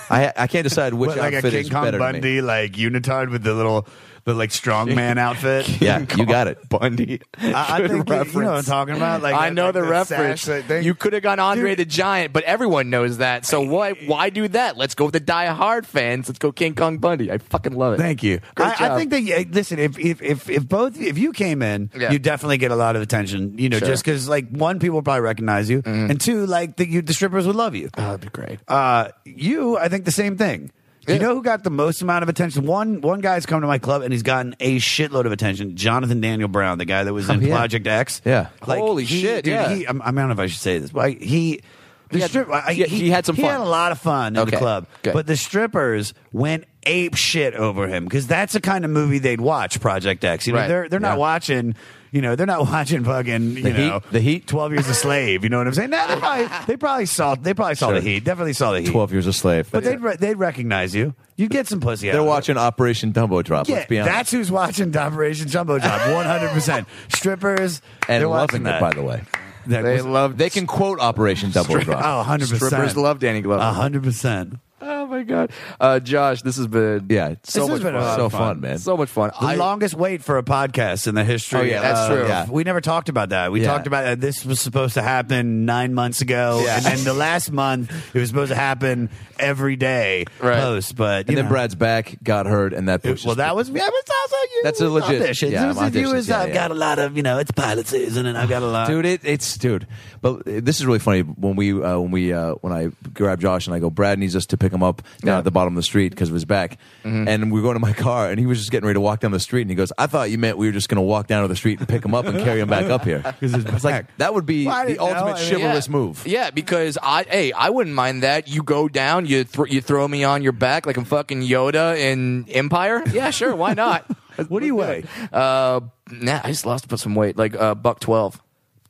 Speaker 1: I I can't decide which
Speaker 3: What, like a
Speaker 1: outfit
Speaker 3: King
Speaker 1: is
Speaker 3: Kong
Speaker 1: better to me.
Speaker 3: Bundy, like unitard with the little, the like strongman outfit.
Speaker 1: Yeah, you got it.
Speaker 2: Bundy.
Speaker 3: I, I think you- you know what I'm talking about. Like
Speaker 2: I
Speaker 3: that-
Speaker 2: know
Speaker 3: like
Speaker 2: the
Speaker 3: that
Speaker 2: reference.
Speaker 3: sash that thing.
Speaker 2: You could have gone Andre
Speaker 3: Dude.
Speaker 2: the Giant, but everyone knows that. So why why do that? Let's go with the Die Hard fans. Let's go King Kong Bundy. I fucking love it.
Speaker 3: Thank you.
Speaker 2: Great
Speaker 3: I, I
Speaker 2: job.
Speaker 3: think that yeah, listen, if if if, if both if you came in,
Speaker 2: Yeah.
Speaker 3: you definitely get a lot of attention. You know,
Speaker 2: Sure. Mm-hmm.
Speaker 3: just because like one, people probably recognize you, and two, like the, you, the strippers would love you.
Speaker 2: Oh, that'd be great.
Speaker 3: Uh, you, I think the same thing. You know who got the most amount of attention? One one guy's come to my club and he's gotten a shitload of attention. Jonathan Daniel Brown, the guy that was in
Speaker 1: yeah.
Speaker 3: Project X.
Speaker 1: Yeah.
Speaker 8: Oh, Holy
Speaker 3: he-
Speaker 8: shit,
Speaker 3: Dude,
Speaker 8: yeah.
Speaker 3: he, I'm, I don't know if I should say this, but I, he. The
Speaker 8: He had-
Speaker 3: strip, I,
Speaker 8: he- he had some
Speaker 3: He
Speaker 8: fun.
Speaker 3: had a lot of fun in the
Speaker 8: Okay,
Speaker 3: club,
Speaker 8: good.
Speaker 3: but the strippers went ape shit over him because that's the kind of movie they'd watch. Project X, you know,
Speaker 2: Right,
Speaker 3: they're they're not
Speaker 8: yeah.
Speaker 3: watching, you know, they're not watching fucking, you
Speaker 8: The Heat?
Speaker 3: know,
Speaker 8: The Heat?
Speaker 3: Twelve Years a Slave. You know what I'm saying? No, they probably they probably saw they probably saw the
Speaker 8: Sure.
Speaker 3: Heat. Definitely saw the Heat.
Speaker 1: Twelve years a slave.
Speaker 3: But they'd, re- they'd recognize you. You'd get some pussy out
Speaker 1: They're
Speaker 3: of it.
Speaker 1: watching Operation Dumbo Drop.
Speaker 3: Yeah,
Speaker 1: let's be honest.
Speaker 3: that's who's watching Operation Jumbo Job. 100%. Strippers.
Speaker 1: and
Speaker 3: they're watching
Speaker 1: loving
Speaker 3: that.
Speaker 1: it, by the way.
Speaker 3: That
Speaker 2: They
Speaker 3: was-
Speaker 2: love
Speaker 1: They can quote Operation Double
Speaker 3: oh,
Speaker 1: Drop.
Speaker 3: 100%.
Speaker 2: strippers. Love Danny Glover.
Speaker 3: 100%.
Speaker 2: Oh my god, uh, Josh, this has been
Speaker 1: Uh-huh. Yeah, it's so
Speaker 3: This has
Speaker 1: much
Speaker 3: been a
Speaker 1: fun.
Speaker 3: lot
Speaker 1: So
Speaker 3: of fun.
Speaker 1: fun, man.
Speaker 2: so much fun.
Speaker 3: The
Speaker 2: I-
Speaker 3: longest wait for a podcast in the history.
Speaker 1: Oh, yeah, that's
Speaker 3: of-
Speaker 2: true.
Speaker 1: Yeah.
Speaker 3: We never talked about that. We
Speaker 1: Yeah.
Speaker 3: talked about that. This was supposed to happen nine months ago, and then the last month it was supposed to happen every day
Speaker 2: Right.
Speaker 3: post. But you
Speaker 1: and then
Speaker 3: know.
Speaker 1: Brad's back got hurt, and that pushed
Speaker 3: It, well,
Speaker 1: us-
Speaker 3: that was yeah, but that's how you.
Speaker 1: That's a legit-
Speaker 3: audition.
Speaker 1: yeah,
Speaker 3: This is
Speaker 1: I'm
Speaker 3: you
Speaker 1: auditioning,
Speaker 3: is,
Speaker 1: yeah,
Speaker 3: I've
Speaker 1: yeah.
Speaker 3: got a lot of you know it's pilot season and I've got a lot.
Speaker 1: dude. It, it's dude, but uh, this is really funny. When we uh, when we uh, when I grab Josh and I go, Brad needs us to pick him up down at the bottom of the street because of his back,
Speaker 3: Mm-hmm.
Speaker 1: and we are going to my car, and he was just getting ready to walk down the street, and he goes, I thought you meant we were just going to walk down to the street and pick him up and carry him back up here. It's like that would be
Speaker 3: Well, I
Speaker 1: the
Speaker 3: didn't know.
Speaker 1: ultimate
Speaker 3: I mean-
Speaker 1: chivalrous move.
Speaker 2: Yeah, because I hey, I wouldn't mind that. You go down, you thr you throw me on your back like I'm fucking Yoda in Empire. Yeah, sure, why not?
Speaker 3: what do you weigh?
Speaker 2: uh, nah, I just lost to put some weight, like uh, buck twelve.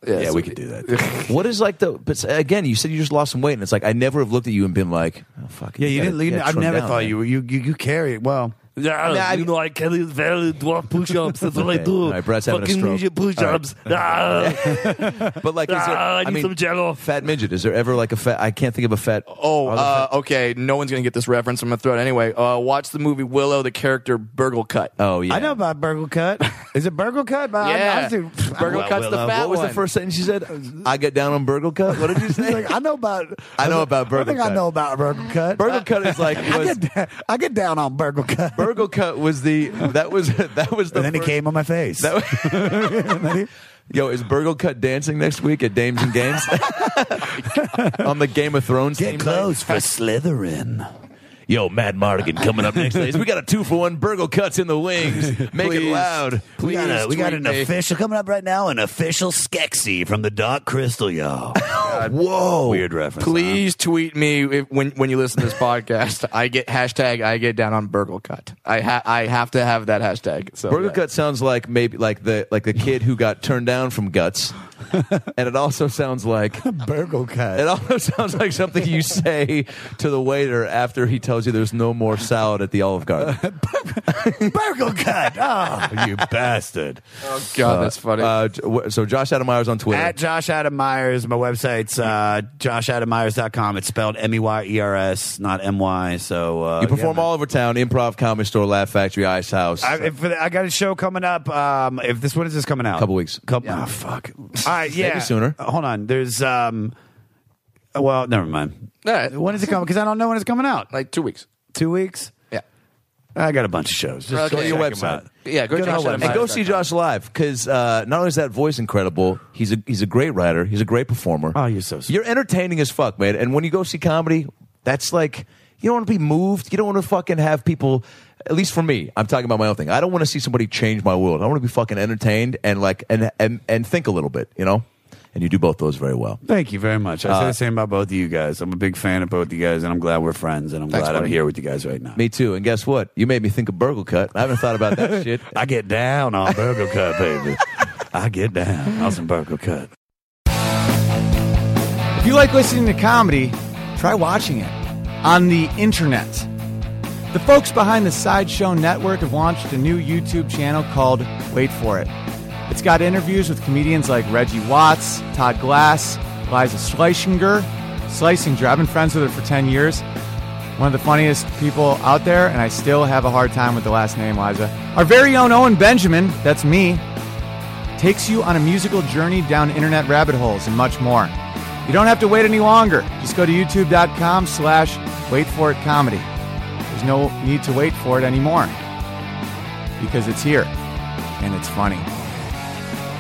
Speaker 1: Yeah, we could do that. what is like the? But again, you said you just lost some weight, and it's like I never have looked at you and been like, oh, "Fuck."
Speaker 3: Yeah, you
Speaker 1: gotta
Speaker 3: didn't. You,
Speaker 1: get
Speaker 3: I've
Speaker 1: trimmed
Speaker 3: never
Speaker 1: down,
Speaker 3: thought
Speaker 1: man."
Speaker 3: you were you you, you carry it well.
Speaker 4: Yeah,
Speaker 1: Nah,
Speaker 4: you
Speaker 1: I-
Speaker 4: know, I carry very dwarf push-ups. That's what I
Speaker 1: Okay,
Speaker 4: do.
Speaker 1: all right, Brett's having a
Speaker 4: Fucking
Speaker 1: stroke.
Speaker 4: ninja push-ups. Ah,
Speaker 1: But like, is there,
Speaker 4: ah, I
Speaker 1: I,
Speaker 4: need
Speaker 1: mean,
Speaker 4: some jello.
Speaker 1: fat midget. Is there ever like a fat? I can't think of a fat.
Speaker 2: Oh,
Speaker 1: are there
Speaker 2: uh,
Speaker 1: fat-
Speaker 2: okay. No one's gonna get this reference. I'm gonna throw it anyway. Uh, watch the movie Willow. The character Burgle Cut.
Speaker 1: oh yeah.
Speaker 3: I know about Burgle Cut. Is it Burgle Cut? But I'm-
Speaker 2: Yeah.
Speaker 3: I'm too-
Speaker 2: Burgle
Speaker 3: Well,
Speaker 2: Cut's the
Speaker 3: Willow.
Speaker 2: fat
Speaker 1: What was
Speaker 2: one.
Speaker 1: the first sentence you said? I got down on Burgle Cut. What did you
Speaker 3: He's
Speaker 1: say?
Speaker 3: like, I know about.
Speaker 1: I know about
Speaker 3: I
Speaker 1: Burgle
Speaker 3: think I
Speaker 1: Cut.
Speaker 3: know about Burgle Cut.
Speaker 1: Burgle Cut is like
Speaker 3: I
Speaker 1: was.
Speaker 3: get, da- I get down on Burgle Cut.
Speaker 1: Burgle Cut was the that was that was the.
Speaker 3: and then he
Speaker 1: first-
Speaker 3: came on my face.
Speaker 1: Yo, is Burgle Cut dancing next week at Dames and Games? on the Game of Thrones
Speaker 3: Get
Speaker 1: team
Speaker 3: close for Slytherin.
Speaker 1: Yo, Matt Mardigan coming up next. days. We got a two for one. Burgle cuts in the wings. Make it loud.
Speaker 3: we got, a, we got an
Speaker 2: me.
Speaker 3: official coming up right now, an official Skeksis from the Dark Crystal, y'all.
Speaker 1: Whoa.
Speaker 3: Weird reference.
Speaker 2: Please tweet me if, when when you listen to this podcast. I get hashtag I get down on Burgle Cut. I ha- I have to have that hashtag. So
Speaker 1: Burgle
Speaker 2: yeah.
Speaker 1: Cut sounds like maybe like the like the kid who got turned down from Guts, and it also sounds like
Speaker 3: huh? Burgle Cut.
Speaker 1: it also sounds like something you say to the waiter after he tells you there's no more salad at the Olive Garden.
Speaker 3: Burgle Cut. Oh, you bastard.
Speaker 2: Oh god, that's funny.
Speaker 1: Uh, j- wh- so Josh Adam Meyer's on Twitter.
Speaker 3: At Josh Adam Myers, my website's uh, joshadammyers.com. It's spelled M E Y E R S, not M Y. So uh,
Speaker 1: you perform
Speaker 3: yeah, man.
Speaker 1: all over town: improv, comedy store, Laugh Factory, Ice House.
Speaker 3: I, if, I got a show coming up. Um, if this when is this coming out?
Speaker 1: Couple weeks.
Speaker 3: Couple. Oh, fuck. All right. Yeah.
Speaker 1: sooner.
Speaker 3: Uh, Hold on. There's. Um, uh, well, never mind.
Speaker 2: All right.
Speaker 3: When is it coming? Because I don't know when it's coming out. Like
Speaker 2: like two weeks.
Speaker 3: two weeks.
Speaker 2: Yeah.
Speaker 3: I got a bunch of shows. Just
Speaker 2: Okay.
Speaker 3: go to
Speaker 2: Your
Speaker 3: check 'em
Speaker 1: website.
Speaker 3: out.
Speaker 2: Yeah,
Speaker 3: Go
Speaker 2: go
Speaker 3: to
Speaker 2: check
Speaker 3: our
Speaker 2: out
Speaker 3: website.
Speaker 1: And go see Josh live because uh, not only is that voice incredible, he's a he's a great writer, he's a great performer.
Speaker 3: Oh, you're so sweet.
Speaker 1: You're entertaining as fuck, man. And when you go see comedy, that's like you don't want to be moved. You don't want to fucking have people. At least for me, I'm talking about my own thing. I don't want to see somebody change my world. I want to be fucking entertained and like and and and think a little bit, you know. And you do both those very well.
Speaker 3: Thank you very much. I say the same about both of you guys. I'm a big fan of both of you guys, and I'm glad we're friends, and I'm glad I'm here with you guys right now.
Speaker 1: Me too. And guess what? You made me think of Burgle Cut. I haven't thought about that shit.
Speaker 3: I get down on Burger Cut, baby. I get down on some Burger Cut.
Speaker 9: If you like listening to comedy, try watching it on the internet. The folks behind the Sideshow Network have launched a new YouTube channel called Wait For It. It's got interviews with comedians like Reggie Watts, Todd Glass, Liza Schleichinger, Schlesinger. I've been friends with her for 10 years. One of the funniest people out there, and I still have a hard time with the last name, Liza. Our very own Owen Benjamin, that's me, takes you on a musical journey down internet rabbit holes and much more. You don't have to wait any longer. Just go to youtube.com slash wait for it comedy. There's no need to wait for it anymore because it's here and it's funny.